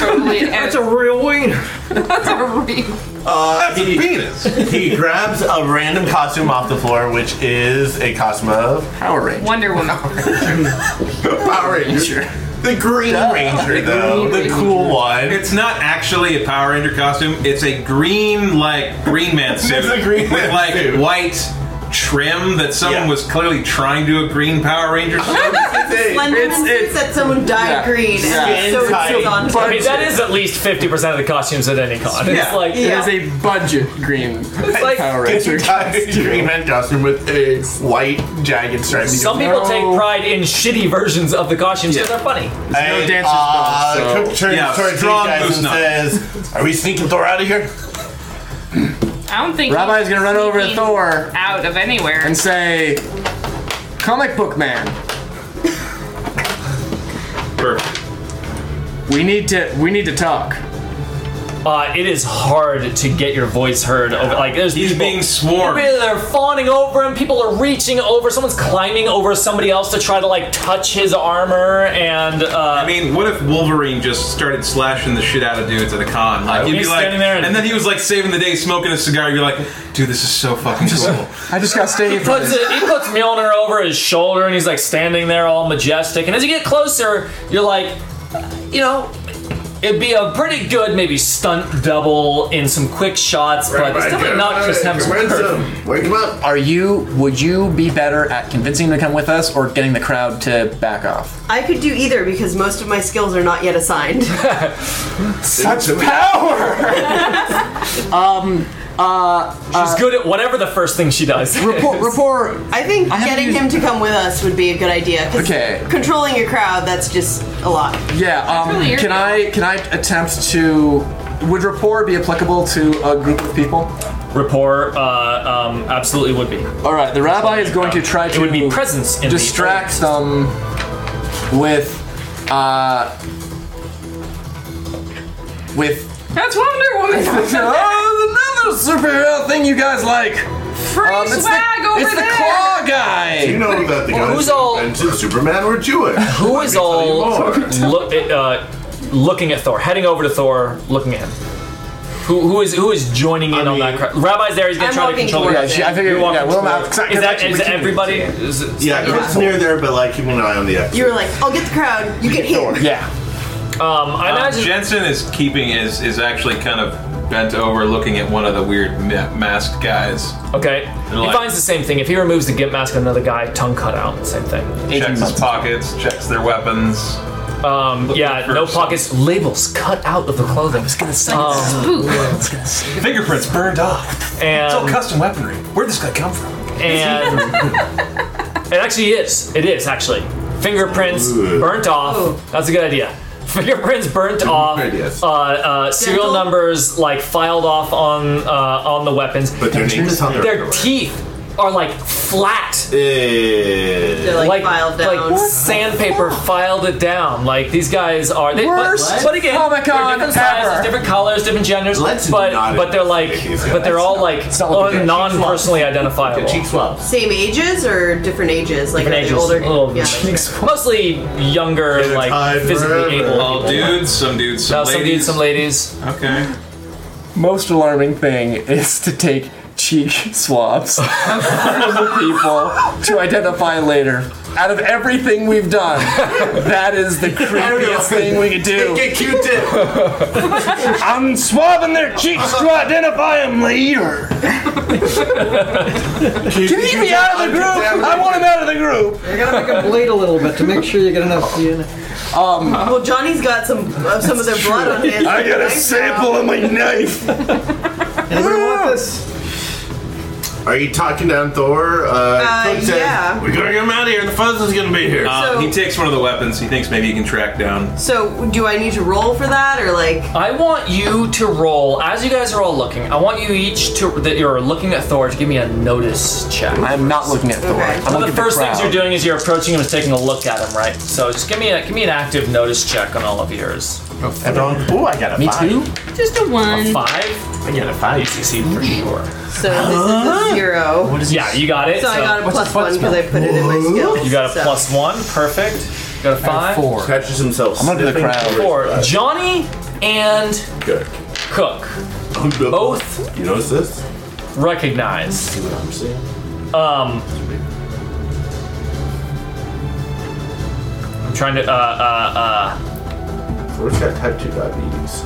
Speaker 2: totally it's a
Speaker 1: real wiener.
Speaker 2: real.
Speaker 8: Uh,
Speaker 4: It's a
Speaker 8: he,
Speaker 4: penis.
Speaker 8: he grabs a random costume off the floor, which is a costume of
Speaker 5: Power Ranger.
Speaker 2: Wonder Woman.
Speaker 8: Power Ranger. The Green Ranger, though. The cool one.
Speaker 4: It's not actually a Power Ranger costume. It's a green, like green man suit
Speaker 8: It's a green
Speaker 4: with
Speaker 8: man
Speaker 4: like
Speaker 8: suit.
Speaker 4: white trim that someone
Speaker 8: Yeah.
Speaker 4: was clearly trying to a green Power Ranger suit.
Speaker 7: Slenderman
Speaker 5: It's-
Speaker 7: suits
Speaker 5: it's-
Speaker 7: that someone dyed
Speaker 5: yeah.
Speaker 7: green
Speaker 8: Yeah.
Speaker 7: and so
Speaker 8: Skin
Speaker 7: it's on.
Speaker 1: I mean, that is at least fifty percent of the costumes at any con. It's
Speaker 4: Yeah.
Speaker 1: like
Speaker 5: It is a budget green
Speaker 1: like-
Speaker 5: Power Ranger.
Speaker 8: Green man costume with a white jagged stripe.
Speaker 1: Some people
Speaker 5: No.
Speaker 1: take pride in shitty versions of the costumes because
Speaker 4: Yeah.
Speaker 1: they're funny.
Speaker 8: and,
Speaker 5: no dancers
Speaker 8: uh,
Speaker 5: though, so-
Speaker 8: Cook turns
Speaker 4: Yeah,
Speaker 8: towards these
Speaker 4: strong
Speaker 8: guys
Speaker 4: boost
Speaker 8: and
Speaker 4: nut.
Speaker 8: says, "Are we sneaking Thor out of here?"
Speaker 2: I don't think
Speaker 5: Rabbi's
Speaker 2: he's
Speaker 5: gonna run over to
Speaker 2: sneaking
Speaker 5: Thor
Speaker 2: out of anywhere.
Speaker 5: and say, "Comic book man,
Speaker 4: Perfect.
Speaker 5: we need to we need to talk."
Speaker 1: Uh, it is hard to get your voice heard over. Like there's
Speaker 4: He's
Speaker 1: people-
Speaker 4: being swarmed.
Speaker 1: People are fawning over him. People are reaching over. Someone's climbing over somebody else to try to like touch his armor. And
Speaker 4: I
Speaker 1: uh,
Speaker 4: mean, what if Wolverine just started slashing the shit out of dudes at a con? Like, he'd be
Speaker 1: He's
Speaker 4: like,
Speaker 1: standing there
Speaker 4: and,
Speaker 1: and-
Speaker 4: then he was like saving the day, smoking a cigar. You're like, dude, this is so fucking cool.
Speaker 5: I just got staying for
Speaker 1: puts
Speaker 5: this.
Speaker 1: it, he puts Mjolnir over his shoulder, and he's like standing there all majestic. And as you get closer, you're like, you know. It'd be a pretty good maybe stunt double in some quick shots, but it's definitely not Chris Hemsworth.
Speaker 8: Wake him up.
Speaker 3: Are you? Would you be better at convincing them to come with us, or getting the crowd to back off?
Speaker 7: I could do either because most of my skills are not yet assigned.
Speaker 8: Such
Speaker 5: Power.
Speaker 1: She's good at whatever the first thing she does.
Speaker 5: Report. Report.
Speaker 7: I think
Speaker 5: haven't
Speaker 7: getting
Speaker 5: used-
Speaker 7: him to come with us would be a good idea. 'cause
Speaker 5: Okay.
Speaker 7: Controlling your crowd, that's just a lot.
Speaker 5: Yeah. Um,
Speaker 2: really your
Speaker 5: can I can I attempt to? Would rapport be applicable to a group of people?
Speaker 1: Rapport, uh, um, absolutely would be.
Speaker 5: All right. The rabbi is going to try to
Speaker 1: It would be presence in the
Speaker 5: distract them with uh, with
Speaker 2: That's Wonder Woman.
Speaker 5: oh, another superhero thing you guys like.
Speaker 2: Free
Speaker 5: Um, it's
Speaker 2: swag
Speaker 5: the,
Speaker 2: over
Speaker 5: it's the
Speaker 2: there.
Speaker 5: claw guy.
Speaker 8: You know that the guys
Speaker 1: who's all-
Speaker 8: invented Superman were Jewish.
Speaker 1: Who is all
Speaker 8: Let me tell you more.
Speaker 1: look, uh, looking at Thor, heading over to Thor, looking at him? Who, who is who is joining in
Speaker 8: I
Speaker 1: on that?
Speaker 8: mean-
Speaker 1: Crowd? Rabbi's there. He's gonna
Speaker 7: I'm
Speaker 1: try to
Speaker 7: walking
Speaker 1: control.
Speaker 7: towards
Speaker 1: it.
Speaker 5: Yeah, she, I figured.
Speaker 8: You're walking
Speaker 5: Yeah, well,
Speaker 8: towards-
Speaker 5: I'm out-
Speaker 1: Is that is
Speaker 5: We're keeping-
Speaker 1: everybody? Is, it-
Speaker 8: Yeah, Kurt's near there, but like keep an eye on the exit.
Speaker 7: You were like, I'll get the crowd, you get him.
Speaker 5: Yeah.
Speaker 1: um, I
Speaker 4: Um,
Speaker 1: imagine.
Speaker 4: Jensen is keeping is is actually kind of bent over, looking at one of the weird ma- masked guys.
Speaker 1: okay, he
Speaker 4: like-
Speaker 1: finds the same thing. If he removes the gimp mask of another guy, tongue cut out, same thing.
Speaker 4: Checks his pockets, checks their weapons.
Speaker 1: Um, yeah,
Speaker 4: for
Speaker 1: no
Speaker 4: some-
Speaker 1: pockets, labels cut out of the clothing. Um, I was gonna say.
Speaker 4: Fingerprints burned off. It's all
Speaker 1: and
Speaker 4: custom weaponry. Where'd this guy come from?
Speaker 1: and it actually is. It is actually fingerprints burnt off. That's a good idea. Fingerprints burnt off.
Speaker 8: ideas.
Speaker 1: Uh, uh, serial
Speaker 7: Dental?
Speaker 1: numbers like filed off on uh, on the weapons.
Speaker 8: But their name is on
Speaker 1: Their teeth are like flat,
Speaker 7: They're like,
Speaker 1: like
Speaker 7: filed down.
Speaker 1: like sandpaper filed it down. Like these guys are. They, but-
Speaker 5: Worst
Speaker 1: but, again, they're
Speaker 5: Comic-Con
Speaker 1: different
Speaker 5: ever.
Speaker 1: sizes, different colors, different genders.
Speaker 8: Let's
Speaker 1: but
Speaker 8: not
Speaker 1: but they're like
Speaker 8: these guys.
Speaker 1: but they're all like
Speaker 3: not look at their cheek
Speaker 1: non-personally identifiable.
Speaker 8: Cheek swabs.
Speaker 7: Same ages or different ages? Like
Speaker 1: Different
Speaker 7: are they
Speaker 1: ages.
Speaker 7: older?
Speaker 1: Oh,
Speaker 7: yeah.
Speaker 1: cheeks. Mostly younger,
Speaker 8: They're
Speaker 1: like
Speaker 8: tied forever.
Speaker 1: physically able. Uh,
Speaker 4: All dudes, some dudes, some
Speaker 1: Now,
Speaker 4: ladies.
Speaker 1: some dudes, some ladies.
Speaker 4: Okay.
Speaker 5: Most alarming thing is to take cheek swabs of the people to identify later. Out of everything we've done, that is the creepiest thing we could do.
Speaker 8: Get cute dip.
Speaker 10: I'm swabbing their cheeks to identify them later.
Speaker 5: Get me out of the group! I want him out of the group!
Speaker 9: You gotta make them bleed a little bit to make sure you get enough. You know.
Speaker 7: Well, Johnny's got some of some of their blood on his.
Speaker 10: I got a sample of my knife.
Speaker 9: Anybody want this?
Speaker 8: Are you talking down Thor? Uh,
Speaker 7: Uh,
Speaker 8: Thor said,
Speaker 7: yeah.
Speaker 8: We're gonna get him out of here. The fuzz is gonna be here.
Speaker 4: Uh,
Speaker 7: So-
Speaker 4: he takes one of the weapons. He thinks maybe he can track down.
Speaker 7: So, do I need to roll for that, or like?
Speaker 1: I want you to roll as you guys are all looking. I want you each to that you're looking at Thor to give me a notice check.
Speaker 3: I'm not looking at Thor.
Speaker 7: Okay.
Speaker 3: I'm
Speaker 1: One
Speaker 3: looking
Speaker 1: of the
Speaker 3: at the
Speaker 1: first things
Speaker 3: crowd.
Speaker 1: you're doing is you're approaching him and taking a look at him, right? So just give me a give me an active notice check on all of yours.
Speaker 8: oh, I got a
Speaker 3: Me
Speaker 8: five.
Speaker 3: too.
Speaker 2: Just a one.
Speaker 1: Oh, Five.
Speaker 8: I got a five.
Speaker 1: succeed for sure.
Speaker 7: So this is a zero.
Speaker 1: What is yeah, you got it.
Speaker 7: so I got a
Speaker 3: what's the
Speaker 7: plus
Speaker 3: fun
Speaker 7: one because I put it in my skills.
Speaker 1: you got a
Speaker 7: so.
Speaker 1: plus one. Perfect. You got a five.
Speaker 3: Four.
Speaker 8: Catches himself. I'm
Speaker 3: under the crowd.
Speaker 1: Four. Johnny and Cook both
Speaker 8: You notice this?
Speaker 1: recognize.
Speaker 8: See what I'm saying?
Speaker 1: Um, I'm trying to. Uh, uh, uh,
Speaker 8: Thor's got type two diabetes.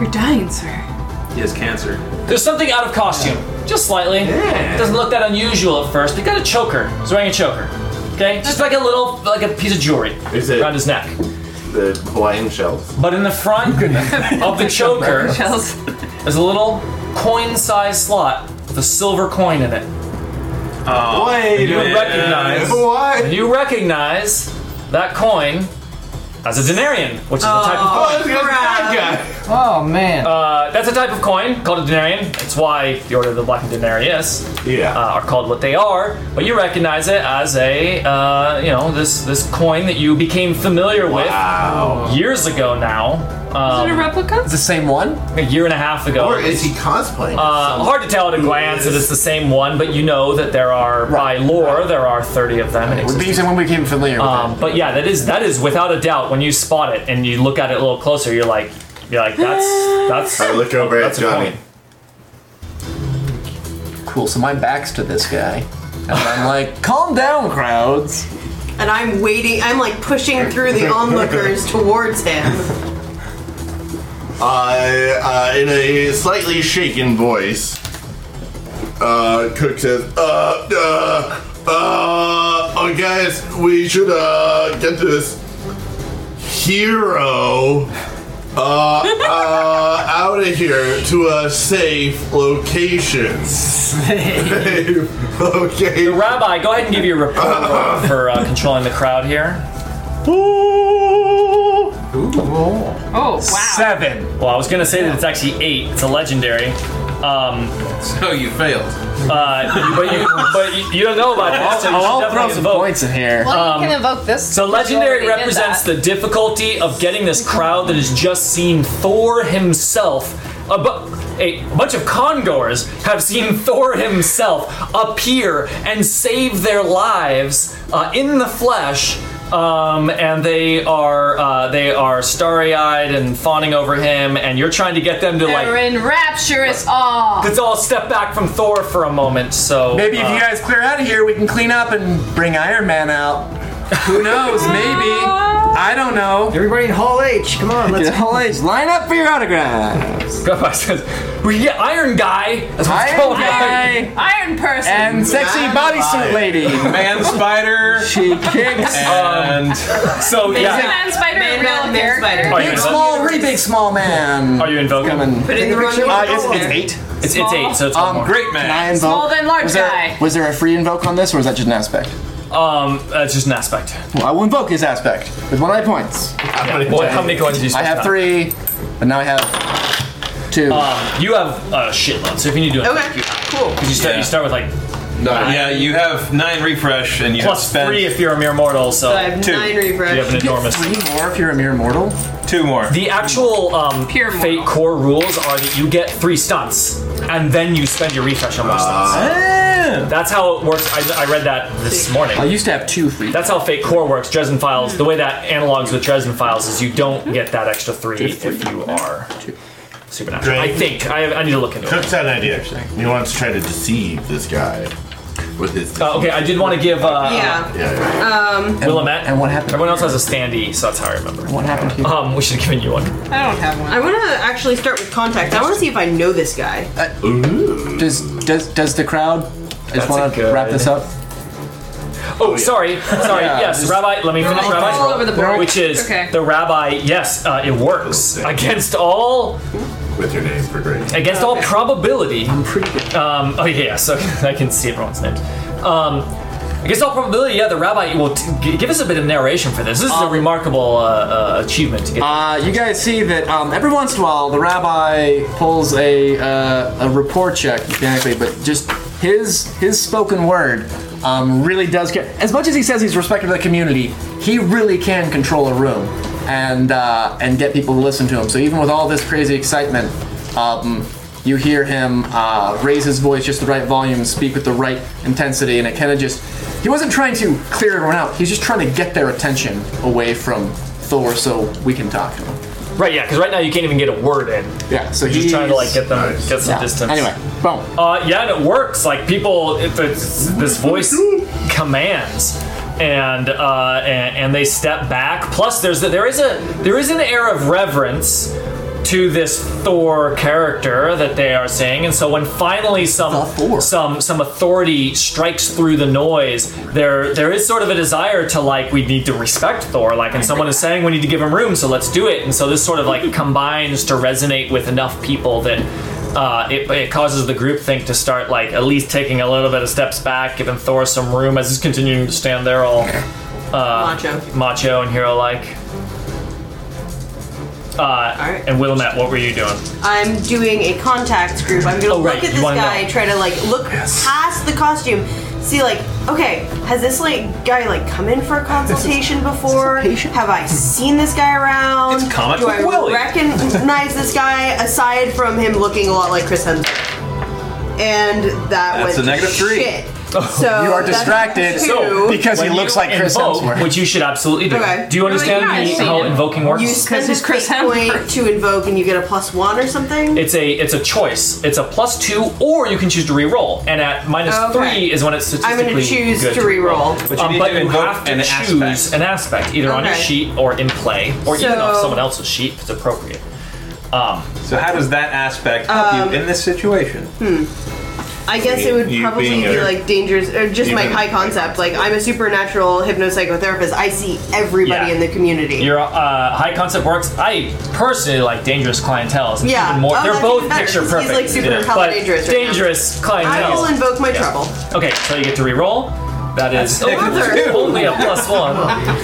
Speaker 2: You're dying, sir.
Speaker 4: He has cancer.
Speaker 1: there's something out of costume, just slightly. Doesn't look that unusual at first. He got a choker. He's wearing a choker. Okay, just like a little, like a piece of jewelry
Speaker 8: Is it
Speaker 1: around his neck.
Speaker 8: the Hawaiian shells?
Speaker 1: But in the front of the choker,
Speaker 2: Shells.
Speaker 1: There's a little coin-sized slot with a silver coin in it.
Speaker 8: Why?
Speaker 1: You
Speaker 4: Yeah.
Speaker 1: recognize.
Speaker 8: Why?
Speaker 1: You recognize that coin as a denarian, which is a type of coin.
Speaker 8: Oh, it's the bad guy.
Speaker 9: Oh man.
Speaker 1: Uh, that's a type of coin called a denarian. It's why the Order of the Black and Denarius uh,
Speaker 8: Yeah.
Speaker 1: are called what they are. But you recognize it as a, uh, you know, this this coin that you became familiar
Speaker 8: wow.
Speaker 1: with years ago now,
Speaker 2: Is it a
Speaker 1: um,
Speaker 2: replica?
Speaker 3: The same one?
Speaker 1: a year and a half ago.
Speaker 8: Or is he cosplaying?
Speaker 1: Uh, hard to tell at a glance that it's the same one, but you know that there are, by lore, there are 30 of them. in
Speaker 3: We're
Speaker 1: existence.
Speaker 3: being when we came familiar with
Speaker 1: Um, but yeah, that is that is without a doubt. When you spot it and you look at it a little closer, you're like, you're like, that's
Speaker 8: I
Speaker 1: that's
Speaker 8: look over at
Speaker 1: that's a
Speaker 8: Johnny.
Speaker 1: coin.
Speaker 3: it. Cool. So my back's to this guy. And I'm like, calm down, crowds.
Speaker 7: And I'm waiting. I'm like pushing through the onlookers towards him.
Speaker 8: Uh, uh, in a slightly shaken voice, uh, Cook says, uh, uh, uh, oh, guys, we should, uh, get this hero, uh, uh, out of here to a safe location. Safe location.
Speaker 1: Rabbi, go ahead and give your report roll for uh, controlling the crowd here.
Speaker 2: Oh, wow.
Speaker 5: Seven.
Speaker 1: Well, I was gonna say that it's actually eight. It's a legendary. Um,
Speaker 4: So Oh, you failed.
Speaker 1: uh, but you but you, you don't know about this. So you should
Speaker 3: I'll throw
Speaker 1: definitely
Speaker 3: some
Speaker 1: invoke.
Speaker 3: points in here.
Speaker 11: Well, you can invoke this.
Speaker 1: Um, So legendary
Speaker 11: You already did
Speaker 1: represents
Speaker 11: that.
Speaker 1: the difficulty of getting this crowd that has just seen Thor himself. A, bu- a bunch of congoers have seen Thor himself appear and save their lives uh, in the flesh. Um, and they are uh, they are starry eyed and fawning over him, and you're trying to get them to
Speaker 11: We're
Speaker 1: like.
Speaker 11: in rapturous awe.
Speaker 1: Let's all step back from Thor for a moment. So
Speaker 3: Maybe if
Speaker 1: uh,
Speaker 3: you guys clear out of here, we can clean up and bring Iron Man out. Who knows? Maybe. I don't know.
Speaker 9: Everybody in Hall H, come on, let's
Speaker 3: All right, line up for your autographs.
Speaker 1: Rabbi says, we get Iron Guy. That's what it's
Speaker 3: Iron
Speaker 1: called.
Speaker 3: Guy
Speaker 11: Iron person.
Speaker 3: and sexy bodysuit lady.
Speaker 4: Man spider
Speaker 3: She kicks.
Speaker 4: and
Speaker 1: So
Speaker 11: Is
Speaker 1: yeah,
Speaker 11: man spider a real
Speaker 7: Man, man,
Speaker 11: character?
Speaker 7: spider.
Speaker 1: Are you
Speaker 3: Big
Speaker 1: invoking?
Speaker 3: small, re big small man.
Speaker 1: Are you invoking?
Speaker 3: Coming.
Speaker 7: Put it in the wrong
Speaker 3: Uh,
Speaker 7: order.
Speaker 3: it's, it's eight.
Speaker 1: It's, it's eight, so it's one
Speaker 3: Um,
Speaker 1: more.
Speaker 4: great
Speaker 3: Can I
Speaker 4: man.
Speaker 3: invoke?
Speaker 11: Small then large
Speaker 3: was there,
Speaker 11: guy.
Speaker 3: Was there a free invoke on this, or was that just an aspect?
Speaker 1: Um, uh, it's just an aspect.
Speaker 3: Well, I will invoke his aspect with one of my points.
Speaker 1: What, how many coins do you
Speaker 3: I
Speaker 1: spend?
Speaker 3: have
Speaker 1: on?
Speaker 3: three, but now I have two.
Speaker 1: Um, you have a shitload, so if you need to do it,
Speaker 7: Okay, cool.
Speaker 1: because you start,
Speaker 4: Yeah.
Speaker 1: you start with like
Speaker 4: Yeah, you have nine refresh and you have
Speaker 1: plus
Speaker 4: spend
Speaker 1: three if you're a mere mortal. So
Speaker 7: So I have
Speaker 4: Two.
Speaker 7: nine
Speaker 1: you have an
Speaker 7: refresh.
Speaker 1: enormous.
Speaker 3: three more if you're a mere mortal.
Speaker 4: two more.
Speaker 1: The actual um,
Speaker 2: Pure
Speaker 1: fate
Speaker 2: mortal.
Speaker 1: core rules are that you get three stunts, and then you spend your refresh on more stunts.
Speaker 4: Ah.
Speaker 1: That's how it works. I, I read that this morning.
Speaker 3: I used to have two free.
Speaker 1: That's how Fate Core works. Dresden Files. The way that analogs with Dresden Files is you don't get that extra three if you are supernatural.
Speaker 8: Great.
Speaker 1: I think I, I need to look into it.
Speaker 8: Cook's had an idea. He wants to try to deceive this guy with his.
Speaker 11: Oh,
Speaker 1: Uh, okay, I did want to give uh,
Speaker 7: Yeah.
Speaker 8: Yeah, yeah.
Speaker 1: Willamette.
Speaker 3: And what happened?
Speaker 1: Everyone else has a standee, so that's how I remember.
Speaker 3: What happened to you?
Speaker 1: Um, we should have given you one.
Speaker 2: I don't have one.
Speaker 7: I want to actually start with contacts. I want to see if I know this guy.
Speaker 3: Does does does the crowd? I
Speaker 1: That's
Speaker 3: just
Speaker 1: a
Speaker 3: want to
Speaker 1: good-
Speaker 3: wrap this up.
Speaker 1: Oh, sorry, sorry.
Speaker 3: Yeah,
Speaker 1: yes,
Speaker 3: just-
Speaker 1: Rabbi. Let me finish
Speaker 2: all
Speaker 1: Rabbi's
Speaker 2: all
Speaker 1: role,
Speaker 2: over the board.
Speaker 1: which is
Speaker 2: Okay.
Speaker 1: the Rabbi. Yes, uh, it works against all
Speaker 8: With your name for great.
Speaker 1: against all probability. I'm pretty good. Um, oh yeah, so I can see everyone's names. Um, against all probability, yeah, the Rabbi will t- g- give us a bit of narration for this. This is a remarkable uh, uh, achievement to get.
Speaker 3: Uh, you guys see that um, every once in a while the rabbi pulls a uh, a report check mechanically, but just his his spoken word um, really does get. As much as he says he's respected by the community, he really can control a room and uh, and get people to listen to him. So even with all this crazy excitement, um, you hear him uh, raise his voice just the right volume, speak with the right intensity, and it kind of just. He wasn't trying to clear everyone out. He's just trying to get their attention away from Thor so we can talk to him.
Speaker 1: right, yeah, because right now you can't even get a word in.
Speaker 3: Yeah, so he's
Speaker 1: Just trying to like get them get some
Speaker 3: yeah.
Speaker 1: distance.
Speaker 3: Anyway, boom.
Speaker 1: Uh, yeah, and it works. Like people, it, it's, this voice commands, and, uh, and and they step back. Plus, there's there is a there is an air of reverence to this Thor character that they are saying, and so when finally some
Speaker 3: The Thor.
Speaker 1: some some authority strikes through the noise, there there is sort of a desire to like we need to respect Thor, like, and someone is saying we need to give him room, so let's do it, and so this sort of like combines to resonate with enough people that uh, it, it causes the group think to start like at least taking a little bit of steps back, giving Thor some room as he's continuing to stand there all Uh,
Speaker 7: Macho.
Speaker 1: macho and hero like. Uh,
Speaker 7: Alright.
Speaker 1: And Willamette, what were you doing?
Speaker 7: I'm doing a contacts group. I'm gonna
Speaker 1: Oh, right,
Speaker 7: look at
Speaker 1: you
Speaker 7: this
Speaker 1: wanna
Speaker 7: guy,
Speaker 1: know.
Speaker 7: try to like look past the costume, see like, okay, has this like guy like come in for a consultation before? Have I seen this guy around?
Speaker 4: It's comics
Speaker 7: Do
Speaker 4: with
Speaker 7: I
Speaker 4: Willy.
Speaker 7: recognize this guy aside from him looking a lot like Chris Hemsworth? And that
Speaker 4: That's
Speaker 7: went
Speaker 4: a
Speaker 7: to
Speaker 4: negative three.
Speaker 7: Shit. So
Speaker 3: You are
Speaker 7: that's
Speaker 3: distracted.
Speaker 7: two.
Speaker 1: So,
Speaker 3: Because he
Speaker 1: When
Speaker 3: looks
Speaker 1: you
Speaker 3: like Chris
Speaker 1: invoke,
Speaker 3: Hemsworth.
Speaker 1: Which you should absolutely do.
Speaker 7: Okay.
Speaker 1: Do you understand
Speaker 2: yeah, I've
Speaker 1: the,
Speaker 2: seen
Speaker 1: how
Speaker 2: it.
Speaker 1: invoking works?
Speaker 7: you spend
Speaker 2: he's
Speaker 7: a
Speaker 2: Chris
Speaker 7: fate point to invoke, and you get a plus one or something.
Speaker 1: It's a it's a choice. It's a plus two, or you can choose to re-roll. And at minus
Speaker 7: Okay.
Speaker 1: three is when it's
Speaker 7: I'm
Speaker 1: statistically
Speaker 7: gonna choose
Speaker 1: good
Speaker 7: to re-roll.
Speaker 4: But you
Speaker 1: Um,
Speaker 4: need
Speaker 1: but
Speaker 4: to
Speaker 1: you
Speaker 4: invoke
Speaker 1: have to
Speaker 4: an
Speaker 1: choose
Speaker 4: aspect.
Speaker 1: an aspect, either on your
Speaker 7: Okay.
Speaker 1: sheet or in play, or even
Speaker 7: So-
Speaker 1: off someone else's sheet if it's appropriate.
Speaker 4: So how does that aspect help you in this situation?
Speaker 7: I guess it would
Speaker 8: You
Speaker 7: probably
Speaker 8: being
Speaker 7: be
Speaker 8: a-
Speaker 7: like dangerous, or just my
Speaker 8: Even-
Speaker 7: high concept. Like I'm a supernatural hypnopsychotherapist. I see everybody
Speaker 1: Yeah.
Speaker 7: in the community.
Speaker 1: Your uh, high concept works. I personally like dangerous clientele.
Speaker 7: yeah,
Speaker 1: even more.
Speaker 7: Oh,
Speaker 1: they're
Speaker 7: that's
Speaker 1: both
Speaker 7: even better,
Speaker 1: picture
Speaker 7: 'cause
Speaker 1: perfect.
Speaker 7: He's like super
Speaker 4: Yeah.
Speaker 7: hella
Speaker 1: but
Speaker 7: dangerous. right now.
Speaker 1: dangerous
Speaker 7: I will
Speaker 1: clientele.
Speaker 7: invoke my trouble.
Speaker 1: Okay, so you get to re-roll. That is
Speaker 7: Another.
Speaker 1: only a plus one.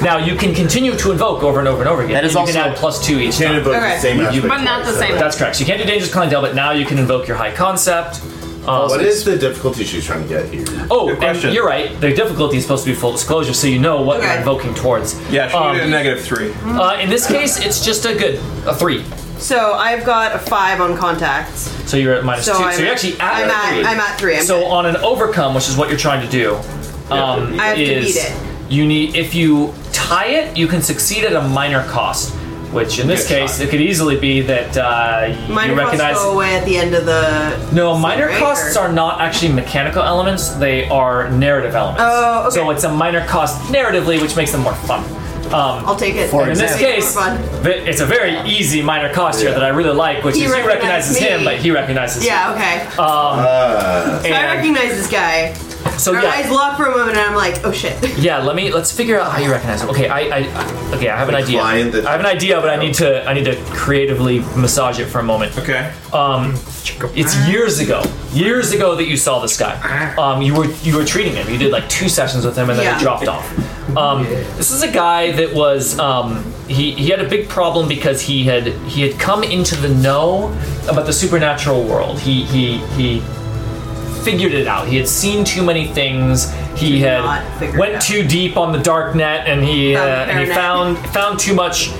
Speaker 1: now you can continue to invoke over and over and over again.
Speaker 3: That is
Speaker 1: and you can
Speaker 3: also-
Speaker 1: add plus two each
Speaker 8: Can't
Speaker 1: time.
Speaker 8: invoke
Speaker 7: Okay.
Speaker 8: the same aspect
Speaker 11: But not the
Speaker 8: twice,
Speaker 11: same.
Speaker 8: though.
Speaker 1: That's correct. So you can't do dangerous clientele, but now you can invoke your high concept. Um,
Speaker 8: What is the difficulty she's trying to get here?
Speaker 1: Oh,
Speaker 4: Good
Speaker 1: and
Speaker 4: question.
Speaker 1: you're right. The difficulty is supposed to be full disclosure, so you know what you're
Speaker 7: Okay.
Speaker 1: invoking towards.
Speaker 4: Yeah, she
Speaker 1: Um,
Speaker 4: needed a negative three.
Speaker 1: uh, in this case, it's just a good a three.
Speaker 7: So I've got a five on contacts.
Speaker 1: So you're at minus
Speaker 7: So
Speaker 1: two.
Speaker 7: I'm
Speaker 1: so you're
Speaker 7: at-
Speaker 1: actually at
Speaker 7: I'm at-
Speaker 1: 3
Speaker 7: I'm at three, I'm
Speaker 1: so
Speaker 7: good.
Speaker 1: on an overcome, which is what you're trying to do, um,
Speaker 7: I have to
Speaker 1: is
Speaker 7: beat it.
Speaker 1: you need if you tie it, you can succeed at a minor cost. Which in this
Speaker 8: Good
Speaker 1: case,
Speaker 8: shot.
Speaker 1: it could easily be that uh,
Speaker 7: Minor
Speaker 1: you recognize.
Speaker 7: costs go away at the end of the.
Speaker 1: No, minor
Speaker 7: right?
Speaker 1: costs
Speaker 7: Or-
Speaker 1: are not actually mechanical elements, they are narrative elements.
Speaker 7: Oh, okay.
Speaker 1: So it's a minor cost narratively, which makes them more fun. Um,
Speaker 7: I'll take it.
Speaker 3: For
Speaker 1: in this
Speaker 3: example.
Speaker 1: case,
Speaker 7: Fun.
Speaker 1: th- it's a very easy minor cost here that I really like, which
Speaker 7: He
Speaker 1: is he recognizes
Speaker 7: recognized
Speaker 1: him,
Speaker 7: me.
Speaker 1: but he recognizes
Speaker 7: Yeah. Okay.
Speaker 1: you.
Speaker 7: I
Speaker 1: Oh, And-
Speaker 7: recognize this guy.
Speaker 1: so
Speaker 7: Our eyes
Speaker 1: yeah,
Speaker 7: lock for a moment, and I'm like, oh shit.
Speaker 1: yeah. Let me let's figure out how you recognize him. Okay, I, I okay, I have an idea.
Speaker 8: client that-
Speaker 1: I have an idea, but I need to I need to creatively massage it for a moment.
Speaker 4: Okay.
Speaker 1: Um, it's years ago, years ago that you saw this guy. Um, you were you were treating him. You did like two sessions with him, and then
Speaker 7: Yeah.
Speaker 1: it dropped off. Um, This is a guy that was um, he he had a big problem because he had he had come into the know about the supernatural world. He he he figured it out. He had seen too many things. He
Speaker 7: Did not
Speaker 1: had
Speaker 7: figure it
Speaker 1: went
Speaker 7: out.
Speaker 1: too deep on the dark net, and he uh,
Speaker 7: Found the
Speaker 1: and he
Speaker 7: Paranet.
Speaker 1: found found too much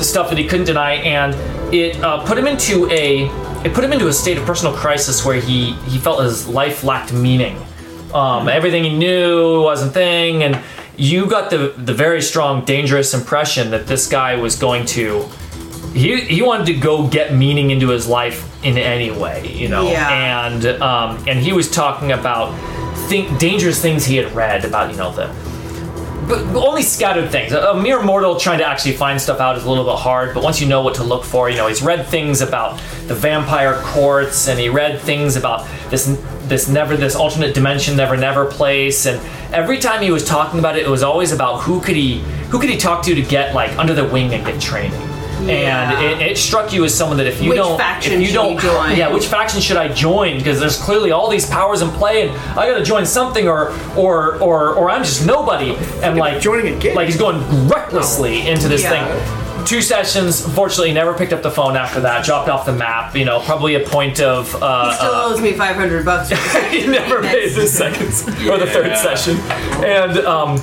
Speaker 1: stuff that he couldn't deny, and it uh, put him into a it put him into a state of personal crisis where he he felt his life lacked meaning.
Speaker 7: Hmm.
Speaker 1: Um, everything he knew wasn't thing, and you got the the very strong, dangerous impression that this guy was going to he he wanted to go get meaning into his life in any way, you know.
Speaker 7: Yeah.
Speaker 1: And um, and he was talking about think dangerous things he had read about, you know, the but only scattered things. A, a mere mortal trying to actually find stuff out is a little bit hard, but once you know what to look for, you know, he's read things about the vampire courts and he read things about this this never this alternate dimension never never place and every time he was talking about it it was always about who could he who could he talk to to get like under the wing and get training.
Speaker 7: Yeah.
Speaker 1: And it, it struck you as someone that if you
Speaker 7: Which
Speaker 1: don't
Speaker 7: faction
Speaker 1: if you
Speaker 7: should
Speaker 1: don't
Speaker 7: he join?
Speaker 1: yeah which faction should I join because there's clearly all these powers in play and I gotta join something or or or or I'm just nobody and like
Speaker 5: joining a gang.
Speaker 1: like he's going recklessly into this
Speaker 7: Yeah.
Speaker 1: thing. Two sessions, unfortunately, never picked up the phone after that. Dropped off the map. You know, probably a point of. Uh,
Speaker 7: He still
Speaker 1: uh,
Speaker 7: owes me 500 bucks. for this.
Speaker 1: he never made the second or the third
Speaker 4: Yeah.
Speaker 1: session, and um,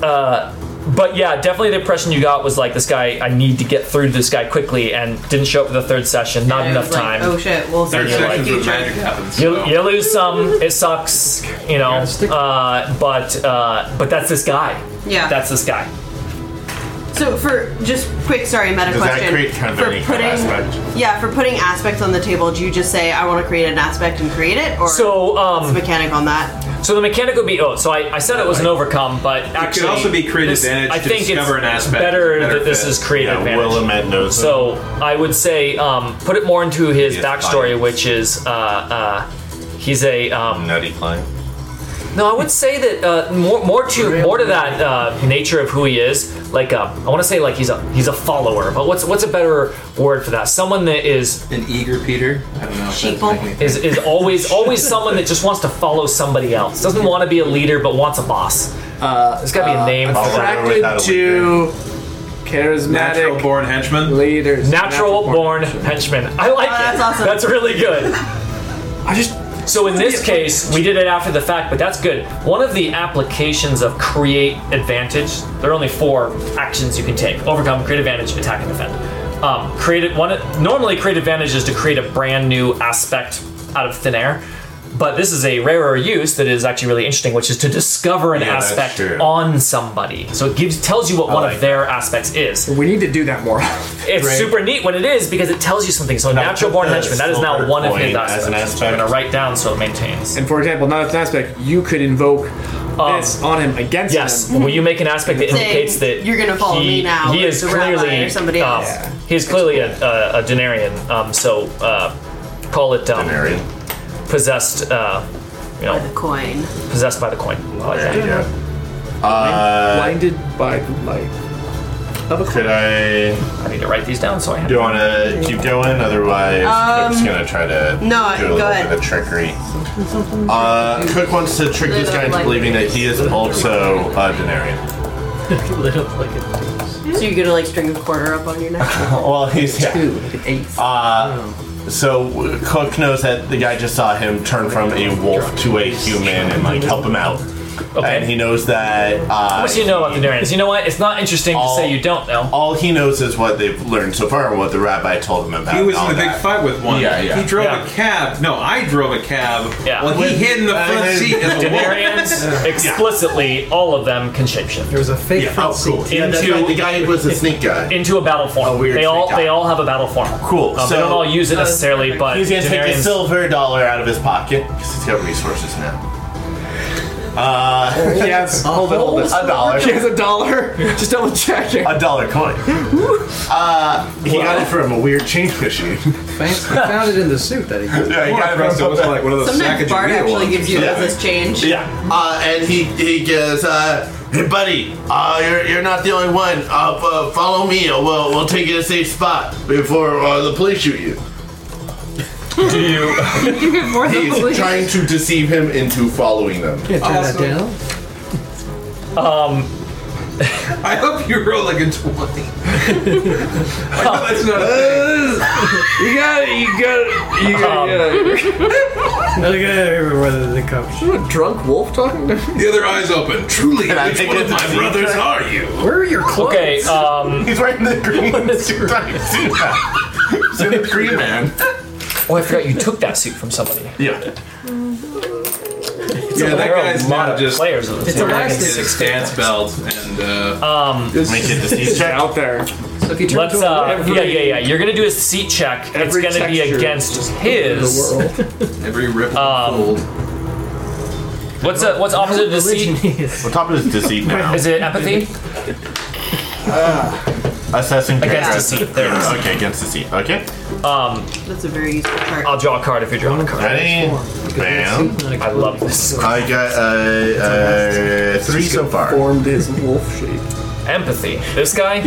Speaker 1: uh, but yeah, definitely the impression you got was like this guy. I need to get through to this guy quickly, and didn't show up for the third session. Not
Speaker 7: And I
Speaker 1: enough
Speaker 7: was like,
Speaker 1: time.
Speaker 7: oh shit, we'll see
Speaker 4: Third
Speaker 7: you in the
Speaker 4: section's where
Speaker 7: future.
Speaker 4: magic happens.
Speaker 1: You,
Speaker 4: so.
Speaker 1: you lose some, it sucks, you know. Uh, but uh, but that's this guy.
Speaker 7: Yeah.
Speaker 1: that's this guy.
Speaker 7: So for just quick, sorry, meta
Speaker 8: Does
Speaker 7: question.
Speaker 8: that create kind of
Speaker 7: for
Speaker 8: any kind of aspect?
Speaker 7: Yeah, for putting aspects on the table, do you just say I want to create an aspect and create it, or
Speaker 1: So
Speaker 7: what's
Speaker 1: um,
Speaker 7: the mechanic on that?
Speaker 1: So the mechanic would be oh, so I, I said it was an overcome, but actually
Speaker 4: also be create
Speaker 1: this-
Speaker 4: advantage
Speaker 1: I
Speaker 4: to
Speaker 1: think
Speaker 4: discover an
Speaker 1: it's
Speaker 4: aspect
Speaker 1: better,
Speaker 4: that's a better
Speaker 1: that this
Speaker 4: fit.
Speaker 1: is create
Speaker 8: Yeah,
Speaker 1: advantage.
Speaker 8: Willem Mendoza.
Speaker 1: so I would say um, put it more into his
Speaker 8: He is
Speaker 1: backstory,
Speaker 8: biased.
Speaker 1: which is uh, uh, he's a um,
Speaker 8: Nutty Klein.
Speaker 1: no. I would say that uh, more more to more to that uh, nature of who he is. Like uh, I want to say like he's a he's a follower, but what's what's a better word for that? Someone that is
Speaker 4: An eager Peter. I don't know. if that's
Speaker 7: Sheeple.
Speaker 4: making it-
Speaker 1: is, is always always someone that just wants to follow somebody else. Doesn't want to be a leader, but wants a boss. Uh, There's got to be a name for that.
Speaker 8: Follower without
Speaker 5: Attracted
Speaker 8: a
Speaker 5: to
Speaker 4: Natural
Speaker 5: charismatic
Speaker 4: born henchman.
Speaker 5: leaders.
Speaker 1: Natural born henchman. I like
Speaker 7: Oh, that's
Speaker 1: it.
Speaker 7: awesome.
Speaker 1: That's really good.
Speaker 5: I just
Speaker 1: So in this case, we did it after the fact, but that's good. One of the applications of create advantage, there are only four actions you can take: overcome, create advantage, attack, and defend. Um, create it- one. Normally, create advantage is to create a brand new aspect out of thin air, but this is a rarer use that is actually really interesting, which is to discover an
Speaker 8: Yeah, that's
Speaker 1: aspect
Speaker 8: true.
Speaker 1: on somebody. So it gives tells you what one
Speaker 8: like
Speaker 1: of their aspects is.
Speaker 5: we need to do that more. often.
Speaker 1: It's super neat when it is because it tells you something. So natural
Speaker 8: put
Speaker 1: born
Speaker 8: the
Speaker 1: henchman, that is now
Speaker 8: silver
Speaker 1: one of
Speaker 8: coin
Speaker 1: his aspects.
Speaker 8: as an
Speaker 1: So I'm
Speaker 8: aspect.
Speaker 1: gonna write down so it maintains.
Speaker 5: and for example, not as an aspect, you could invoke this on him against
Speaker 1: Yes.
Speaker 5: him.
Speaker 1: Will you make an aspect that
Speaker 7: Saying,
Speaker 1: indicates that
Speaker 7: Mm-hmm. "You're gonna follow
Speaker 1: he-
Speaker 7: me now,"
Speaker 1: He
Speaker 7: or
Speaker 1: is
Speaker 7: the rabbi
Speaker 1: clearly
Speaker 7: or somebody
Speaker 1: um,
Speaker 7: else.
Speaker 1: he is clearly a, a, a denarian. Um, so uh, call it um,
Speaker 8: Marion.
Speaker 1: possessed. Uh, you
Speaker 7: By the
Speaker 1: know,
Speaker 7: coin.
Speaker 1: possessed by the coin. I like that.
Speaker 8: Yeah. Uh,
Speaker 5: Blinded by the light.
Speaker 8: could I?
Speaker 1: I need to write these down so I have.
Speaker 8: Do you want to keep going? Otherwise, Cook's gonna try to
Speaker 7: Um, no, I-
Speaker 8: do a
Speaker 7: go
Speaker 8: little
Speaker 7: ahead.
Speaker 8: bit of trickery. Uh, Cook wants to trick this guy into believing that he is also a Denarian.
Speaker 7: So you're gonna like string a quarter up on your neck.
Speaker 8: Well, he's yeah.
Speaker 3: Two, like an eighth.
Speaker 8: Uh,
Speaker 1: Oh.
Speaker 8: So Cook knows that the guy just saw him turn from a wolf to a human and like help him out,
Speaker 1: Okay.
Speaker 8: and he knoknows that. Uh,
Speaker 1: What do you know about denarians? You know what? It's not interesting to
Speaker 8: All-
Speaker 1: say you don't know.
Speaker 8: All he knows is what they've learned so far, and what the rabbi told him about.
Speaker 4: He was
Speaker 8: and all
Speaker 4: in a big
Speaker 8: that.
Speaker 4: fight with one.
Speaker 8: Yeah, yeah.
Speaker 4: He drove
Speaker 1: Yeah.
Speaker 4: a cab. No, I drove a cab.
Speaker 1: Yeah.
Speaker 4: Well, he
Speaker 8: With-
Speaker 4: hid in the front
Speaker 8: uh,
Speaker 4: seat as a wolf.
Speaker 1: Denarians explicitly, all of them can shapeshift
Speaker 9: There was a fake
Speaker 8: Yeah,
Speaker 9: front
Speaker 8: oh, cool.
Speaker 9: seat.
Speaker 8: Yeah, that's
Speaker 1: Into-
Speaker 8: right. The guy was a sneak guy.
Speaker 1: into a battle form.
Speaker 8: A weird
Speaker 1: they all
Speaker 8: thing.
Speaker 1: they all have a battle form.
Speaker 8: Cool,
Speaker 1: Um, they
Speaker 8: so-
Speaker 1: don't all use it necessarily, but
Speaker 8: He's gonna take a
Speaker 1: denarians.
Speaker 8: silver dollar out of his pocket because he's got resources now. Uh,
Speaker 5: He has, hold it, hold it.
Speaker 8: a dollar,
Speaker 5: He has a dollar. Just double check it.
Speaker 8: a dollar coin. Uh, he got it from a weird change machine.
Speaker 9: Thanks. He found it in the suit that he used.
Speaker 8: yeah, he got it from
Speaker 4: It was like one of those
Speaker 7: Sometimes
Speaker 4: Sacagawea
Speaker 7: Bart actually
Speaker 4: ones.
Speaker 7: gives you
Speaker 8: Yeah.
Speaker 7: those as change.
Speaker 8: Yeah. Uh, and he he goes, uh, "Hey, buddy, uh, you're, you're not the only one. Uh, f- follow me. Or we'll we'll take you to a safe spot before uh, the police shoot you."
Speaker 4: Do you?
Speaker 2: Before the police.
Speaker 8: trying to deceive him into following them.
Speaker 9: Can't turn that down.
Speaker 4: I hope you roll like a twenty. I know that's not a thing.
Speaker 5: You got it. You got it. You got it.
Speaker 9: Look at everywhere that they come.
Speaker 5: a drunk wolf talking to me?
Speaker 4: The other eye's open. Truly,
Speaker 8: I
Speaker 4: which
Speaker 8: think
Speaker 4: one of
Speaker 8: it's a
Speaker 4: my
Speaker 8: Z
Speaker 4: brothers
Speaker 8: track.
Speaker 4: are you?
Speaker 9: Where are your clothes?
Speaker 1: Okay. Um,
Speaker 8: He's wearing the green suit. So the green man.
Speaker 1: oh, I forgot you took that suit from somebody.
Speaker 4: yeah,
Speaker 8: Yeah.
Speaker 4: that
Speaker 1: There are
Speaker 4: guy's
Speaker 1: a lot
Speaker 4: now
Speaker 1: of
Speaker 4: just
Speaker 1: players of this.
Speaker 9: It's a
Speaker 4: in
Speaker 9: elastic.
Speaker 4: his stance belt and uh,
Speaker 8: Make it deceive check.
Speaker 5: out there.
Speaker 9: So if you turn
Speaker 1: Let's
Speaker 9: to a
Speaker 1: uh
Speaker 9: every,
Speaker 1: yeah yeah yeah. You're gonna do a seat check. It's
Speaker 5: Every
Speaker 1: gonna be
Speaker 5: texture
Speaker 1: against
Speaker 5: the
Speaker 1: his.
Speaker 5: world.
Speaker 4: Every ripple
Speaker 1: um,
Speaker 4: fold.
Speaker 1: What's uh what's opposite of
Speaker 9: religion
Speaker 1: deceit?
Speaker 9: is.
Speaker 8: On top of this deceit now.
Speaker 1: Is it empathy?
Speaker 8: Assessing
Speaker 1: Against
Speaker 8: progress.
Speaker 1: deceit. There it is.
Speaker 8: Okay, against deceit. Okay.
Speaker 7: That's a very useful chart.
Speaker 8: Uh,
Speaker 1: I'll draw a card if you're drawing a card.
Speaker 8: Ready? Bam.
Speaker 1: I love this.
Speaker 8: I got uh, uh, three so far.
Speaker 5: Formed his wolf shape.
Speaker 1: Empathy. This guy?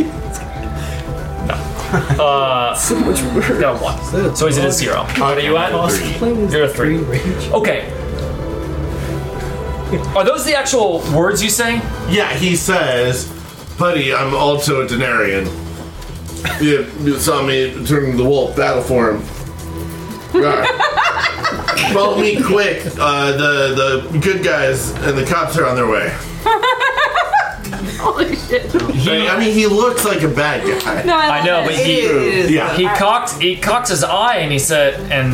Speaker 1: No. Uh, so much worse. No, one. So he's at a zero. What are you at?
Speaker 8: Three.
Speaker 1: You're a three. Okay. Are those the actual words you say?
Speaker 8: Yeah, he says, "Buddy, I'm also a Denarian. You, you saw me turning the wolf battle form. Rawr. Follow me quick. Uh, the the good guys and the cops are on their way."
Speaker 2: Holy shit.
Speaker 8: I mean, he looks like a bad guy.
Speaker 2: No, I,
Speaker 1: I know, but
Speaker 2: love it.
Speaker 1: he
Speaker 8: Yeah.
Speaker 1: he cocks he cocks his eye and he said and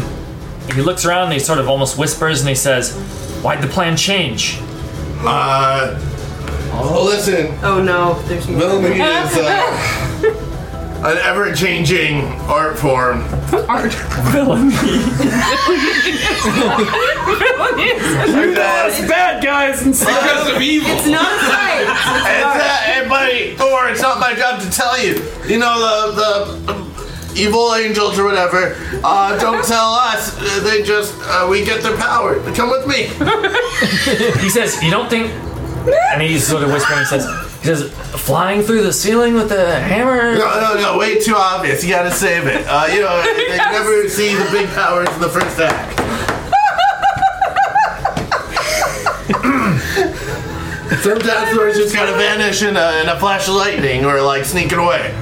Speaker 1: he looks around and he sort of almost whispers and he says, "Why'd the plan change?"
Speaker 8: Uh, oh, listen.
Speaker 7: Oh no, there's more.
Speaker 8: Little League is uh, an ever-changing art form.
Speaker 5: bad guys inside.
Speaker 4: Because of evil.
Speaker 7: It's not a site.
Speaker 8: It's not, hey, buddy, don't worry, it's not my job to tell you. You know, the, the um, evil angels or whatever uh, don't tell us. Uh, They just, uh, we get their power. Come with me.
Speaker 1: He says, "You don't think?" And he's sort of whispering. He says, "He says flying through the ceiling with the hammer."
Speaker 8: No, no, no, way too obvious. You gotta save it. Uh, you know, they never see the big powers in the first act. Sometimes we're just gonna vanish in a, in a flash of lightning or like sneaking away.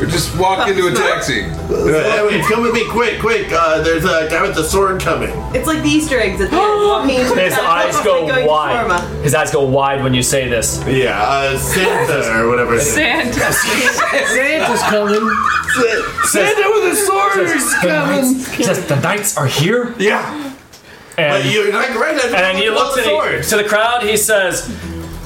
Speaker 4: Or just
Speaker 7: Oh,
Speaker 4: walk into a taxi.
Speaker 8: Hey, wait, come with me, quick, quick. Uh, there's a guy with the sword coming.
Speaker 7: It's like the Easter eggs at the end. Walking into
Speaker 1: His
Speaker 7: town,
Speaker 1: eyes
Speaker 7: like
Speaker 1: go
Speaker 7: going to
Speaker 1: wide.
Speaker 7: Parma.
Speaker 1: His eyes go wide when you say this.
Speaker 8: Yeah, uh, Santa or whatever. Santa
Speaker 9: Santa's coming.
Speaker 8: with a sword is
Speaker 1: He says, "The knights are here."
Speaker 8: Yeah, but
Speaker 1: And,
Speaker 8: you're not right.
Speaker 1: and then he looks at the, to the crowd. He says,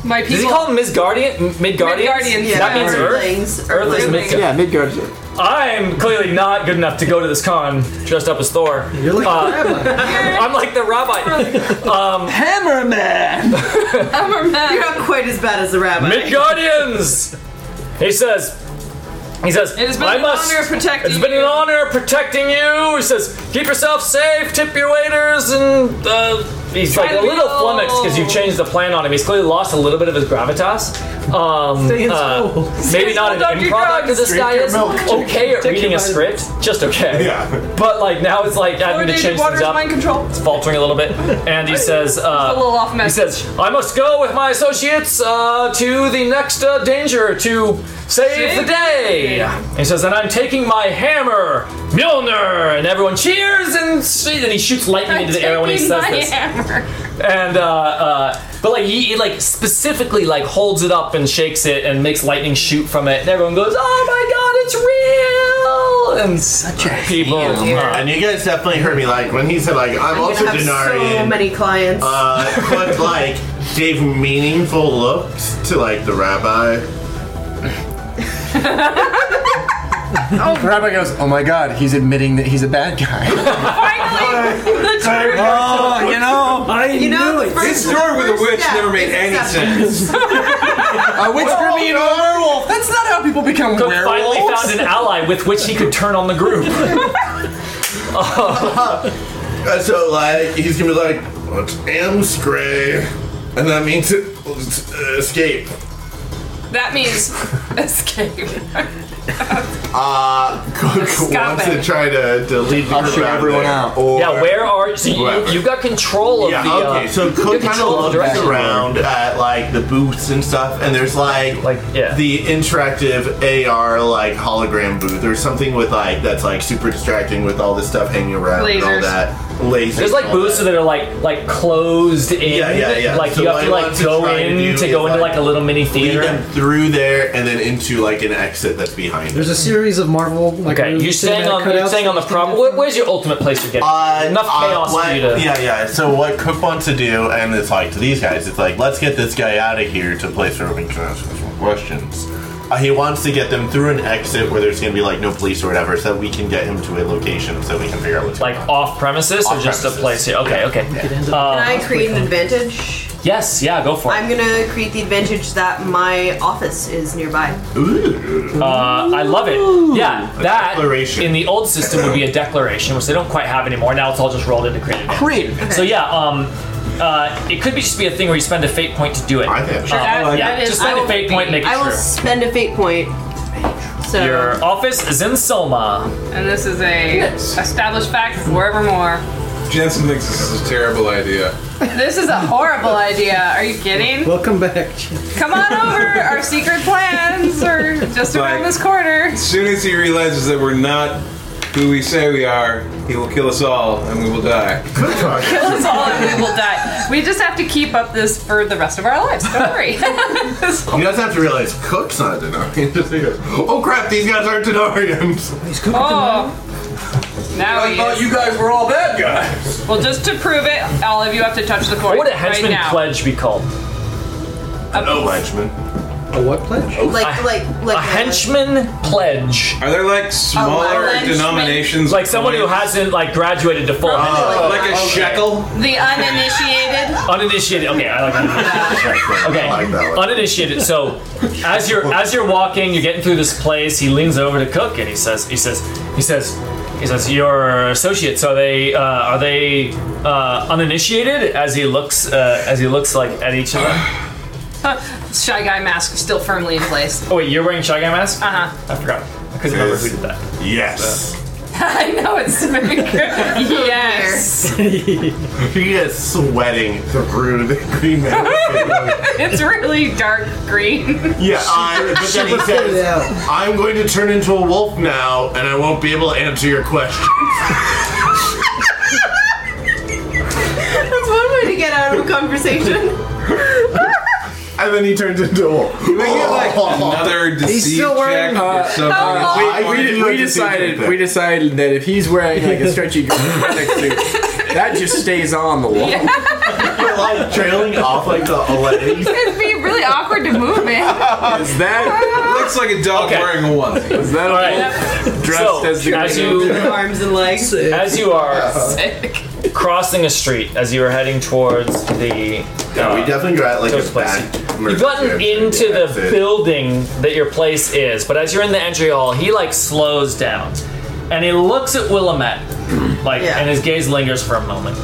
Speaker 2: My
Speaker 1: "Does he
Speaker 2: people.
Speaker 1: call them Ms. Guardian? Mid Guardians?
Speaker 2: Mid-Guardians,
Speaker 1: That
Speaker 7: yeah.
Speaker 1: means Earth.
Speaker 7: Earthlings.
Speaker 1: Earth is Midgard.
Speaker 3: Yeah, Midgard's.
Speaker 1: I'm clearly not good enough to go to this con dressed up as Thor.
Speaker 9: You're like
Speaker 1: Uh,
Speaker 9: a rabbi.
Speaker 1: I'm like the rabbi.
Speaker 3: Hammerman!
Speaker 7: You're not quite as bad as the rabbi.
Speaker 1: Midgardians! He says, he says,
Speaker 2: It has been
Speaker 1: I
Speaker 2: an
Speaker 1: must,
Speaker 2: honor protecting
Speaker 1: It's been an
Speaker 2: you."
Speaker 1: honor protecting you. He says, keep yourself safe, tip your waiters, and uh, he's like a
Speaker 2: to be
Speaker 1: little
Speaker 2: old.
Speaker 1: flummoxed because you've changed the plan on him. He's clearly lost a little bit of his gravitas. Um,
Speaker 9: Stay in
Speaker 1: uh,
Speaker 9: school.
Speaker 1: maybe not
Speaker 2: school,
Speaker 1: an
Speaker 2: don't do
Speaker 1: improv actor.
Speaker 2: drugs.
Speaker 1: This guy
Speaker 8: your
Speaker 1: is
Speaker 8: milk.
Speaker 1: okay at
Speaker 9: Take your
Speaker 1: reading a
Speaker 9: vitamins.
Speaker 1: script, just okay.
Speaker 8: Yeah,
Speaker 1: But like now it's like having to change things
Speaker 2: Water's
Speaker 1: up.
Speaker 2: mind control.
Speaker 1: It's faltering a little bit, and he says, uh,
Speaker 2: a little off
Speaker 1: He
Speaker 2: message.
Speaker 1: says, "I must go with my associates uh, to the next uh, danger to save, the day." He says, "And I'm taking my hammer, Mjolnir," and everyone cheers and she- and he shoots lightning into the air when he
Speaker 2: Taking
Speaker 1: says
Speaker 2: my
Speaker 1: this.
Speaker 2: hammer.
Speaker 1: And uh, uh, but like he, he like specifically like holds it up and shakes it and makes lightning shoot from it, and everyone goes, "Oh my God, it's real!" And such a people. uh,
Speaker 8: and you guys definitely heard me like when he said like I'm,
Speaker 7: You
Speaker 8: also
Speaker 7: have so
Speaker 8: Denarian,
Speaker 7: many clients.
Speaker 8: uh, but like gave meaningful looks to like the rabbi.
Speaker 3: Rabbi goes, oh my god, he's admitting that he's a bad guy.
Speaker 5: Oh, you know.
Speaker 9: I
Speaker 7: you know, the
Speaker 4: His
Speaker 7: first,
Speaker 4: story with a
Speaker 7: first
Speaker 4: witch
Speaker 7: step
Speaker 4: never made
Speaker 7: is
Speaker 4: any
Speaker 7: acceptance.
Speaker 4: sense.
Speaker 3: A witch for me and a werewolf! That's not how people become
Speaker 1: Cook
Speaker 3: werewolves!
Speaker 1: finally found an ally with which he could turn on the group.
Speaker 8: Uh, so like he's gonna be like, well, it's Amscray, and that means to uh, escape.
Speaker 2: That means escape.
Speaker 8: Uh, Cook
Speaker 2: Stop
Speaker 8: wants
Speaker 2: it.
Speaker 8: to try to, to lead the
Speaker 3: I'll
Speaker 8: group
Speaker 3: shoot
Speaker 8: out of
Speaker 3: everyone
Speaker 8: there.
Speaker 3: out. Or
Speaker 1: yeah, where are so you?
Speaker 8: Whatever.
Speaker 1: You've got control of
Speaker 8: Yeah,
Speaker 1: the.
Speaker 8: okay.
Speaker 1: uh,
Speaker 8: so
Speaker 1: you
Speaker 8: Cook
Speaker 1: got
Speaker 8: kind of
Speaker 1: control of
Speaker 8: looks
Speaker 1: the direction.
Speaker 8: around at like the booths and stuff, and there's like
Speaker 1: Like, yeah.
Speaker 8: the interactive AR like hologram booth or something with like that's like super distracting with all this stuff hanging around and all
Speaker 2: Lasers.
Speaker 8: that. Lasers.
Speaker 1: There's like
Speaker 8: and all
Speaker 1: booths that are like like closed in.
Speaker 8: Yeah, yeah, yeah.
Speaker 1: Like
Speaker 8: So
Speaker 1: you
Speaker 8: what
Speaker 1: have to
Speaker 8: I
Speaker 1: like
Speaker 8: want to
Speaker 1: go
Speaker 8: try to
Speaker 1: in
Speaker 8: do
Speaker 1: to
Speaker 8: is,
Speaker 1: go into
Speaker 8: like,
Speaker 1: like a little mini
Speaker 8: Lead
Speaker 1: theater.
Speaker 8: them through there and then into like an exit that's behind.
Speaker 9: There's a series of Marvel. Like,
Speaker 1: Okay, you're staying on you're staying on the problem. Where, where's your ultimate place to get?
Speaker 8: Uh,
Speaker 1: Enough
Speaker 8: uh,
Speaker 1: chaos
Speaker 8: what-
Speaker 1: for you to.
Speaker 8: Yeah, yeah. So what Cook wants to do, and it's like to these guys, it's like let's get this guy out of here to a place where we can ask him some questions. Uh, he wants to get them through an exit where there's going to be like no police or whatever, so that we can get him to a location so we can figure out what's
Speaker 1: Like off premises or just a
Speaker 8: Off-premises.
Speaker 1: place here? Okay, okay.
Speaker 7: Can I create an advantage?
Speaker 1: Yes, yeah, go for it.
Speaker 7: I'm gonna create the advantage that my office is nearby.
Speaker 1: Uh, I love it. Yeah, that
Speaker 8: declaration.
Speaker 1: in the old system would be a declaration, which they don't quite have anymore. Now it's all just rolled into creative. advantage.
Speaker 3: Creative.
Speaker 1: So yeah, um, uh, it could be just be a thing where you spend a fate point to do it.
Speaker 8: I think
Speaker 1: Uh, yeah,
Speaker 7: That is-
Speaker 1: just spend
Speaker 7: I
Speaker 1: a fate
Speaker 7: will-
Speaker 1: point, make it
Speaker 7: I will
Speaker 1: true.
Speaker 7: spend a fate point. So
Speaker 1: Your office is in Soma.
Speaker 2: And this is a established fact forevermore.
Speaker 4: Jensen thinks this is a terrible idea.
Speaker 2: This is a horrible idea. Are you kidding?
Speaker 9: Welcome back.
Speaker 2: Come on over. Our secret plans are just around
Speaker 4: Like-
Speaker 2: this corner.
Speaker 4: As soon as he realizes that we're not who we say we are, he will kill us all and we will die.
Speaker 2: Kill us all and we will die. We just have to keep up this for the rest of our lives. Don't worry.
Speaker 8: You guys have to realize Cook's not a Denarian. Just think of, oh crap, these guys aren't Denarians.
Speaker 1: Ah.
Speaker 2: oh. Now we.
Speaker 10: you guys were all bad guys.
Speaker 2: Well, just to prove it, all of you have to touch the coin
Speaker 1: What would a
Speaker 2: right
Speaker 1: henchman
Speaker 2: now. Uh,
Speaker 1: pledge be called?
Speaker 8: Wedgeman.
Speaker 9: A what pledge?
Speaker 7: like like like
Speaker 1: A henchman pledge.
Speaker 4: Are there
Speaker 7: Oh,
Speaker 4: like smaller
Speaker 7: Lunchman.
Speaker 4: denominations?
Speaker 1: Like someone who hasn't like graduated to full henchman.
Speaker 8: Ah,
Speaker 4: Like a shekel?
Speaker 11: The uninitiated.
Speaker 1: uninitiated. Okay, I like that. okay,
Speaker 8: like that one.
Speaker 1: uninitiated. So, as you're as you're walking, you're getting through this place. He leans over to Cook and he says, he says, he says, he says, your associates are they uh, are they uh, uninitiated? As he looks uh, as he looks like at each of them.
Speaker 2: Shy guy mask still firmly in place.
Speaker 1: Oh wait, you're wearing Shy Guy mask.
Speaker 2: Uh huh.
Speaker 1: I forgot. I couldn't remember who did that.
Speaker 8: Yes.
Speaker 2: I know it's very good. yes,
Speaker 8: He is sweating through the green man.
Speaker 2: it's really dark green.
Speaker 8: yeah, I, but then he says,
Speaker 9: Yeah.
Speaker 8: I'm going to turn into a wolf now, and I won't be able to answer your question.
Speaker 7: That's one way to get out of a conversation.
Speaker 8: And then he turns into a wolf.
Speaker 4: Do we get like another deceit
Speaker 5: still wearing,
Speaker 4: check
Speaker 5: uh,
Speaker 4: or something?
Speaker 2: Oh,
Speaker 5: We- we,
Speaker 8: didn't
Speaker 5: we,
Speaker 8: know to
Speaker 5: decided
Speaker 8: do that.
Speaker 5: we decided that if he's wearing like a stretchy graphic suit, that just stays on the wall.
Speaker 8: like trailing off like the ladies.
Speaker 2: It'd be really awkward to move it.
Speaker 5: Is that
Speaker 4: Looks like a dog
Speaker 1: Okay.
Speaker 4: wearing a onesie.
Speaker 5: is that
Speaker 1: All
Speaker 5: right.
Speaker 1: right.
Speaker 5: dressed
Speaker 1: So
Speaker 5: as the
Speaker 1: as you
Speaker 7: Arms and legs.
Speaker 1: as you are crossing a street, as you are heading towards the uh,
Speaker 8: Yeah, we definitely got like
Speaker 1: Those
Speaker 8: a bad.
Speaker 1: places. You've gotten into the building that your place is, but as you're in the entry hall, he like slows down and he looks at Willamette, like,
Speaker 7: Yeah.
Speaker 1: and his gaze lingers for a moment.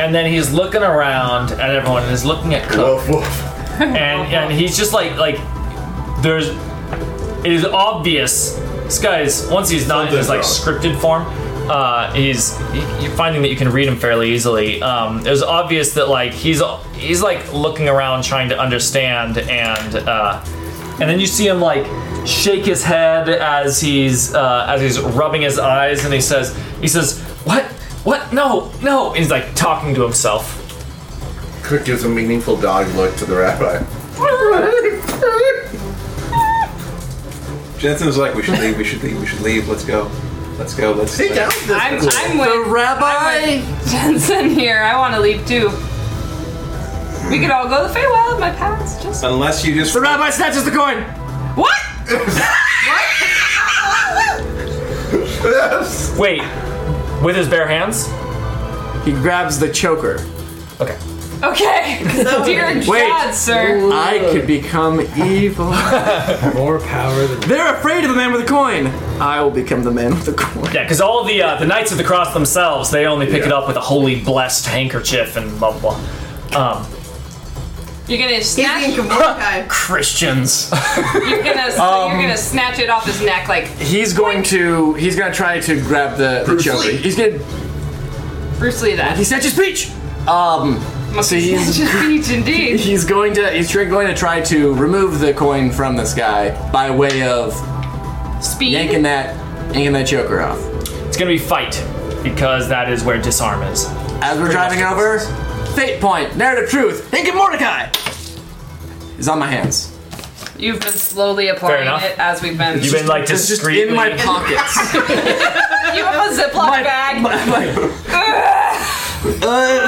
Speaker 1: And then he's looking around at everyone and he's looking at Cook,
Speaker 8: Wolf, wolf.
Speaker 1: and and he's just like like there's it is obvious this guy's once he's not in his like
Speaker 8: Something's
Speaker 1: scripted form uh, he's y- you're finding that you can read him fairly easily um, it was obvious that like he's he's like looking around trying to understand and uh, and then you see him like shake his head as he's uh, as he's rubbing his eyes and he says he says what what no no he's like talking to himself
Speaker 8: Cook gives a meaningful dog look to the rabbi.
Speaker 4: Jensen's like, we should leave, we should leave, we should leave, let's go. Let's go, let's
Speaker 8: Sit down.
Speaker 2: I'm, I'm with
Speaker 5: The rabbi?
Speaker 2: I'm with Jensen here. I want to leave too. We could all go to the Feywild. My parents just
Speaker 4: Unless you just
Speaker 5: the rabbi snatches the coin?
Speaker 2: what?
Speaker 1: wait with his bare hands
Speaker 5: He grabs the choker.
Speaker 1: okay
Speaker 2: Okay, dear
Speaker 5: Wait.
Speaker 2: God, sir.
Speaker 5: I could become evil.
Speaker 9: More power than
Speaker 5: They're afraid of the man with the coin. I will become the man with the coin.
Speaker 1: Yeah, because all the uh, the Knights of the Cross themselves, they only pick it up with a holy blessed handkerchief and blah blah. blah. Um,
Speaker 2: You're gonna
Speaker 7: He's being
Speaker 2: snatch.
Speaker 7: Kavorkai.
Speaker 5: Christians.
Speaker 2: You're gonna.
Speaker 5: Um,
Speaker 2: you're gonna snatch it off his neck like
Speaker 5: He's going to. He's going to try to grab the, the choker. He's going to.
Speaker 2: Bruce Lee. That
Speaker 5: He snatches peach. Um. So he's
Speaker 2: just beach indeed.
Speaker 5: he's going to he's tr- going to try to remove the coin from this guy by way of
Speaker 2: Speed.
Speaker 5: yanking that yanking that choker off.
Speaker 1: it's gonna be fight because that is where disarm is.
Speaker 5: As we're driving over, fate point, narrative truth, Hinkin Mordecai is on my hands.
Speaker 2: You've been slowly applying
Speaker 1: enough.
Speaker 2: it as we've been.
Speaker 1: You've been like
Speaker 5: It's just
Speaker 1: discreetly.
Speaker 5: in my pockets.
Speaker 2: You have a Ziploc bag.
Speaker 5: My- my-
Speaker 3: Uh,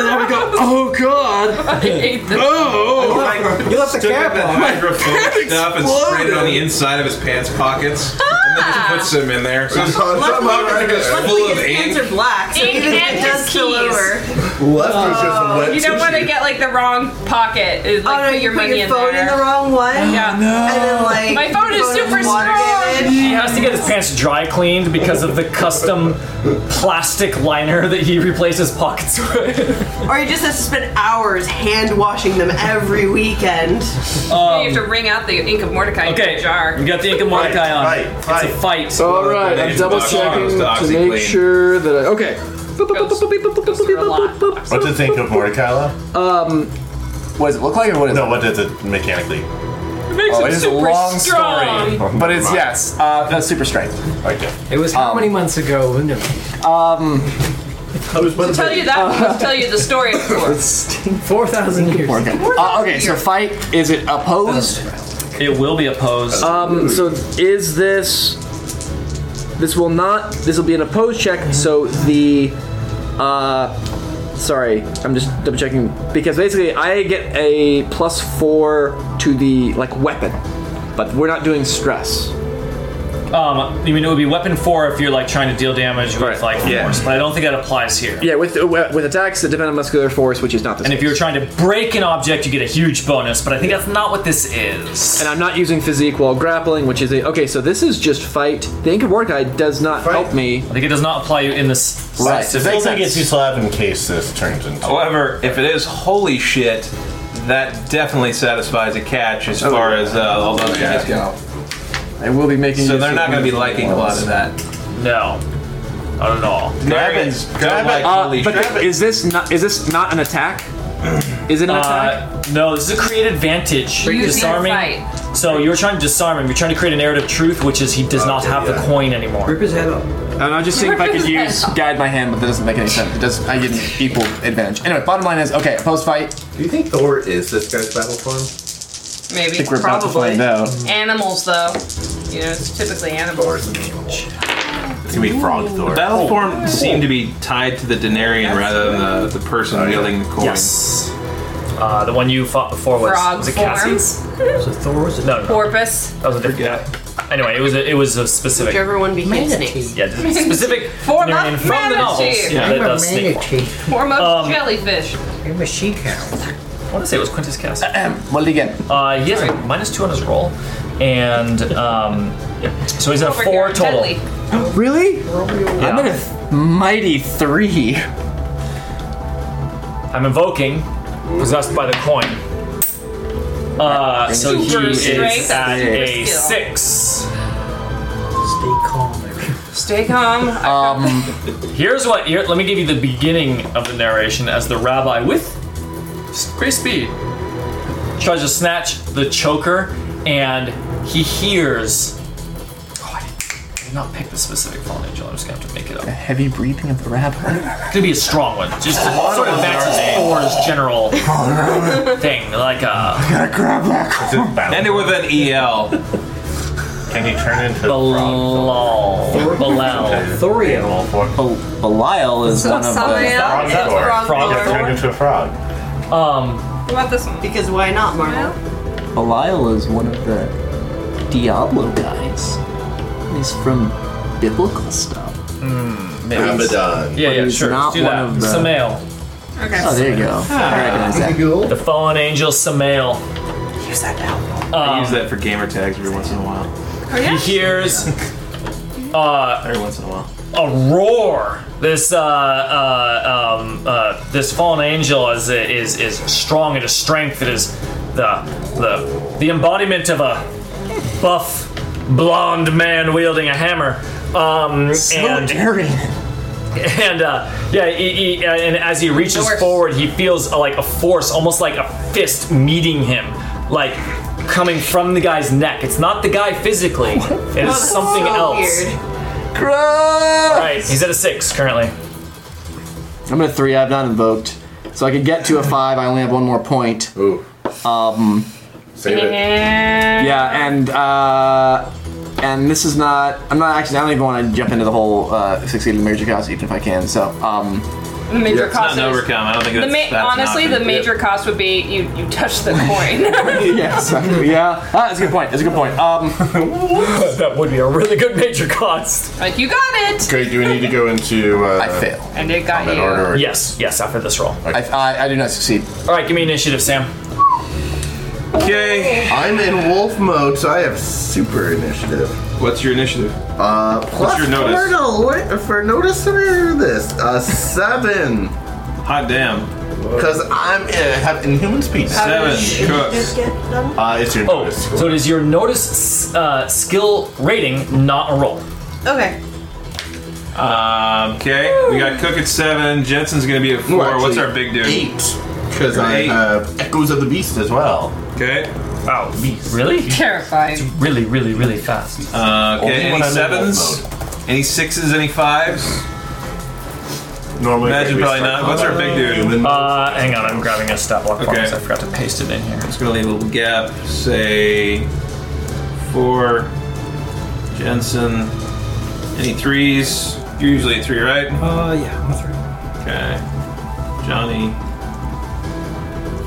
Speaker 3: there we go. Oh god.
Speaker 2: I hate this.
Speaker 3: Oh.
Speaker 9: You left the
Speaker 4: Took out
Speaker 9: cap
Speaker 4: that
Speaker 9: on.
Speaker 4: hydrophilic stuff and sprayed it on the
Speaker 3: exploded.
Speaker 4: inside of his pants pockets, and then just put some in there. So his
Speaker 8: Left was
Speaker 4: full
Speaker 7: Luckily,
Speaker 4: of
Speaker 7: his hands
Speaker 4: ink.
Speaker 7: are black, so
Speaker 2: Ink
Speaker 7: even if
Speaker 2: and
Speaker 7: it does
Speaker 2: his
Speaker 7: spill
Speaker 2: keys.
Speaker 7: over,
Speaker 8: just wet.
Speaker 2: You don't want to get like the wrong pocket. Is like
Speaker 7: oh no,
Speaker 2: put
Speaker 7: you
Speaker 2: your
Speaker 7: put
Speaker 2: money
Speaker 7: your phone
Speaker 2: there.
Speaker 7: in the wrong one,
Speaker 2: Yeah.
Speaker 7: and then like
Speaker 2: My phone is
Speaker 7: your
Speaker 2: super
Speaker 7: has water
Speaker 2: strong.
Speaker 7: damage.
Speaker 5: He has to get his pants dry cleaned because of the custom plastic liner that he replaces pockets with.
Speaker 7: Or you just have to spend hours hand washing them every weekend.
Speaker 2: you have to wring out the ink of Mordecai in
Speaker 5: Okay,
Speaker 2: the jar.
Speaker 5: we got the Inca Mordecai on.
Speaker 8: Fight, fight,
Speaker 5: It's a fight.
Speaker 3: All right, I'm double checking to make sure that I okay.
Speaker 8: What did you think of Mordecai?
Speaker 12: What does it look like, or what is
Speaker 8: No, what does it mechanically?
Speaker 2: It makes
Speaker 12: Oh,
Speaker 2: him
Speaker 12: it is a
Speaker 2: super
Speaker 12: long
Speaker 2: strong.
Speaker 12: story, but it's yes, uh, that's super strength.
Speaker 8: Okay.
Speaker 9: It was how many months ago? Who knew?
Speaker 8: I was
Speaker 2: To tell you that, I'll tell you the story of course.
Speaker 9: Four thousand years.
Speaker 12: Okay. Uh, okay, so fight is it opposed?
Speaker 5: It will be opposed.
Speaker 1: Uh,
Speaker 3: Um, so is this? This will not. This will be an opposed check. So the, uh, sorry, I'm just double checking because basically I get a plus four to the like weapon, but we're not doing stress.
Speaker 5: Um, I mean, it would be weapon four if you're like trying to deal damage with
Speaker 3: Right,
Speaker 5: like
Speaker 3: yeah.
Speaker 5: force, but I don't think that applies here.
Speaker 3: Yeah, with uh, with attacks that depend on muscular force, which is not this.
Speaker 5: And if you're trying to break an object, you get a huge bonus, but I think that's not what this is.
Speaker 3: And I'm not using physique while grappling, which is a, okay. So this is just fight. The Ink of War Guide does not help me.
Speaker 5: I think it does not apply you in this.
Speaker 3: Right.
Speaker 8: If they think it's you still have in case this turns into.
Speaker 4: However, if it is holy shit, that definitely satisfies a catch as
Speaker 7: Oh,
Speaker 4: far as uh, all those guys go.
Speaker 3: I will be making.
Speaker 4: So
Speaker 3: use
Speaker 4: they're
Speaker 3: of-
Speaker 4: not going to be liking a lot of that.
Speaker 5: No. Not at all.
Speaker 4: Dragons don't
Speaker 8: grab it.
Speaker 4: like
Speaker 3: Uh,
Speaker 4: holy
Speaker 3: but
Speaker 4: shit.
Speaker 3: is this not is this not an attack? Is it an attack?
Speaker 5: Uh, no, this is a create advantage.
Speaker 2: You're using
Speaker 5: disarming.
Speaker 2: fight.
Speaker 5: So you're trying to disarm him. You're trying to create a narrative truth, which is he does not have the coin
Speaker 9: Oh, Rip
Speaker 5: anymore.
Speaker 9: his head off.
Speaker 3: And I'm just seeing if I could use guide my hand, but that doesn't make any sense. It does. I get an equal advantage. Anyway, bottom line is okay. Post fight.
Speaker 13: Do you think Thor is this guy's battle form?
Speaker 2: Maybe.
Speaker 3: I think we're about
Speaker 2: Probably.
Speaker 3: to find out.
Speaker 2: Animals, though. You know, it's typically animals.
Speaker 8: It's gonna be frog Thor.
Speaker 4: Battle form seemed to be tied to the Denarian rather than the, the person wielding the coin.
Speaker 5: Yes. Uh, the one you fought before was
Speaker 2: Frog
Speaker 5: was it
Speaker 2: form.
Speaker 5: Cassie's?
Speaker 9: So Thor was a
Speaker 5: No, no, no.
Speaker 2: Porpoise.
Speaker 5: That was a different. Anyway, it was a, it was a specific.
Speaker 7: Whichever one becomes snakes.
Speaker 5: Yeah, specific
Speaker 2: Form of
Speaker 5: Denarian from the novels.
Speaker 2: manatee.
Speaker 5: Yeah, that
Speaker 9: I'm a
Speaker 5: does sneak.
Speaker 9: manatee.
Speaker 2: Form of
Speaker 5: Um,
Speaker 2: jellyfish.
Speaker 9: I'm a she cow.
Speaker 5: I want to say it was Quintus Cass.
Speaker 3: What did he get?
Speaker 5: Uh, he has a minus two on his roll, and um, yeah. so he's at
Speaker 2: Over
Speaker 5: four
Speaker 2: here,
Speaker 5: total.
Speaker 2: deadly.
Speaker 3: Really?
Speaker 5: Yeah.
Speaker 3: I'm at a th- mighty three.
Speaker 5: I'm invoking, possessed by the coin. Uh, so he
Speaker 2: Super
Speaker 5: is
Speaker 2: strength,
Speaker 5: at
Speaker 2: super
Speaker 5: a
Speaker 2: skill.
Speaker 5: six.
Speaker 9: Stay calm. everyone.
Speaker 2: Stay calm.
Speaker 3: Um,
Speaker 5: Here's what. Here, let me give you the beginning of the narration as the rabbi with s- great speed tries to snatch the choker, and he hears. Oh, I did- I did not pick the specific fallen angel. I'm just gonna have to make it up.
Speaker 3: heavy breathing of the rabbi.
Speaker 5: It's gonna be a strong one. Just sort of matches Thor's general thing, like uh, a
Speaker 3: Gotta grab that.
Speaker 8: Is it battle?
Speaker 4: Ended with an E EL.
Speaker 8: Can he turn into
Speaker 5: Balal. Balal.
Speaker 9: Thorio.
Speaker 3: Oh, Belial is one of the.
Speaker 7: Saria
Speaker 8: frog
Speaker 7: is
Speaker 8: Thor?
Speaker 7: frog
Speaker 8: Frog
Speaker 7: Thor.
Speaker 8: Thor. turned into a frog.
Speaker 5: Um,
Speaker 2: What about this one?
Speaker 7: Because why not, Marvel?
Speaker 3: Belial is one of the Diablo guys. He's from biblical stuff.
Speaker 4: Hmm,
Speaker 5: maybe.
Speaker 13: Ramadan.
Speaker 5: Yeah, yeah,
Speaker 3: he's
Speaker 5: sure.
Speaker 3: not
Speaker 5: Let's do
Speaker 3: one
Speaker 5: that.
Speaker 3: of the-
Speaker 5: Samael.
Speaker 2: Okay.
Speaker 3: Oh, there you go. I recognize that.
Speaker 5: The fallen angel Samael.
Speaker 7: Use that now.
Speaker 4: I use that for gamer tags every once in a while.
Speaker 5: He hears uh,
Speaker 4: Every once in a while.
Speaker 5: a roar. This uh, uh, um, uh, this fallen angel is is is strong and his strength. It is the the the embodiment of a buff blonde man wielding a hammer. Um, and
Speaker 3: daring.
Speaker 5: and uh, yeah, he, he, and as he reaches
Speaker 2: Force.
Speaker 5: forward, he feels uh, like a force, almost like a fist meeting him, like coming from the guy's neck. It's not the guy physically; it is something
Speaker 2: Oh,
Speaker 5: else. All right, he's at a six currently.
Speaker 3: I'm at a three. I've not invoked, so I could get to a five. I only have one more point.
Speaker 13: Ooh. Um. Save it.
Speaker 2: And
Speaker 3: Yeah, and uh, and this is not. I'm not actually. I don't even want to jump into the whole uh, succeeded in major chaos, even if I can. So um,
Speaker 2: The major
Speaker 4: It's
Speaker 2: cost
Speaker 4: not an
Speaker 2: is-
Speaker 4: overcome. I don't think
Speaker 2: the
Speaker 4: that's,
Speaker 2: ma-
Speaker 4: that's an
Speaker 2: honestly,
Speaker 4: option.
Speaker 2: the major cost would be you you touch the coin.
Speaker 5: yeah, exactly. Yeah, ah, that's a good point. That's a good point. Um, that
Speaker 1: would be a really good major cost.
Speaker 2: like you got it,
Speaker 8: Okay, do we need to go into? Uh,
Speaker 1: I fail.
Speaker 2: and it got you.
Speaker 1: Yes, yes, after this roll.
Speaker 3: I, I, I do not succeed.
Speaker 1: All right, give me initiative, Sam.
Speaker 4: Okay.
Speaker 8: I'm in wolf mode, so I have super initiative.
Speaker 4: What's your initiative?
Speaker 8: Uh, plus
Speaker 4: your notice?
Speaker 8: For, no, what, for notice or this? Uh, seven.
Speaker 4: Hot damn.
Speaker 8: Because I'm uh, have inhuman speed. Uh, it's your
Speaker 1: oh, so it is your notice uh, skill rating, not a roll.
Speaker 7: Okay.
Speaker 4: Um, okay, we got Cook at seven. Jensen's gonna be at four. What's
Speaker 8: actually,
Speaker 4: our big dude?
Speaker 8: eight, Because I
Speaker 4: Eight.
Speaker 8: have Echoes of the Beast as well.
Speaker 4: Okay.
Speaker 1: Wow, beast. Really?
Speaker 2: Terrifying.
Speaker 1: Really, really, really fast.
Speaker 4: Uh,
Speaker 1: Only
Speaker 4: okay,
Speaker 1: when
Speaker 4: any
Speaker 1: I'm in wolf
Speaker 4: sevens? Any sixes? Any fives?
Speaker 8: Normally,
Speaker 4: Imagine
Speaker 1: we
Speaker 4: probably
Speaker 1: start
Speaker 4: not. What's our big dude?
Speaker 1: Uh, hang on, I'm grabbing a stat block.
Speaker 4: Okay.
Speaker 1: Okay. I forgot to paste it in here.
Speaker 4: It's gonna leave a little gap. Say four. Jensen. Any threes? You're usually a three, right?
Speaker 9: Uh, yeah, I'm a three.
Speaker 4: Okay. Johnny.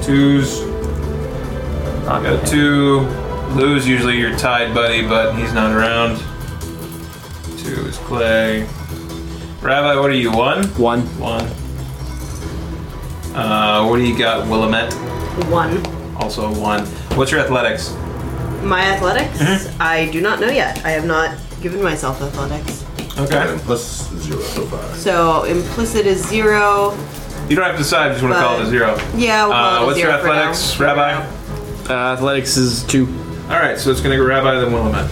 Speaker 4: Twos. got a two. Lou's usually your tied buddy, but he's not around. Two is Clay. Rabbi, what are you? One?
Speaker 5: One.
Speaker 4: One. Uh, what do you got, Willamette?
Speaker 7: One.
Speaker 4: Also a one. What's your athletics?
Speaker 7: My athletics?
Speaker 4: Mm-hmm.
Speaker 7: I do not know yet. I have not given myself athletics.
Speaker 4: Okay.
Speaker 8: Plus zero so far.
Speaker 7: So implicit is zero.
Speaker 4: You don't have to decide, just want to call it a zero.
Speaker 7: Yeah, Uh, we'll call it
Speaker 4: uh,
Speaker 7: a
Speaker 4: What's your
Speaker 7: zero for now.
Speaker 4: athletics, Rabbi?
Speaker 5: Uh, athletics is two.
Speaker 4: Alright, so it's going to go Rabbi, then Willamette.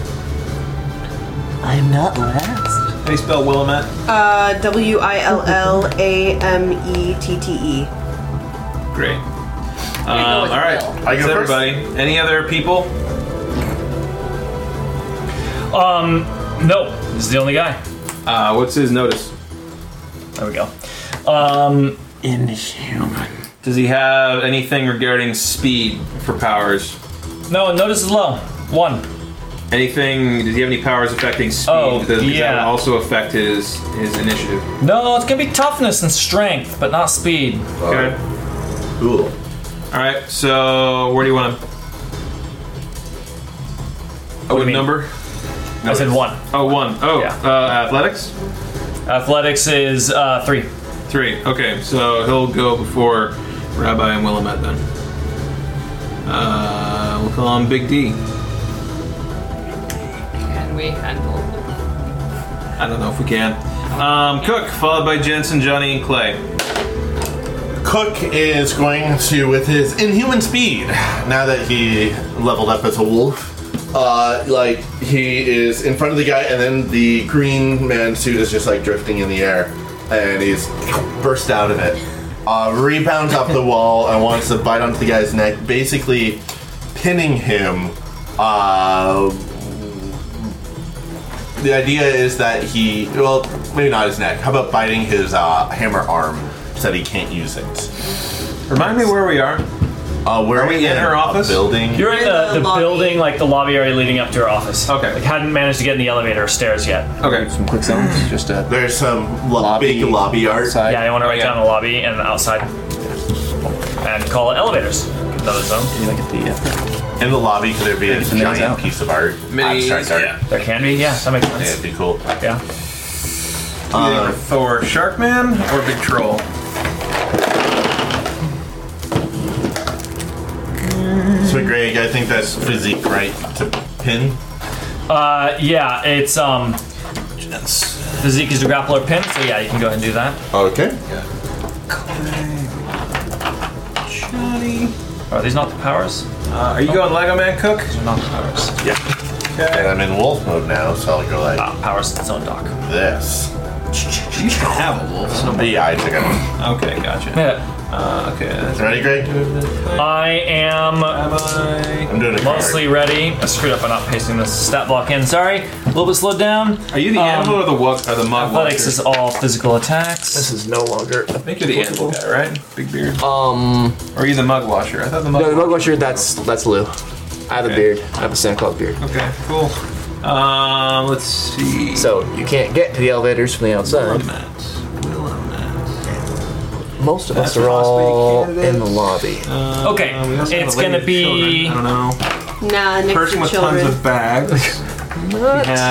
Speaker 3: I'm not last.
Speaker 4: How do you spell Willamette?
Speaker 7: Uh, W I L L A M E T T E.
Speaker 4: Great. Um, all right.
Speaker 8: I
Speaker 4: That's
Speaker 8: go first?
Speaker 4: everybody. Any other people?
Speaker 1: Um, no. This is the only guy.
Speaker 4: Uh, what's his notice?
Speaker 1: There we go. Um,
Speaker 3: Inhuman.
Speaker 4: Does he have anything regarding speed for powers?
Speaker 1: No, notice is low. One.
Speaker 4: Anything? Does he have any powers affecting speed?
Speaker 1: Oh,
Speaker 4: does, does that
Speaker 1: yeah.
Speaker 4: also affect his his initiative?
Speaker 1: No, it's gonna be toughness and strength, but not speed.
Speaker 4: Okay.
Speaker 8: Cool.
Speaker 4: All right. So where do you want him? Oh, what number?
Speaker 1: I said one.
Speaker 4: Oh, one. Oh, uh, athletics.
Speaker 1: Athletics is uh, three.
Speaker 4: Three. Okay, so he'll go before Rabbi and Willamette then. Uh, we'll call him Big D.
Speaker 2: Can we handle?
Speaker 4: I don't know if we can. Um, Cook, followed by Jensen, Johnny, and Clay.
Speaker 8: Cook is going to, with his inhuman speed, now that he leveled up as a wolf, uh, like he is in front of the guy, and then the green man suit is just like drifting in the air, and he's burst out of it, uh, rebounds off the wall, and wants to bite onto the guy's neck, basically pinning him. Uh, the idea is that he, well, maybe not his neck. How about biting his uh, hammer arm so that he can't use it?
Speaker 4: Remind me where we are.
Speaker 8: Uh, where
Speaker 4: Are we in her
Speaker 8: a
Speaker 4: office?
Speaker 8: Building.
Speaker 1: You're in the, the, building, like the lobby area leading up to your office. Okay. Like, hadn't managed to get in the elevator or stairs yet.
Speaker 4: Okay.
Speaker 3: Some quick sounds. Just a.
Speaker 8: There's some lobby, big lobby art.
Speaker 1: Yeah, I want to write down the lobby and the outside, and call it elevators. Those them.
Speaker 8: In the lobby, could there be a
Speaker 1: Get the nails
Speaker 8: giant
Speaker 1: out.
Speaker 8: piece of art?
Speaker 1: Minis,
Speaker 8: abstract art.
Speaker 1: yeah. There can be. Yeah, that makes sense.
Speaker 8: Yeah, it'd be cool.
Speaker 1: Yeah.
Speaker 4: Either Thor, Uh, Sharkman, or Big Troll.
Speaker 8: So, Greg, I think that's physique, right? To pin.
Speaker 1: Uh, yeah, it's um. Physique is the grappler pin, so yeah, you can go ahead and do that.
Speaker 8: Okay.
Speaker 4: Uh, Johnny.
Speaker 1: Are these not the powers?
Speaker 4: Uh, are you going Lego Man Cook?
Speaker 1: Not the powers.
Speaker 8: Yeah. And I'm in wolf mode now, so I'll go like.
Speaker 1: powers its own dock.
Speaker 8: This.
Speaker 4: You should have a wolf. somewhere.
Speaker 8: Yeah, I took it.
Speaker 4: Okay, gotcha.
Speaker 1: Yeah.
Speaker 4: Uh, okay. that's-
Speaker 8: Ready, Greg?
Speaker 1: I am
Speaker 8: I'm doing a
Speaker 1: mostly ready. I screwed up by not pasting this stat block in. Sorry. A little bit slowed down.
Speaker 4: Are you the animal or the walk or the mug?
Speaker 1: Athletics is
Speaker 4: walker?
Speaker 1: all physical attacks. This
Speaker 5: is no longer.
Speaker 4: I think you're the animal guy, right? Big beard.
Speaker 5: Um.
Speaker 4: Or are you the mug washer? I thought the mug.
Speaker 5: No, the mug washer. That's that's Lou. I have a beard. I have a Santa Claus beard.
Speaker 4: Okay, cool. Um, let's see.
Speaker 5: So you can't get to the elevators from the outside.
Speaker 4: Willamette. Willamette.
Speaker 14: Most of us are all in the lobby.
Speaker 1: Okay,
Speaker 4: Um,
Speaker 1: it's
Speaker 14: lady
Speaker 1: gonna be. I don't
Speaker 4: know.
Speaker 7: Nah, next
Speaker 4: Person
Speaker 7: to
Speaker 4: with
Speaker 7: children.
Speaker 4: tons of bags.
Speaker 7: I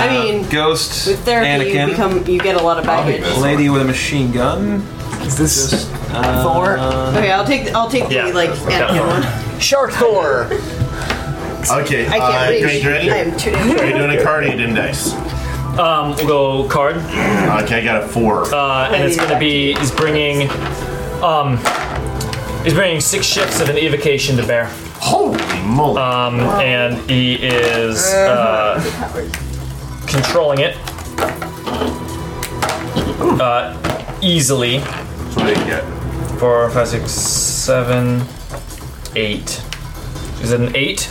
Speaker 7: mean,
Speaker 4: ghost,
Speaker 7: with therapy,
Speaker 4: Anakin,
Speaker 7: you become you get a lot of baggage.
Speaker 4: lady with a machine gun. Is this Just, uh,
Speaker 7: Thor? okay, I'll take I'll take the like Anakin one.
Speaker 8: Shark Thor. Okay,
Speaker 7: I can't
Speaker 8: uh,
Speaker 7: reach.
Speaker 8: Drake, you ready?
Speaker 7: I am too damn
Speaker 8: Are you doing a card or you doing dice?
Speaker 1: Um, we'll go card.
Speaker 8: okay, I got a four.
Speaker 1: Uh, and it's gonna be is bringing, um, he's bringing six ships of an evocation to bear.
Speaker 8: Holy moly!
Speaker 1: Um, and he is uh, controlling it uh, easily.
Speaker 8: what do you get?
Speaker 1: Four, five, six, seven, eight. Is it an eight?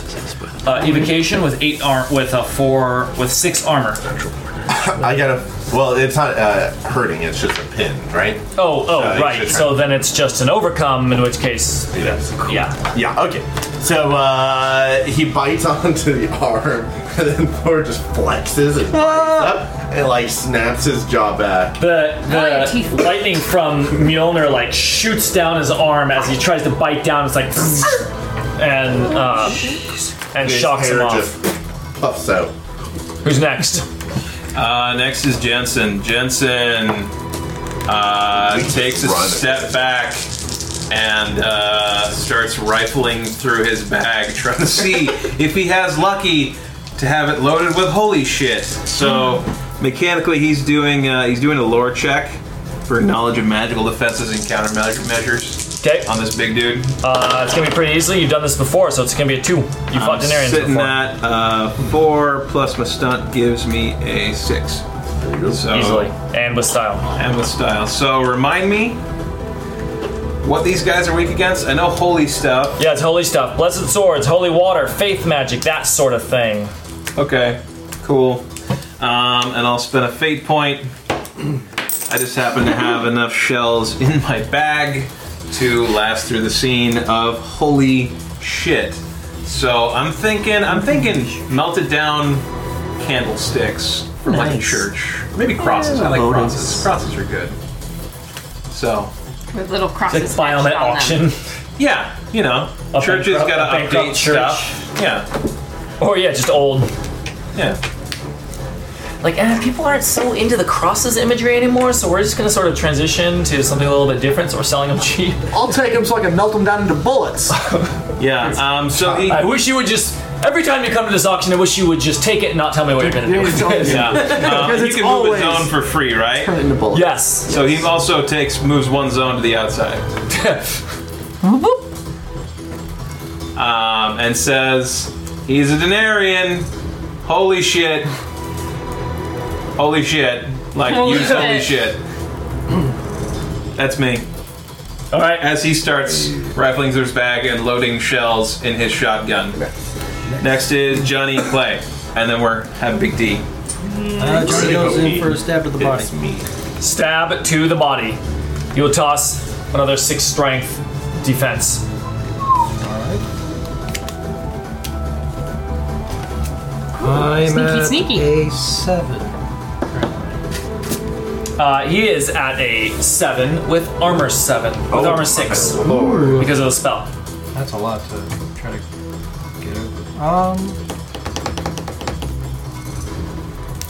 Speaker 1: Uh, evocation with eight arm with a four with six armor.
Speaker 8: I got a. Well, it's not uh, hurting. It's just a pin, right?
Speaker 1: Oh, oh,
Speaker 8: Uh, you
Speaker 1: right.
Speaker 8: should-
Speaker 1: So then it's just an overcome, in which case, yeah.
Speaker 8: Yeah. Okay. So uh, he bites onto the arm, and then Thor just flexes and bites
Speaker 1: Ah!
Speaker 8: up, and like snaps his jaw back.
Speaker 1: The, the lightning from Mjolnir like shoots down his arm as he tries to bite down. It's like, and uh, and
Speaker 8: His
Speaker 1: shocks him
Speaker 8: hair
Speaker 1: off.
Speaker 8: just puffs out.
Speaker 1: Who's next?
Speaker 4: Uh, next is Jensen. Jensen uh, takes a
Speaker 8: run.
Speaker 4: step back and uh, starts rifling through his bag, trying to see if he has lucky to have it loaded with holy shit. So mechanically, he's doing uh, he's doing a lore check for knowledge of magical defenses and countermeasures.
Speaker 1: Okay.
Speaker 4: On this big dude.
Speaker 1: Uh, it's gonna be pretty easily. You've done this before, so it's gonna be a two. You fought
Speaker 4: I'm
Speaker 1: Denarians
Speaker 4: sitting
Speaker 1: before.
Speaker 4: at uh, four plus my stunt gives me a six. So-
Speaker 1: Easily and with style.
Speaker 4: And with style. So remind me what these guys are weak against. I know holy stuff.
Speaker 1: Yeah, it's holy stuff. Blessed swords, holy water, faith magic, that sort of thing.
Speaker 4: Okay, cool. Um, and I'll spend a fate point. I just happen to have enough shells in my bag to last through the scene of holy shit. So I'm thinking, I'm thinking melted down candlesticks from like a
Speaker 1: Nice.
Speaker 4: church, maybe crosses. I like crosses. Crosses are good. So
Speaker 2: With little crosses.
Speaker 1: It's like buy 'em
Speaker 2: etched
Speaker 1: at
Speaker 2: on them.
Speaker 1: auction.
Speaker 4: Yeah, you know,
Speaker 1: A
Speaker 4: churches
Speaker 1: bankrupt-
Speaker 4: got
Speaker 1: a
Speaker 4: to
Speaker 1: bankrupt
Speaker 4: update
Speaker 1: church.
Speaker 4: stuff. Yeah,
Speaker 1: Or yeah, just old.
Speaker 4: yeah.
Speaker 1: Like, eh, people aren't so into the crosses imagery anymore, so we're just gonna sort of transition to something a little bit different. So we're selling them cheap.
Speaker 3: I'll take him so I can melt him down into bullets.
Speaker 4: Yeah. Um. So he.
Speaker 1: I wish you would just. Every time you come to this auction, I wish you would just take it and not tell me what you're gonna do.
Speaker 4: Yeah. Um,
Speaker 3: Because
Speaker 4: he
Speaker 3: it's
Speaker 4: can move
Speaker 3: always-
Speaker 4: his zone for free, right?
Speaker 3: into bullets.
Speaker 1: Yes.
Speaker 4: So he also takes moves one zone to the outside, um, and says he's a Denarian. Holy shit! Holy shit! Like
Speaker 2: Holy
Speaker 4: use holy
Speaker 2: shit.
Speaker 4: shit. That's me.
Speaker 1: All right.
Speaker 4: As he starts rifling through his bag and loading shells in his shotgun. Next is Johnny Clay, and then we're have Big D.
Speaker 9: Uh, Johnny goes in for a stab at the body.
Speaker 1: Stab to the body. You will toss another six strength defense.
Speaker 9: I'm
Speaker 2: Sneaky,
Speaker 9: at
Speaker 2: sneaky.
Speaker 9: a seven.
Speaker 1: Uh, he is at a seven with armor seven, with
Speaker 8: Oh,
Speaker 1: armor six because of the spell.
Speaker 9: That's a lot to try to get over. Um.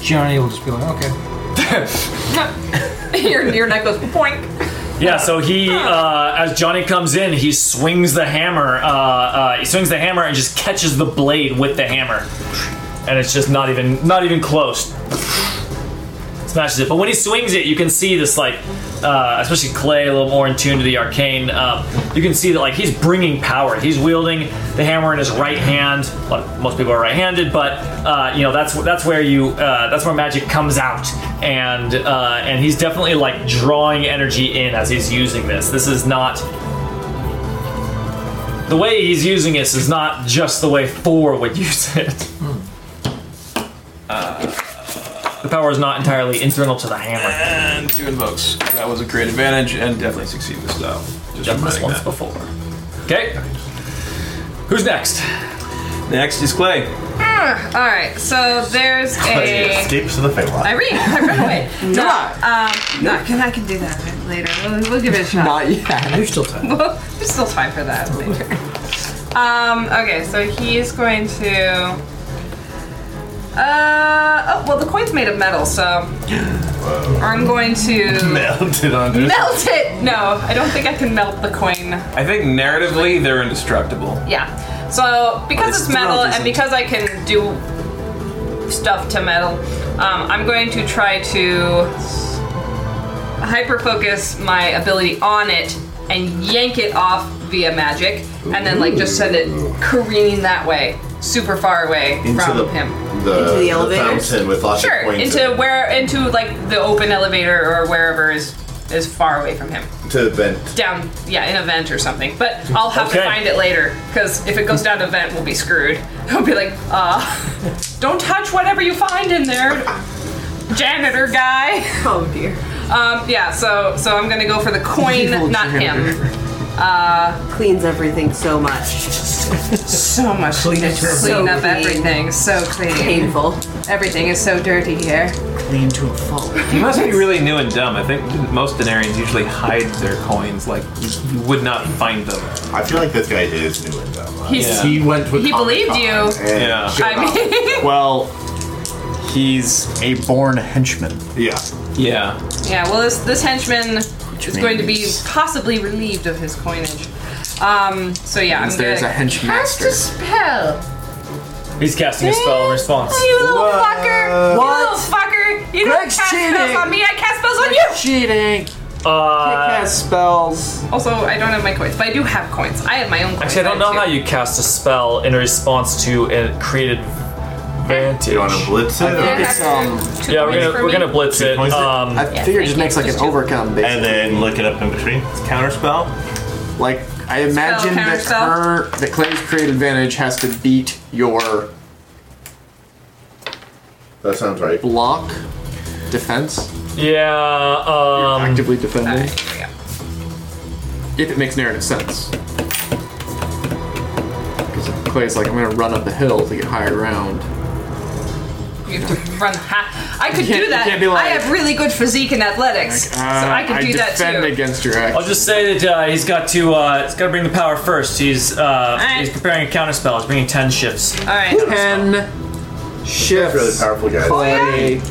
Speaker 9: Johnny will just be like, okay.
Speaker 2: your, your neck goes boink.
Speaker 1: Yeah, so he, uh, as Johnny comes in, he swings the hammer. Uh, uh, he swings the hammer and just catches the blade with the hammer, and it's just not even not even close. Smashes it. But when he swings it, you can see this like, uh, especially Clay, a little more in tune to the arcane. Um, you can see that like he's bringing power. He's wielding the hammer in his right hand. Well, most people are right-handed, but uh, you know that's that's where you uh, that's where magic comes out, and uh, and he's definitely like drawing energy in as he's using this. This is not the way he's using this is not just the way Thor would use it. Uh, The power is not entirely internal to the hammer.
Speaker 4: And two invokes. That was a great advantage and definitely succeed with style. Just
Speaker 1: Done this
Speaker 4: reminding
Speaker 1: once
Speaker 4: that.
Speaker 1: before. Okay. Who's next?
Speaker 4: Next is Clay.
Speaker 2: Hmm, all right, so there's a.
Speaker 8: Escapes to the Feywild.
Speaker 2: I read. I read away. no, um, no, I can I can do that later. We'll, we'll give it a shot.
Speaker 3: Not yet.
Speaker 9: There's still time.
Speaker 2: There's still time for that later. Um, okay, so he is going to. Uh, oh, well, the coin's made of metal, so I'm going to
Speaker 8: Mounted on this.
Speaker 2: melt it. No, I don't think I can melt the coin.
Speaker 4: I think narratively they're indestructible.
Speaker 2: Yeah. So because
Speaker 4: It's
Speaker 2: it's, metal
Speaker 4: throat,
Speaker 2: and
Speaker 4: isn't it?
Speaker 2: because I can do stuff to metal, um, I'm going to try to hyper focus my ability on it and yank it off via magic, and then like just send it careening that way, super far away from him.
Speaker 14: The,
Speaker 7: Into the elevators?
Speaker 14: fountain with lots of
Speaker 2: Sure,
Speaker 14: coins.
Speaker 2: into where into like the open elevator or wherever is is far away from him.
Speaker 14: to the vent.
Speaker 2: Down, yeah, in a vent or something. But I'll have
Speaker 1: Okay.
Speaker 2: to find it later because if it goes down to vent, we'll be screwed. I'll be like, uh, don't touch whatever you find in there, janitor guy.
Speaker 7: Oh dear.
Speaker 2: Um, yeah, so so I'm gonna go for the coin, not him.
Speaker 7: Cleans everything so much.
Speaker 2: So much clean,
Speaker 7: So
Speaker 2: up
Speaker 7: clean.
Speaker 2: everything, so clean.
Speaker 7: Painful.
Speaker 2: Everything is so dirty here.
Speaker 3: Lean to a fault.
Speaker 4: You must be really new and dumb. I think most Denarians usually hide their coins, like you would not find them.
Speaker 14: I feel like this guy is new in them.
Speaker 2: He's
Speaker 4: Yeah.
Speaker 8: He went with
Speaker 2: he believed you.
Speaker 4: Yeah.
Speaker 2: I mean,
Speaker 15: Well, he's a born henchman.
Speaker 14: Yeah.
Speaker 4: Yeah.
Speaker 2: yeah. Well, this this henchman is going to be
Speaker 15: means-
Speaker 2: possibly relieved of his coinage. Um, so yeah, I'm
Speaker 3: There's a
Speaker 2: gonna cast
Speaker 3: henchmaster.
Speaker 2: a spell.
Speaker 1: He's casting a spell in response.
Speaker 2: You little fucker!
Speaker 3: What?
Speaker 2: You little fucker! You don't
Speaker 3: Greg's
Speaker 2: cast spells
Speaker 3: cheating.
Speaker 2: on me. I cast spells on you.
Speaker 3: Cheating.
Speaker 1: Uh,
Speaker 3: Cast spells.
Speaker 2: Also, I don't have my coins, but I do have coins. I have my own coins.
Speaker 1: actually, I don't know
Speaker 2: have
Speaker 1: how
Speaker 2: two.
Speaker 1: you cast a spell in response to a created advantage.
Speaker 14: Do you want to blitz it?
Speaker 2: I
Speaker 14: or-
Speaker 2: have
Speaker 3: Um,
Speaker 2: two
Speaker 1: Yeah,
Speaker 2: coins
Speaker 1: we're
Speaker 2: for
Speaker 1: gonna we're
Speaker 2: me.
Speaker 1: gonna blitz it.
Speaker 8: points there?
Speaker 1: Um,
Speaker 3: I figure it
Speaker 2: thank
Speaker 3: just makes
Speaker 2: you.
Speaker 3: like an
Speaker 2: Just do-
Speaker 3: overcome, basically.
Speaker 8: Uh, And then look it up in between.
Speaker 4: Counterspell?
Speaker 3: Like I imagine that
Speaker 2: counterspell.
Speaker 3: her that Clay's create advantage has to beat your
Speaker 14: That sounds right.
Speaker 3: block defense.
Speaker 1: yeah. Um,
Speaker 3: actively defending.
Speaker 2: Alright, here we go.
Speaker 3: If it makes narrative sense. Because Clay's like, I'm gonna run up the hill to get higher ground.
Speaker 2: You have to run. Ha- I could
Speaker 3: You can't-
Speaker 2: do
Speaker 3: you
Speaker 2: that.
Speaker 3: can't be like- Oh
Speaker 2: I have really good physique and athletics, so I could do that too.
Speaker 3: defend against your
Speaker 1: I'll
Speaker 3: action.
Speaker 1: just say that uh, he's got to uh, he's got to bring the power first. He's uh, he's preparing a counter spell. He's bringing ten shifts.
Speaker 2: All right.
Speaker 3: Ten shifts.
Speaker 14: Really powerful guys.
Speaker 3: Clay.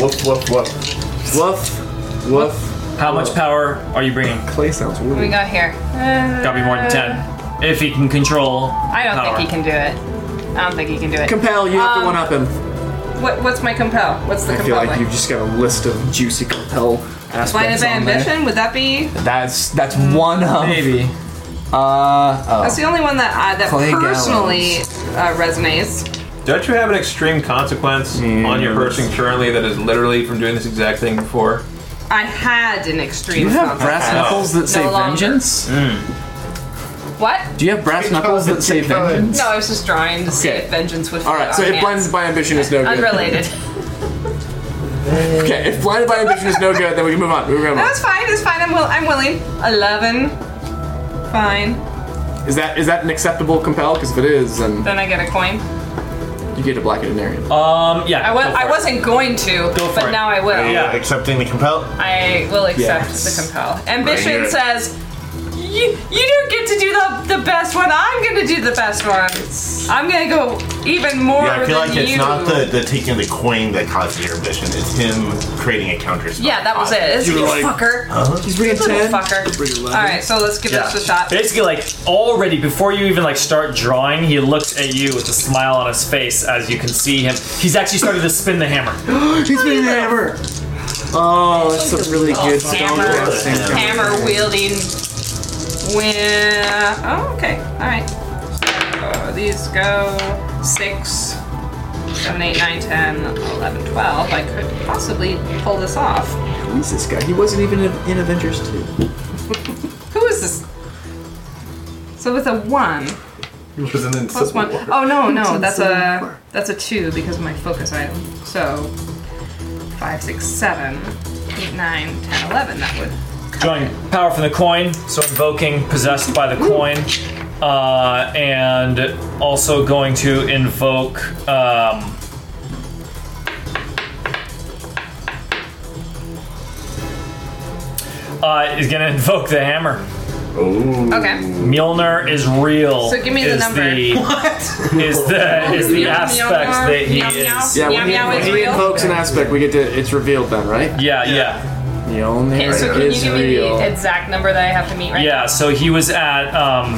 Speaker 14: Woof, woof, woof.
Speaker 3: Woof. Woof.
Speaker 1: How much power are you bringing?
Speaker 3: Clay sounds
Speaker 2: What we
Speaker 3: weird.
Speaker 2: got here? Uh,
Speaker 1: Got to be more than ten. If he can control.
Speaker 2: I don't
Speaker 1: power.
Speaker 2: think he can do it. I don't think he can do it.
Speaker 3: Compel, you have
Speaker 2: Um,
Speaker 3: to one up him.
Speaker 2: What, what's my compel? What's the
Speaker 3: I
Speaker 2: compel?
Speaker 3: feel like
Speaker 2: like?
Speaker 3: you've just got a list of juicy compel aspects
Speaker 2: Line of
Speaker 3: on there.
Speaker 2: ambition? Would that be?
Speaker 3: That's that's one of
Speaker 1: Maybe.
Speaker 3: uh oh.
Speaker 2: That's the only one that I, that
Speaker 3: Clay
Speaker 2: personally uh, resonates.
Speaker 4: Don't you have an extreme consequence on your person currently that is literally from doing this exact thing before?
Speaker 2: I had an extreme.
Speaker 3: Do you have
Speaker 2: compel.
Speaker 3: brass knuckles that say
Speaker 2: longer.
Speaker 3: vengeance?
Speaker 2: What?
Speaker 3: Do you have brass knuckles that say vengeance?
Speaker 2: No, I was just drawing to see
Speaker 3: Okay.
Speaker 2: if vengeance would.
Speaker 3: All right,
Speaker 2: fit
Speaker 3: so
Speaker 2: on
Speaker 3: if
Speaker 2: hands.
Speaker 3: blinded by ambition is no good.
Speaker 2: Unrelated.
Speaker 3: Okay, if blinded by ambition is no good, then we can move on. We can move
Speaker 2: That's
Speaker 3: on.
Speaker 2: fine. It's fine. I'm will. I'm willing. Eleven. Fine.
Speaker 3: Is that is that an acceptable compel? Because if it is, then
Speaker 2: Then I get a coin.
Speaker 3: you get a black veterinarian.
Speaker 1: Um. Yeah.
Speaker 2: I was.
Speaker 1: go for
Speaker 2: I
Speaker 1: it.
Speaker 2: wasn't going to,
Speaker 1: Go for
Speaker 2: but
Speaker 1: it.
Speaker 2: now I will.
Speaker 1: Yeah.
Speaker 8: Accepting the compel.
Speaker 2: I will accept
Speaker 3: Yes.
Speaker 2: the compel. Ambition
Speaker 14: Bring it.
Speaker 2: says, you, you don't get to do the, the best one. I'm going to do the best one. I'm going to go even more
Speaker 8: Yeah, I feel
Speaker 2: than
Speaker 8: like it's
Speaker 2: you.
Speaker 8: not
Speaker 14: The, the taking the coin that caused your ambition is him creating a counter spell.
Speaker 2: yeah, that was it. It's you fucker.
Speaker 3: He's bringing
Speaker 2: Little
Speaker 3: ten.
Speaker 2: fucker. All right, so let's give this a shot.
Speaker 1: Basically, like already before you even like start drawing, he looks at you with a smile on his face as you can see him. He's actually started to spin the hammer.
Speaker 3: He's bringing the hammer. Oh, that's some really good stone
Speaker 2: Hammer.
Speaker 3: casting.
Speaker 2: Hammer wielding. Win. Oh, okay. All right. So these go six, seven, eight, nine, ten, eleven, twelve. I could possibly pull this off.
Speaker 3: Who is this guy? He wasn't even in, in Avengers two.
Speaker 2: Who is this? So with a one
Speaker 8: Wasn't in
Speaker 2: plus one. Oh no, no, that's a that's a two because of my focus item. So five, six, seven, eight, nine, ten, eleven. That would.
Speaker 1: Drawing power from the coin, so invoking possessed by the coin. uh, and also going to invoke. Um, uh, is going to invoke the hammer. Ooh.
Speaker 2: Okay.
Speaker 1: Mjolnir is real.
Speaker 2: So give me the
Speaker 1: is
Speaker 2: number.
Speaker 1: The, is the is the
Speaker 2: Meow,
Speaker 1: aspect
Speaker 2: meow,
Speaker 1: that he
Speaker 2: meow, meow.
Speaker 1: is?
Speaker 2: Yeah, when he-
Speaker 3: When he invokes an aspect, we get to it's revealed then, right?
Speaker 1: Yeah, yeah.
Speaker 3: Mjolnir
Speaker 2: Okay, so can you
Speaker 3: is
Speaker 2: give me
Speaker 3: real.
Speaker 2: the exact number that I have to meet right
Speaker 1: Yeah, so he was at. Um,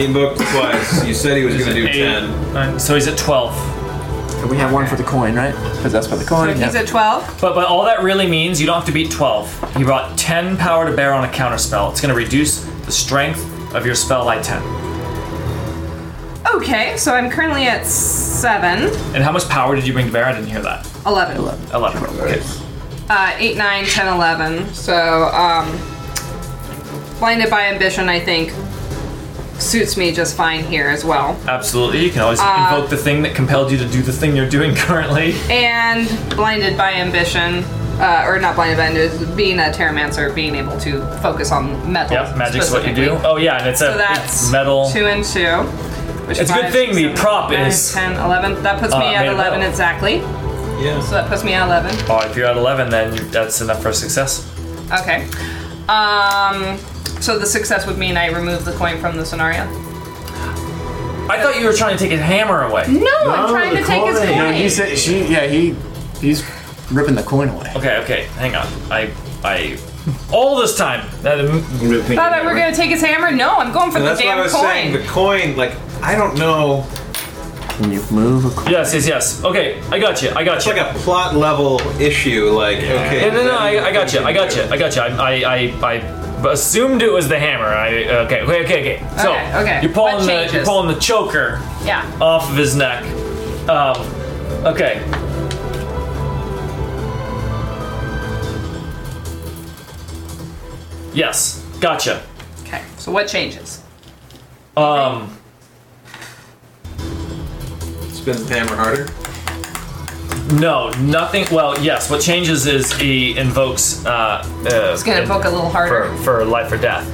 Speaker 4: invoked twice. You said he was going to do
Speaker 1: ten. so he's at twelve.
Speaker 3: And we have one for the coin, right? Because that's for the
Speaker 2: now?
Speaker 3: coin.
Speaker 2: So he's at 12?
Speaker 1: But but all that really means you don't have to beat 12. You brought 10 power to bear on a counterspell. It's going to reduce the strength of your spell by 10.
Speaker 2: Okay, so I'm currently at 7.
Speaker 1: And how much power did you bring to bear? I didn't hear that.
Speaker 2: 11.
Speaker 1: 11. Okay.
Speaker 2: Uh, 8, 9, 10, 11. So, um, blinded by ambition, I think, suits me just fine here as well.
Speaker 1: Absolutely. You can always
Speaker 2: Uh,
Speaker 1: invoke the thing that compelled you to do the thing you're doing currently.
Speaker 2: And blinded by ambition, uh, or not blinded by ambition, being a Terramancer, being able to focus on metal.
Speaker 1: Yep, magic's what you do. Oh, yeah, and it's a
Speaker 2: So that's
Speaker 1: it's metal.
Speaker 2: Two and two. Which
Speaker 1: It's a
Speaker 2: is
Speaker 1: good
Speaker 2: five,
Speaker 1: thing
Speaker 2: six,
Speaker 1: the prop
Speaker 2: nine,
Speaker 1: is.
Speaker 2: 10, 11. That puts
Speaker 1: uh,
Speaker 2: me at
Speaker 1: made of
Speaker 2: 11
Speaker 1: metal.
Speaker 2: exactly.
Speaker 1: Yeah.
Speaker 2: So that puts me at 11.
Speaker 1: Oh, if you're at 11, then you, that's enough for a success.
Speaker 2: Okay. Um, so the success would mean I remove the coin from the scenario.
Speaker 1: I thought you were trying to take his hammer away.
Speaker 2: No, I'm trying to take his coin.
Speaker 3: No, he said she. Yeah, he. He's ripping the coin away.
Speaker 1: Okay, okay, hang on. I. I. All this time. That,
Speaker 2: Thought that we're gonna take his hammer. No, I'm going for
Speaker 4: And
Speaker 2: the
Speaker 4: that's what I
Speaker 2: damn
Speaker 4: was
Speaker 2: coin.
Speaker 4: saying. The coin, like, I don't know.
Speaker 3: Can you move a coin?
Speaker 1: Yes, yes, yes. Okay, I got you. I got you.
Speaker 4: It's like a plot level issue. Like, okay.
Speaker 1: No, no, no. I, I got you. I got you. I got you. I, I, I, I assumed it was the hammer. I okay, okay, okay, okay. So
Speaker 2: Okay, okay.
Speaker 1: you're
Speaker 2: What
Speaker 1: pulling the you're
Speaker 2: changes?
Speaker 1: pulling the choker
Speaker 2: yeah.
Speaker 1: off of his neck. Um, okay. Yes, gotcha.
Speaker 2: Okay. So what changes?
Speaker 1: Um,
Speaker 4: Spin the hammer harder.
Speaker 1: no, nothing. Well, yes. What changes is he invokes. Uh, uh,
Speaker 2: It's gonna poke a little harder.
Speaker 1: for, for life or death.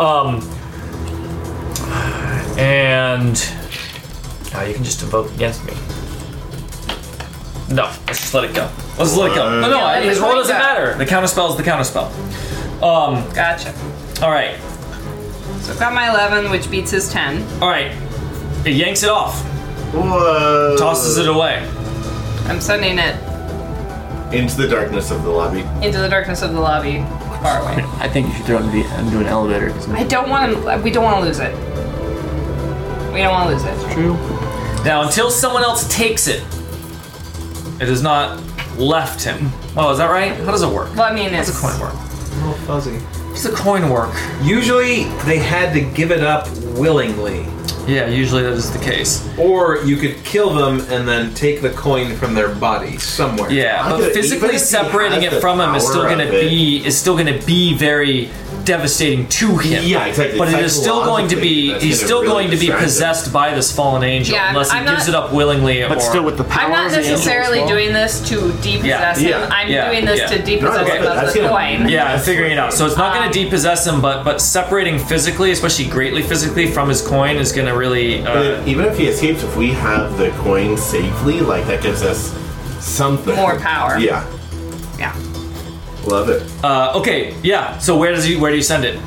Speaker 1: Um, and now you can just invoke against me. No, let's just let it go. Let's just let it go. No, no,
Speaker 2: Yeah, let
Speaker 1: his
Speaker 2: it
Speaker 1: roll
Speaker 2: go.
Speaker 1: doesn't matter. The counterspell is the counterspell. Um,
Speaker 2: Gotcha.
Speaker 1: all right,
Speaker 2: So I've got my 11, which beats his 10.
Speaker 1: all right. It yanks it off,
Speaker 14: Whoa.
Speaker 1: tosses it away.
Speaker 2: I'm sending it
Speaker 14: Into the darkness of the
Speaker 1: Uh,
Speaker 14: lobby.
Speaker 2: into the darkness of the lobby, far away.
Speaker 3: I think you should throw it into, the, into an elevator. 'cause
Speaker 2: I don't want to. We don't want to lose it. We don't want to lose it.
Speaker 3: True.
Speaker 1: Now, until someone else takes it, it has not left him. Oh, is that right? How does it work?
Speaker 2: Well, I mean,
Speaker 1: How does
Speaker 2: it's
Speaker 1: a coin work?
Speaker 4: A little fuzzy.
Speaker 1: How does a coin work?
Speaker 4: Usually, they had to give it up willingly,
Speaker 1: Yeah, usually that is the case.
Speaker 4: or you could kill them and then take the coin from their body somewhere.
Speaker 1: Yeah,
Speaker 14: Even
Speaker 1: but
Speaker 14: if- even
Speaker 1: physically
Speaker 14: if he
Speaker 1: separating
Speaker 14: has
Speaker 1: it
Speaker 14: the
Speaker 1: from him is still
Speaker 14: power
Speaker 1: going to
Speaker 14: of it.
Speaker 1: be is still going to be very devastating to him.
Speaker 14: Yeah, exactly.
Speaker 1: But it is still going to
Speaker 14: Psychologically,
Speaker 1: be
Speaker 14: that's
Speaker 1: he's
Speaker 14: gonna
Speaker 1: still
Speaker 14: really
Speaker 1: going to be
Speaker 14: distract him.
Speaker 1: possessed by this fallen angel
Speaker 2: Yeah,
Speaker 1: unless
Speaker 2: I'm
Speaker 1: he gives
Speaker 2: not-
Speaker 1: it up willingly.
Speaker 3: But
Speaker 1: or,
Speaker 3: still with the power
Speaker 2: I'm not
Speaker 3: of the angel as
Speaker 2: necessarily
Speaker 3: well.
Speaker 2: doing this to depossess
Speaker 1: Yeah,
Speaker 2: him.
Speaker 14: yeah,
Speaker 2: I'm
Speaker 1: yeah,
Speaker 2: doing this
Speaker 1: yeah.
Speaker 2: to
Speaker 14: No, I
Speaker 2: depossess
Speaker 14: love it.
Speaker 2: him of
Speaker 14: That's
Speaker 2: the
Speaker 14: gonna-
Speaker 2: coin.
Speaker 1: yeah, I'm uh, figuring it out. So it's not going
Speaker 2: Um,
Speaker 1: to depossess him, but but separating physically, especially greatly physically from his coin, is going to really. Uh,
Speaker 14: But even if he escapes, if we have the coin safely, like that gives us something
Speaker 2: More power.
Speaker 14: Yeah,
Speaker 2: Yeah.
Speaker 14: love it.
Speaker 1: uh, okay, yeah. So where does he where do you send it?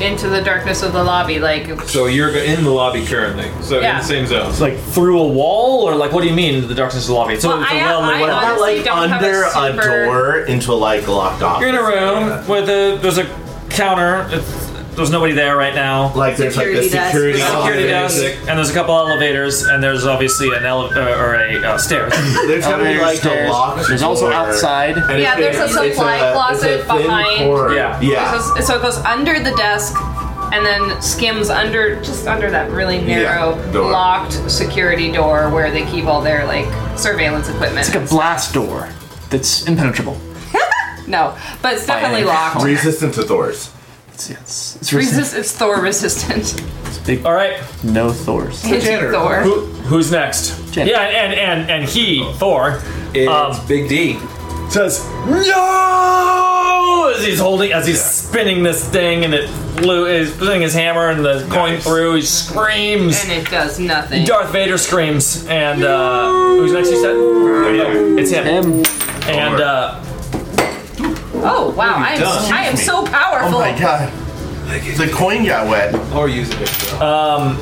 Speaker 2: Into the darkness of the lobby, like
Speaker 4: So you're in the lobby currently. So in
Speaker 2: Yeah.
Speaker 4: the same zone.
Speaker 1: Like through a wall, or like what do you mean? The darkness of the lobby. So
Speaker 2: Well,
Speaker 1: it's a
Speaker 2: I-
Speaker 1: well.
Speaker 2: I
Speaker 1: what
Speaker 2: honestly
Speaker 14: Not like
Speaker 2: don't have
Speaker 14: under
Speaker 2: a,
Speaker 14: a,
Speaker 2: super-
Speaker 14: door into like locked off.
Speaker 1: You're in a room with a there's a counter. It's, there's nobody there right now.
Speaker 14: Like there's like the
Speaker 7: Security desk.
Speaker 14: security.
Speaker 7: There's
Speaker 1: Security desk,
Speaker 4: Music.
Speaker 1: and there's a couple elevators, and there's obviously an ele- uh, or a uh, stairs.
Speaker 14: There's gonna be
Speaker 3: Elevator
Speaker 14: like
Speaker 3: stairs.
Speaker 14: a locked.
Speaker 3: There's also
Speaker 14: door.
Speaker 3: outside.
Speaker 14: And
Speaker 2: Yeah,
Speaker 14: it's
Speaker 2: there's a
Speaker 14: gonna- it's
Speaker 2: supply
Speaker 14: it's
Speaker 2: closet
Speaker 14: thin
Speaker 2: behind.
Speaker 14: corridor.
Speaker 1: Yeah.
Speaker 14: yeah.
Speaker 2: So, so it goes under the desk and then skims under just under that really narrow
Speaker 14: Yeah, door.
Speaker 2: locked security door where they keep all their like surveillance equipment.
Speaker 3: It's like a blast door that's impenetrable.
Speaker 2: no, but it's definitely
Speaker 3: Fine.
Speaker 2: locked.
Speaker 14: Resistant to Thor's.
Speaker 3: It's, it's, it's
Speaker 2: Resist, it's Thor resistant.
Speaker 3: big,
Speaker 1: All right,
Speaker 3: no Thors.
Speaker 2: It's Thor.
Speaker 1: who, who's next?
Speaker 3: Jen.
Speaker 1: Yeah, and and and he Thor.
Speaker 4: It's
Speaker 1: Um,
Speaker 4: Big D.
Speaker 1: says, "No!" As he's holding, as he's spinning this thing, and it flew, is putting his hammer and the coin through. He screams.
Speaker 2: And it does nothing.
Speaker 1: Darth Vader screams, and uh, who's next? You said? Oh, it's him. And uh,
Speaker 2: Oh wow, I am,
Speaker 1: done?
Speaker 2: I am so powerful.
Speaker 8: Oh my god. The coin got wet. Or use it.
Speaker 1: Um.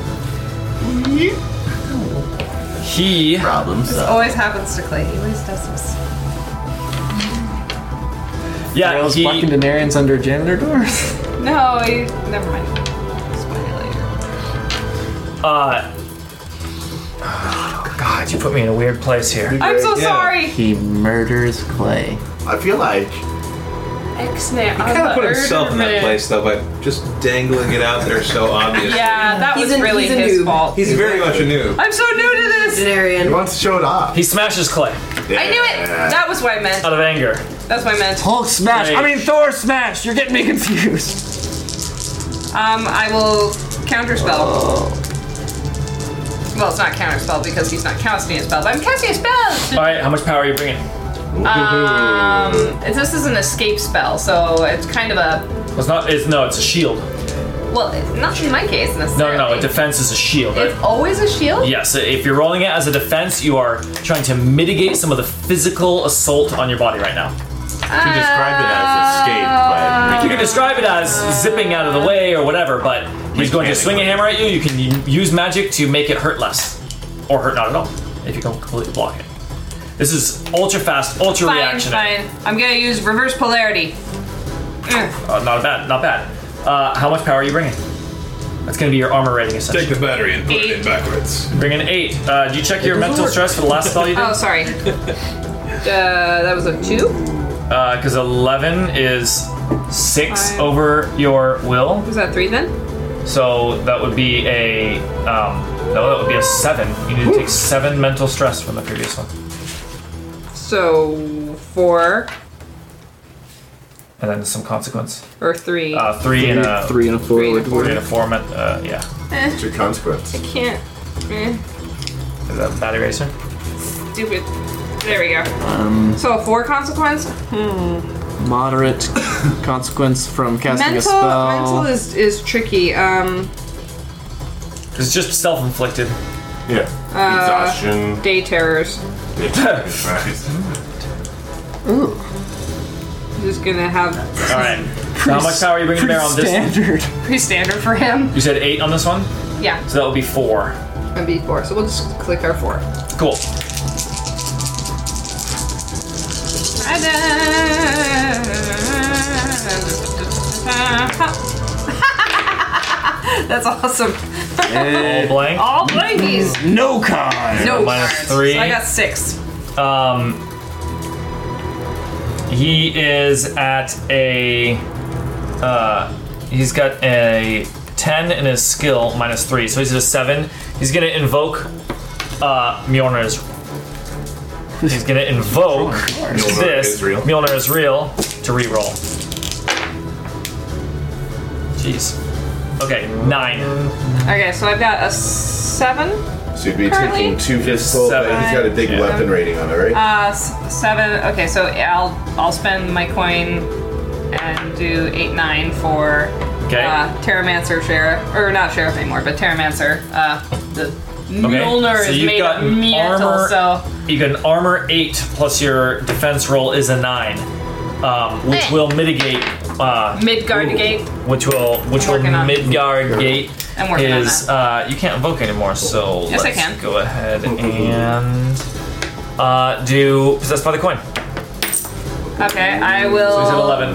Speaker 1: He.
Speaker 8: Problems.
Speaker 2: This always happens to Clay. He always does this.
Speaker 1: Yeah,
Speaker 3: Those fucking Denarians under janitor doors.
Speaker 2: No, you, never mind.
Speaker 1: Uh. God, you put me in a weird place here.
Speaker 2: I'm so sorry.
Speaker 3: He murders Clay.
Speaker 8: I feel like
Speaker 2: X now.
Speaker 4: He kind of put himself in that place though by just dangling it out there so obviously.
Speaker 2: Yeah, that
Speaker 7: He's
Speaker 2: was
Speaker 7: an-
Speaker 2: really
Speaker 7: he's a
Speaker 2: his
Speaker 7: noob.
Speaker 2: fault.
Speaker 4: He's very much a noob.
Speaker 2: I'm so new to this.
Speaker 7: Denarian.
Speaker 8: wants to show it off.
Speaker 1: He smashes Clay
Speaker 2: I knew it. That was what I meant.
Speaker 1: out of anger.
Speaker 2: That's what I meant.
Speaker 3: Hulk smash.
Speaker 1: Right.
Speaker 3: I mean Thor smash. You're getting me confused.
Speaker 2: Um, I will counterspell. Well, it's not counterspell because he's not casting a spell, but I'm casting a spell.
Speaker 1: All right, how much power are you bringing?
Speaker 2: Um, it's- this is an escape spell, so it's kind of a
Speaker 1: It's not. It's no. It's a shield.
Speaker 2: well, it's not in my case
Speaker 1: No,
Speaker 2: necessarily.
Speaker 1: no, no. A defense is a shield.
Speaker 2: It's always a shield.
Speaker 1: Yes, if you're rolling it as a defense, you are trying to mitigate some of the physical assault on your body right now.
Speaker 2: You
Speaker 14: can describe it as escape, but
Speaker 2: Uh,
Speaker 1: You can describe it as zipping out of the way or whatever, but he's going to swing a hammer at you. You can u- use magic to make it hurt less, or hurt not at all, if you can completely block it. This is ultra fast, ultra
Speaker 2: Fine,
Speaker 1: reaction.
Speaker 2: fine. I'm gonna use reverse polarity. Mm.
Speaker 1: Uh, not bad, not bad. Uh, how much power are you bringing? That's going to be your armor rating, essentially.
Speaker 4: Take the battery and put it in backwards.
Speaker 1: Bring an eight. Uh, do you check your
Speaker 4: doesn't
Speaker 1: mental
Speaker 4: work.
Speaker 1: stress for the last spell you did?
Speaker 2: Oh, sorry. Uh, that was a two.
Speaker 1: Because 11 Uh, is six over your will.
Speaker 2: Was that three then?
Speaker 1: So that would be a um, no, that would be a seven. You need to take seven mental stress from the previous one,
Speaker 2: So four
Speaker 1: and then some consequence.
Speaker 2: or three.
Speaker 1: Uh, three, and a
Speaker 5: three and a four.
Speaker 1: Three and a
Speaker 5: like
Speaker 1: four.
Speaker 5: what?
Speaker 1: and a four men- uh, yeah.
Speaker 2: Eh,
Speaker 8: What's your consequence?
Speaker 2: I can't. Eh,
Speaker 1: Is that that eraser?
Speaker 2: stupid. There we go.
Speaker 1: Um,
Speaker 2: So four consequence. Hmm.
Speaker 5: Moderate consequence from casting a
Speaker 2: Mental,
Speaker 5: spell.
Speaker 2: mental is is tricky. Um,
Speaker 1: It's just self-inflicted.
Speaker 8: Yeah.
Speaker 2: uh, Day terrors. Ooh. Just gonna have
Speaker 1: All right. How much power are you bringing there on this? one?
Speaker 2: pretty standard for him.
Speaker 1: You said eight on this one,
Speaker 2: Yeah,
Speaker 1: so that would be four.
Speaker 2: and be four. So we'll just click our four.
Speaker 1: Cool.
Speaker 2: That's awesome.
Speaker 1: All blank.
Speaker 2: All blankies.
Speaker 1: No con.
Speaker 2: No
Speaker 1: minus
Speaker 2: cards.
Speaker 1: three.
Speaker 2: I got six.
Speaker 1: Um, he is at a. Uh, he's got a 10 in his skill, minus 3, so he's at a 7. He's gonna invoke uh, Mjolnir's. He's gonna invoke
Speaker 14: Mjolnir
Speaker 1: this.
Speaker 14: is real.
Speaker 1: Mjolnir is real to reroll. Jeez. Okay, 9.
Speaker 2: Okay, so I've got a seven.
Speaker 14: So you'd be
Speaker 2: Currently?
Speaker 14: taking two physical,
Speaker 1: seven.
Speaker 14: and he's got a big
Speaker 1: Yeah.
Speaker 14: weapon rating on it, right?
Speaker 2: Uh, s- seven. Okay, so I'll I'll spend my coin and do eight nine for
Speaker 1: Okay.
Speaker 2: uh, Terramancer sheriff or not sheriff anymore, but Terramancer. Uh, the Mjolnir
Speaker 1: so
Speaker 2: is
Speaker 1: you've
Speaker 2: made
Speaker 1: got
Speaker 2: of
Speaker 1: an
Speaker 2: metal,
Speaker 1: armor-
Speaker 2: so
Speaker 1: You can armor eight plus your defense roll is a nine, um, which will mitigate. Uh,
Speaker 2: Midgard Gate.
Speaker 1: Which will which will
Speaker 2: working on it.
Speaker 1: Midgard Gate
Speaker 2: I'm working on
Speaker 1: is uh, you can't invoke anymore. So
Speaker 2: Yes, I
Speaker 1: let's
Speaker 2: can.
Speaker 1: go ahead and uh, do possessed by the coin.
Speaker 2: Okay, I
Speaker 1: So he's at
Speaker 2: will.
Speaker 1: eleven.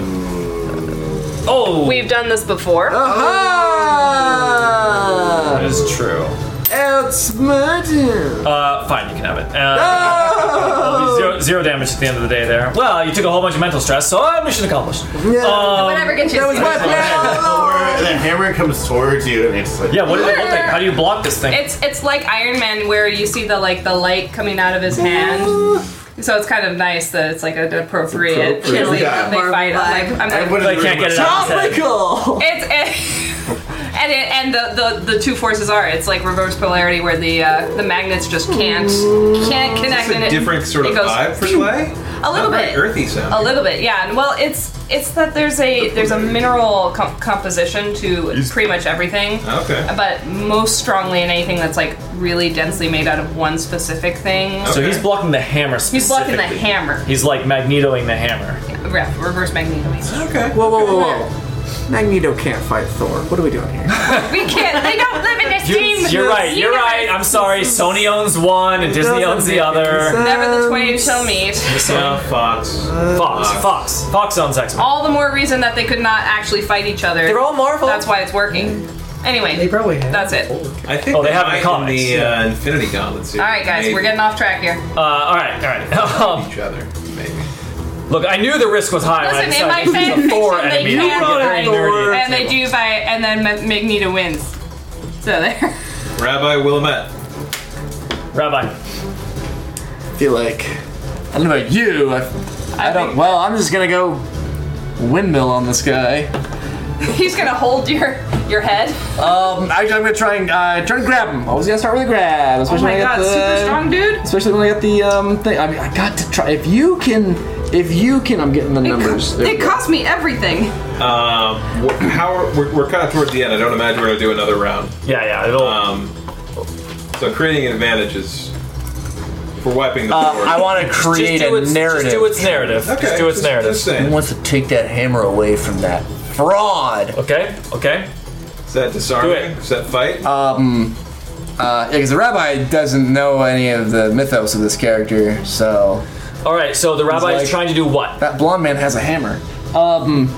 Speaker 1: Oh,
Speaker 2: We've done this before.
Speaker 3: Oh. Ah!
Speaker 1: that is true. Uh, fine, you can have it. Uh, it'll be zero, zero damage at the end of the day there. Well, you took a whole bunch of mental stress, so uh, mission accomplished. Um,
Speaker 2: Whatever gets you.
Speaker 14: Or
Speaker 8: The hammer comes towards you and it's like
Speaker 1: yeah, what does it look like? How do you block this thing?
Speaker 2: It's it's like Iron Man where you see the like the light coming out of his hand. So it's kind of nice that it's like an appropriate, chilly.
Speaker 14: Yeah.
Speaker 2: They fight. I'm like, I'm like,
Speaker 1: They can't get it out. of his head.
Speaker 2: It's it, And it, and the, the the two forces are it's like reverse polarity where the uh, the magnets just can't can't connect.
Speaker 4: It's
Speaker 2: and
Speaker 4: a
Speaker 2: it-
Speaker 4: different sort
Speaker 2: it
Speaker 4: of
Speaker 2: goes
Speaker 4: vibe for play.
Speaker 2: A little
Speaker 4: Not very
Speaker 2: bit.
Speaker 4: earthy sound.
Speaker 2: A little bit, yeah. And well, it's it's that there's a there's a mineral com- composition to pretty much everything.
Speaker 4: Okay.
Speaker 2: But most strongly in anything that's like really densely made out of one specific thing.
Speaker 1: So he's blocking the hammer.
Speaker 2: He's blocking the
Speaker 1: specifically.
Speaker 2: hammer.
Speaker 1: He's like magnetoing the hammer.
Speaker 2: Re- reverse magnetometer.
Speaker 4: Okay.
Speaker 3: Whoa, whoa, whoa, whoa. Magneto can't fight Thor. What are we doing here?
Speaker 2: we can't. They don't live in this
Speaker 1: You're,
Speaker 2: team.
Speaker 1: you're right. You're right. I'm sorry. Sony owns one and Disney
Speaker 2: Doesn't
Speaker 1: owns the
Speaker 2: make
Speaker 1: other.
Speaker 2: Never the twain shall meet.
Speaker 1: So
Speaker 4: Fox.
Speaker 1: Fox. Fox. Fox owns X Men.
Speaker 2: All the more reason that they could not actually fight each other. They're all Marvel. That's why it's working. Anyway, they
Speaker 9: probably have.
Speaker 2: That's it.
Speaker 4: I think
Speaker 1: Oh, they have
Speaker 4: might
Speaker 1: the comics.
Speaker 4: in the
Speaker 1: yeah.
Speaker 4: uh, Infinity Gauntlet
Speaker 2: All
Speaker 4: series.
Speaker 2: right, guys, we're getting off track here.
Speaker 1: Uh, all right, all right. Um,
Speaker 4: each other. Maybe.
Speaker 1: Look, I knew the risk was high. when I
Speaker 2: Listen, in
Speaker 1: decided
Speaker 2: my
Speaker 1: to
Speaker 2: fan
Speaker 1: use
Speaker 2: fiction,
Speaker 1: the Thor
Speaker 2: they
Speaker 1: enemy.
Speaker 2: can
Speaker 1: Very
Speaker 2: fight,
Speaker 1: nerdy.
Speaker 2: and they do fight, and then Ma- Magneto wins. So there.
Speaker 4: Rabbi Willamette.
Speaker 1: Rabbi.
Speaker 3: feel like I don't know about you. I, I, don't. Well, I'm just gonna go windmill on this guy.
Speaker 2: He's gonna hold your your head.
Speaker 3: Um, actually, I'm gonna try and uh, try and grab him. Always gotta start with a grab,
Speaker 2: Oh
Speaker 3: especially
Speaker 2: my
Speaker 3: when I
Speaker 2: god,
Speaker 3: got the,
Speaker 2: super strong dude.
Speaker 3: Especially when I got the um thing. I mean, I got to try. If you can, if you can, I'm getting the numbers. There
Speaker 2: It
Speaker 3: we go.
Speaker 2: cost me everything.
Speaker 4: Um, wh- how are, we're, we're kind of towards the end. I don't imagine we're going to do another round.
Speaker 1: Yeah, yeah. It'll.
Speaker 4: Um, so creating an advantage is for wiping the
Speaker 3: Uh,
Speaker 4: board.
Speaker 15: I want to create
Speaker 1: do
Speaker 15: a
Speaker 1: its- just
Speaker 15: narrative.
Speaker 1: do its narrative.
Speaker 4: Okay,
Speaker 1: Just do its narrative.
Speaker 4: Just saying.
Speaker 15: Who wants to take that hammer away from that fraud?
Speaker 1: Okay. Okay.
Speaker 4: Is that disarming?
Speaker 1: Do it.
Speaker 4: Is that fight?
Speaker 3: Um, uh, because the rabbi doesn't know any of the mythos of this character, so
Speaker 1: All right. So the rabbi
Speaker 3: like-
Speaker 1: is trying to do what?
Speaker 3: that blonde man has a hammer. Um,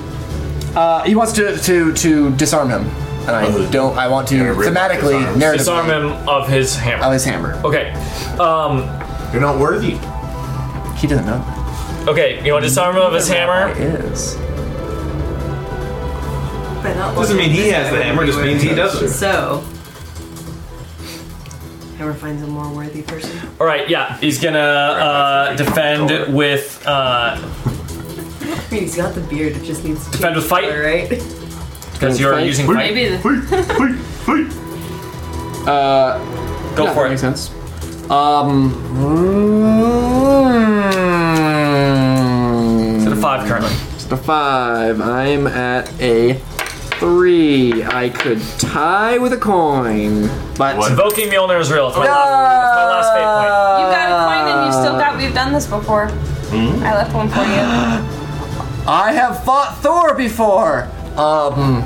Speaker 3: uh, he wants to to to disarm him, and I don't. I want to
Speaker 14: Uh, rip off his Oh.
Speaker 3: thematically
Speaker 14: arms.
Speaker 3: narratively
Speaker 1: Disarm him of his
Speaker 3: of
Speaker 1: hammer.
Speaker 3: his hammer.
Speaker 1: Okay. Um.
Speaker 14: You're not worthy.
Speaker 3: He doesn't know
Speaker 1: Okay. You want to disarm him of his hammer?
Speaker 3: it is.
Speaker 7: But not
Speaker 4: Doesn't mean he has the hammer. Just means he doesn't.
Speaker 7: So. Hammer finds a more worthy person.
Speaker 1: All right. Yeah. He's gonna uh, defend with uh,
Speaker 7: I mean, he's got the beard, it just needs to.
Speaker 1: defend with fight
Speaker 7: Alright?
Speaker 1: because you're using fight.
Speaker 2: Maybe the,
Speaker 3: Uh,
Speaker 1: Go
Speaker 3: yeah,
Speaker 1: for
Speaker 3: that
Speaker 1: it.
Speaker 3: Makes sense. Um, mm,
Speaker 1: To the five currently.
Speaker 3: It's a five. I'm at a three. I could tie with a coin, but
Speaker 14: What?
Speaker 1: Invoking Mjolnir's real. It's my last. That's my last fate point.
Speaker 2: you got a coin, and you still got. We've done this before. I left one for you.
Speaker 3: I have fought Thor before. Um,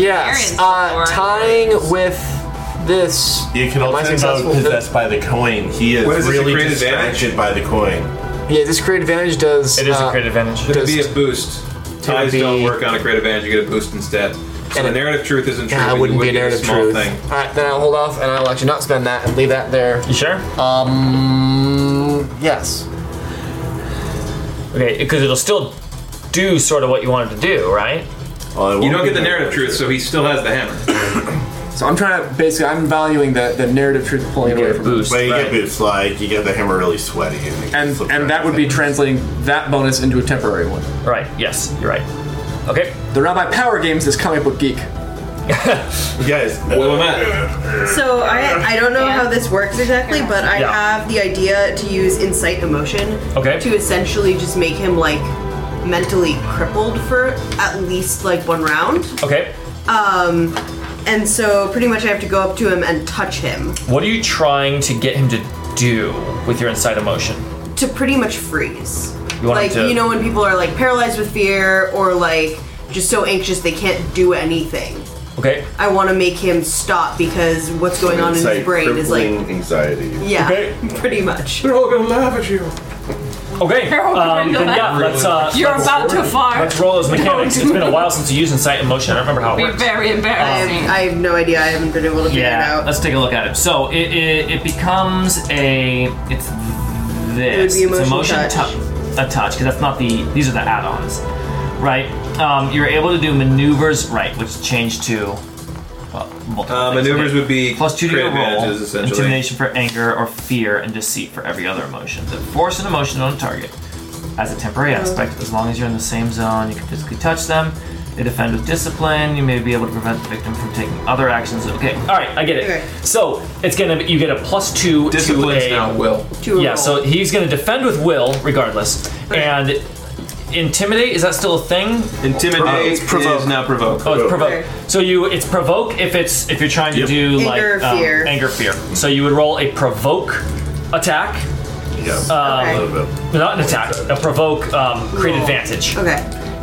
Speaker 3: yes,
Speaker 2: Baron's Thor.
Speaker 3: uh, tying with this.
Speaker 14: You can also
Speaker 3: successful?
Speaker 14: know possessed by the coin. He is
Speaker 4: What is this, a
Speaker 14: really
Speaker 4: creative
Speaker 14: distracted by the coin.
Speaker 3: Yeah, this create advantage does.
Speaker 1: It is
Speaker 3: uh,
Speaker 1: a great advantage.
Speaker 4: It'd be a boost. Ties
Speaker 3: be-
Speaker 4: don't work on a great advantage. You get a boost instead. So
Speaker 3: And
Speaker 4: the
Speaker 3: it-
Speaker 4: narrative truth isn't true.
Speaker 3: Yeah,
Speaker 4: but
Speaker 3: it
Speaker 4: you
Speaker 3: wouldn't
Speaker 4: would
Speaker 3: be a
Speaker 4: get
Speaker 3: narrative
Speaker 4: small
Speaker 3: truth.
Speaker 4: Thing.
Speaker 3: All right, then I'll hold off and I'll actually not spend that and leave that there.
Speaker 1: You sure?
Speaker 3: Um, yes.
Speaker 1: Okay. Because it'll still do sort of what you wanted to do, right?
Speaker 14: Well, it
Speaker 4: You
Speaker 14: won't
Speaker 4: don't
Speaker 14: be
Speaker 4: get the narrative truth, so he still has the hammer.
Speaker 3: So I'm trying to basically I'm valuing the, the narrative truth and pulling it away from it.
Speaker 1: Boost.
Speaker 14: But you
Speaker 1: right.
Speaker 14: get boots like you get the hammer really sweaty, and, it
Speaker 3: and
Speaker 14: slips around
Speaker 3: and that would be translating that bonus into a temporary one.
Speaker 1: Right. Yes. You're right. Okay.
Speaker 3: The Rabbi Power Games is comic book geek.
Speaker 14: Guys, uh,
Speaker 4: Willamette.
Speaker 7: So, I, I don't know how this works exactly, but I
Speaker 1: Yeah.
Speaker 7: have the idea to use Incite Emotion
Speaker 1: Okay.
Speaker 7: to essentially just make him, like, mentally crippled for at least, like, one round.
Speaker 1: Okay.
Speaker 7: Um, and so pretty much I have to go up to him and touch him
Speaker 1: What are you trying to get him to do with your inside emotion?
Speaker 7: to pretty much freeze.
Speaker 1: You want him
Speaker 7: like
Speaker 1: to-
Speaker 7: you know when people are like paralyzed with fear or like just so anxious they can't do anything.
Speaker 1: Okay.
Speaker 7: I want to make him stop because what's going on in his brain is like
Speaker 14: anxiety.
Speaker 7: yeah,
Speaker 1: Okay.
Speaker 7: pretty much.
Speaker 4: They're all gonna laugh at you.
Speaker 1: Okay. Um, then yeah, let's uh,
Speaker 2: You're about to fart.
Speaker 1: let's roll those mechanics. It's been a while since you used insight emotion. I don't remember how it
Speaker 2: Be
Speaker 1: works.
Speaker 2: very
Speaker 7: I
Speaker 2: embarrassing.
Speaker 7: have, I have no idea. I haven't been able to figure it out.
Speaker 1: Let's take a look at it. So it it, it becomes a it's this
Speaker 7: It would be
Speaker 1: it's
Speaker 7: emotion
Speaker 1: emotion
Speaker 7: touch.
Speaker 1: tou- a touch because that's not the these are the add-ons, right? Um, you're able to do maneuvers right, which change to. well, multiple
Speaker 4: Uh,
Speaker 1: things.
Speaker 4: maneuvers would be
Speaker 1: Plus two to
Speaker 4: crit
Speaker 1: your roll,
Speaker 4: advantages, essentially.
Speaker 1: intimidation for anger or fear, and deceit for every other emotion. The force an emotion on a target as a temporary aspect, as long as you're in the same zone, you can physically touch them. They defend with discipline. You may be able to prevent the victim from taking other actions. Okay, all right, I get it. So it's gonna be, you get a plus two
Speaker 4: Discipline's
Speaker 1: to a,
Speaker 4: now will.
Speaker 7: To a
Speaker 1: yeah,
Speaker 7: roll.
Speaker 1: so he's gonna defend with will regardless, and intimidate is that still a thing?
Speaker 4: Intimidate
Speaker 1: Uh,
Speaker 4: is now provoke.
Speaker 1: Oh, it's provoke. So you it's provoke if it's if you're trying to
Speaker 4: Yep.
Speaker 1: do
Speaker 7: Anger
Speaker 1: like um,
Speaker 7: or fear.
Speaker 1: anger fear. So you would roll a provoke attack.
Speaker 7: Uh,
Speaker 1: Um, Not an attack. A provoke um, create advantage.
Speaker 7: Okay.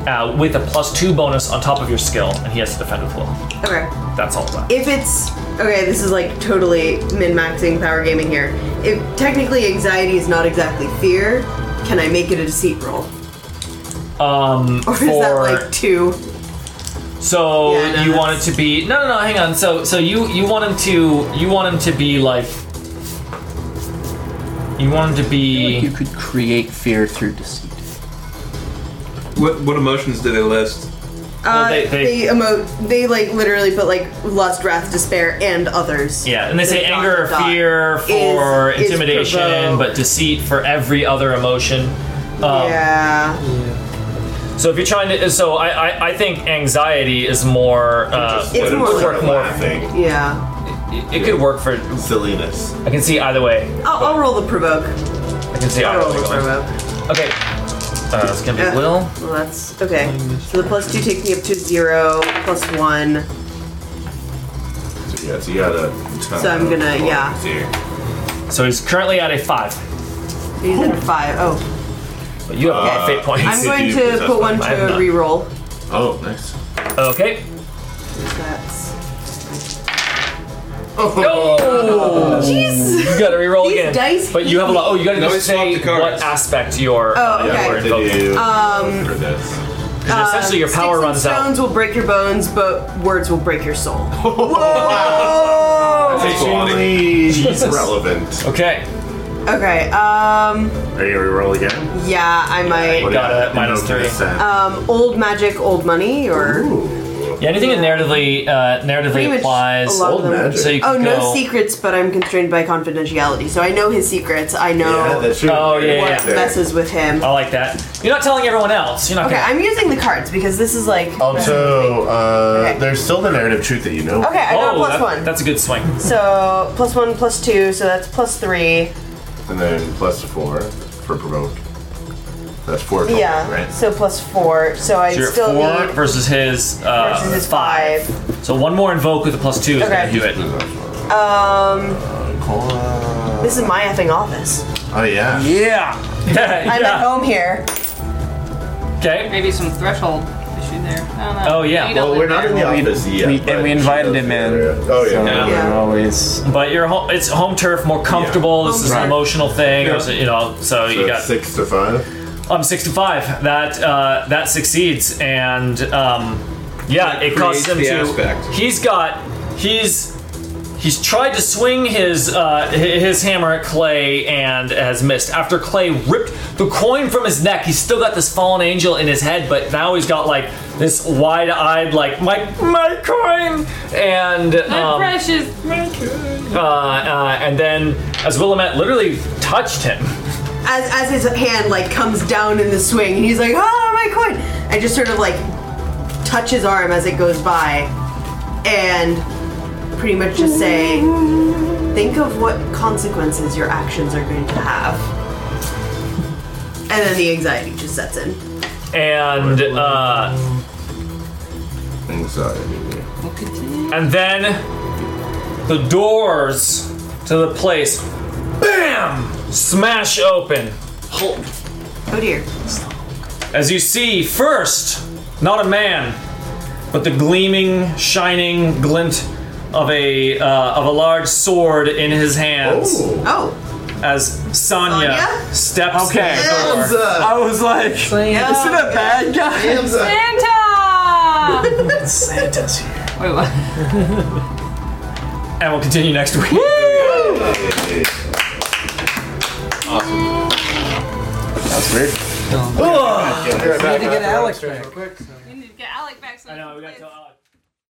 Speaker 1: Uh, with a plus two bonus on top of your skill, and he has to defend with will.
Speaker 7: Okay.
Speaker 1: That's all that.
Speaker 7: If it's okay, this is like totally min-maxing power gaming here. If technically anxiety is not exactly fear, can I make it a deceit roll?
Speaker 1: Um,
Speaker 7: Or is that like two?
Speaker 1: So
Speaker 7: Yeah, no,
Speaker 1: you want it to be no, no, no. Hang on. So, so you you want him to you want him to be like you want him to be.
Speaker 3: You could create fear through deceit.
Speaker 4: What what emotions did they list?
Speaker 7: Uh,
Speaker 1: they- they-
Speaker 7: they, emo- they like literally put like lust, wrath, despair, and others.
Speaker 1: Yeah, and they say
Speaker 7: Dot,
Speaker 1: anger or
Speaker 7: dot,
Speaker 1: fear
Speaker 7: is-
Speaker 1: for
Speaker 7: is
Speaker 1: intimidation,
Speaker 7: provoked.
Speaker 1: but deceit for every other emotion. Um,
Speaker 7: yeah.
Speaker 1: So if you're trying to, so I, I, I think anxiety is more. Uh,
Speaker 7: It's
Speaker 1: would
Speaker 7: more like
Speaker 1: work
Speaker 7: a
Speaker 1: more.
Speaker 14: Laughing.
Speaker 7: Yeah.
Speaker 1: It, it could work for.
Speaker 14: Silliness.
Speaker 1: I can see either way.
Speaker 7: I'll, I'll roll the provoke.
Speaker 1: I can see
Speaker 7: I'll
Speaker 1: either
Speaker 7: roll
Speaker 1: way.
Speaker 7: the
Speaker 1: going.
Speaker 7: provoke.
Speaker 1: Okay. Uh, it's gonna be
Speaker 7: Yeah.
Speaker 1: will.
Speaker 7: Well, that's okay. So the plus two takes me up to zero, plus one.
Speaker 14: So, yeah, so you gotta.
Speaker 7: So I'm gonna- yeah.
Speaker 1: So he's currently at a five,
Speaker 7: He's at a five. Oh,
Speaker 1: but you have a lot of
Speaker 14: Okay.
Speaker 1: fate points.
Speaker 7: Uh, I'm going to put one
Speaker 1: I have
Speaker 7: to
Speaker 1: none.
Speaker 7: a reroll.
Speaker 14: Oh, nice.
Speaker 1: Okay.
Speaker 7: That's
Speaker 1: Oh,
Speaker 7: Jeez.
Speaker 1: You gotta reroll
Speaker 7: These
Speaker 1: again.
Speaker 7: dice-
Speaker 1: but you have a lot. Oh, you gotta
Speaker 4: No,
Speaker 1: just
Speaker 4: he swapped
Speaker 1: say
Speaker 4: the cards.
Speaker 1: what aspect your
Speaker 7: Oh, okay.
Speaker 1: your word
Speaker 14: They do.
Speaker 1: invoked.
Speaker 14: for this.
Speaker 1: Because essentially your power runs out.
Speaker 7: uh, stones will break your bones, but words will break your soul. Oh,
Speaker 14: That's extremely relevant.
Speaker 1: Okay.
Speaker 7: Okay. Um.
Speaker 14: Are you gonna roll again?
Speaker 7: Yeah, I might.
Speaker 1: Got it, minus three.
Speaker 7: Um. Old magic, old money, or
Speaker 1: Yeah, anything that narratively uh,
Speaker 7: pretty
Speaker 1: narratively
Speaker 7: much
Speaker 1: applies.
Speaker 7: a lot
Speaker 14: Old
Speaker 7: of them.
Speaker 14: magic.
Speaker 1: So you can
Speaker 7: Oh, no
Speaker 1: go-
Speaker 7: secrets, but I'm constrained by confidentiality. So I know his secrets. I
Speaker 14: Yeah,
Speaker 7: know
Speaker 14: that's true.
Speaker 1: Oh, yeah, Oh.
Speaker 7: what
Speaker 1: yeah,
Speaker 14: There.
Speaker 7: messes with him.
Speaker 1: I like that. You're not telling everyone else. You're not
Speaker 7: Okay,
Speaker 1: gonna.
Speaker 7: I'm using the cards because this is like.
Speaker 1: Oh.
Speaker 8: Also, uh,
Speaker 7: Okay.
Speaker 8: there's still the narrative truth that you know.
Speaker 7: Okay, I got
Speaker 1: oh,
Speaker 7: a plus
Speaker 1: that-
Speaker 7: one.
Speaker 1: that's a good swing.
Speaker 7: So plus one, plus two, so that's plus three.
Speaker 14: And then plus four for provoke. That's four. Total,
Speaker 7: Yeah.
Speaker 14: Right.
Speaker 7: So plus four. So I
Speaker 1: Oh, So you're at
Speaker 7: still
Speaker 1: four
Speaker 7: need
Speaker 1: versus his uh,
Speaker 7: versus his five.
Speaker 1: So one more invoke with a plus two is
Speaker 7: Okay.
Speaker 1: gonna do it.
Speaker 7: Um,
Speaker 14: Uh, Cola.
Speaker 7: this is my effing office.
Speaker 14: Oh yeah.
Speaker 1: Yeah.
Speaker 7: I'm at
Speaker 1: yeah.
Speaker 7: home here.
Speaker 1: Okay.
Speaker 2: Maybe some threshold issue there. I don't know.
Speaker 1: Oh, yeah.
Speaker 2: You don't
Speaker 14: Well,
Speaker 2: live
Speaker 14: we're not
Speaker 2: there.
Speaker 14: in the office yet.
Speaker 15: we-
Speaker 14: but
Speaker 15: and we
Speaker 14: she
Speaker 15: invited
Speaker 14: knows
Speaker 15: him in.
Speaker 14: the area. Oh yeah.
Speaker 4: Yeah.
Speaker 15: We're
Speaker 7: Yeah.
Speaker 15: Always.
Speaker 1: But your home, it's home turf, more comfortable. This is an
Speaker 7: Right.
Speaker 1: emotional thing, or so, you know. So,
Speaker 14: So
Speaker 1: you
Speaker 14: it's
Speaker 1: got
Speaker 14: six to five.
Speaker 1: um six to five. That uh, that succeeds, and um, yeah,
Speaker 4: That
Speaker 1: it causes him
Speaker 4: creates the
Speaker 1: to.
Speaker 4: aspect.
Speaker 1: He's got he's he's tried to swing his uh, hi- his hammer at Clay and has missed. After Clay ripped the coin from his neck, he's still got this fallen angel in his head, but now he's got like this wide-eyed like my my coin and
Speaker 2: My
Speaker 1: um,
Speaker 2: precious.
Speaker 1: uh, uh, and then as Willamette literally touched him.
Speaker 7: As as his hand like comes down in the swing, and he's like, "Oh my coin!" I just sort of like touch his arm as it goes by, and pretty much just say, "Think of what consequences your actions are going to have." And then the anxiety just sets in.
Speaker 1: and uh,
Speaker 14: Anxiety.
Speaker 1: and then the doors to the place, bam, smash open.
Speaker 7: Oh dear.
Speaker 1: As you see, first, not a man, but the gleaming, shining glint of a uh, of a large sword in his hands
Speaker 14: Oh.
Speaker 7: Oh.
Speaker 1: as Sonya
Speaker 7: Sonya?
Speaker 1: steps
Speaker 15: Okay.
Speaker 1: in the door.
Speaker 14: Hamza.
Speaker 15: I was like, isn't a bad guy?
Speaker 14: Hamza.
Speaker 2: Santa!
Speaker 15: Santa's here.
Speaker 2: Wait, what?
Speaker 1: And we'll continue next week.
Speaker 15: That's weird.
Speaker 9: Need to get Alex back.
Speaker 2: We need to get Alec back so
Speaker 1: I know, we got
Speaker 2: can
Speaker 1: to-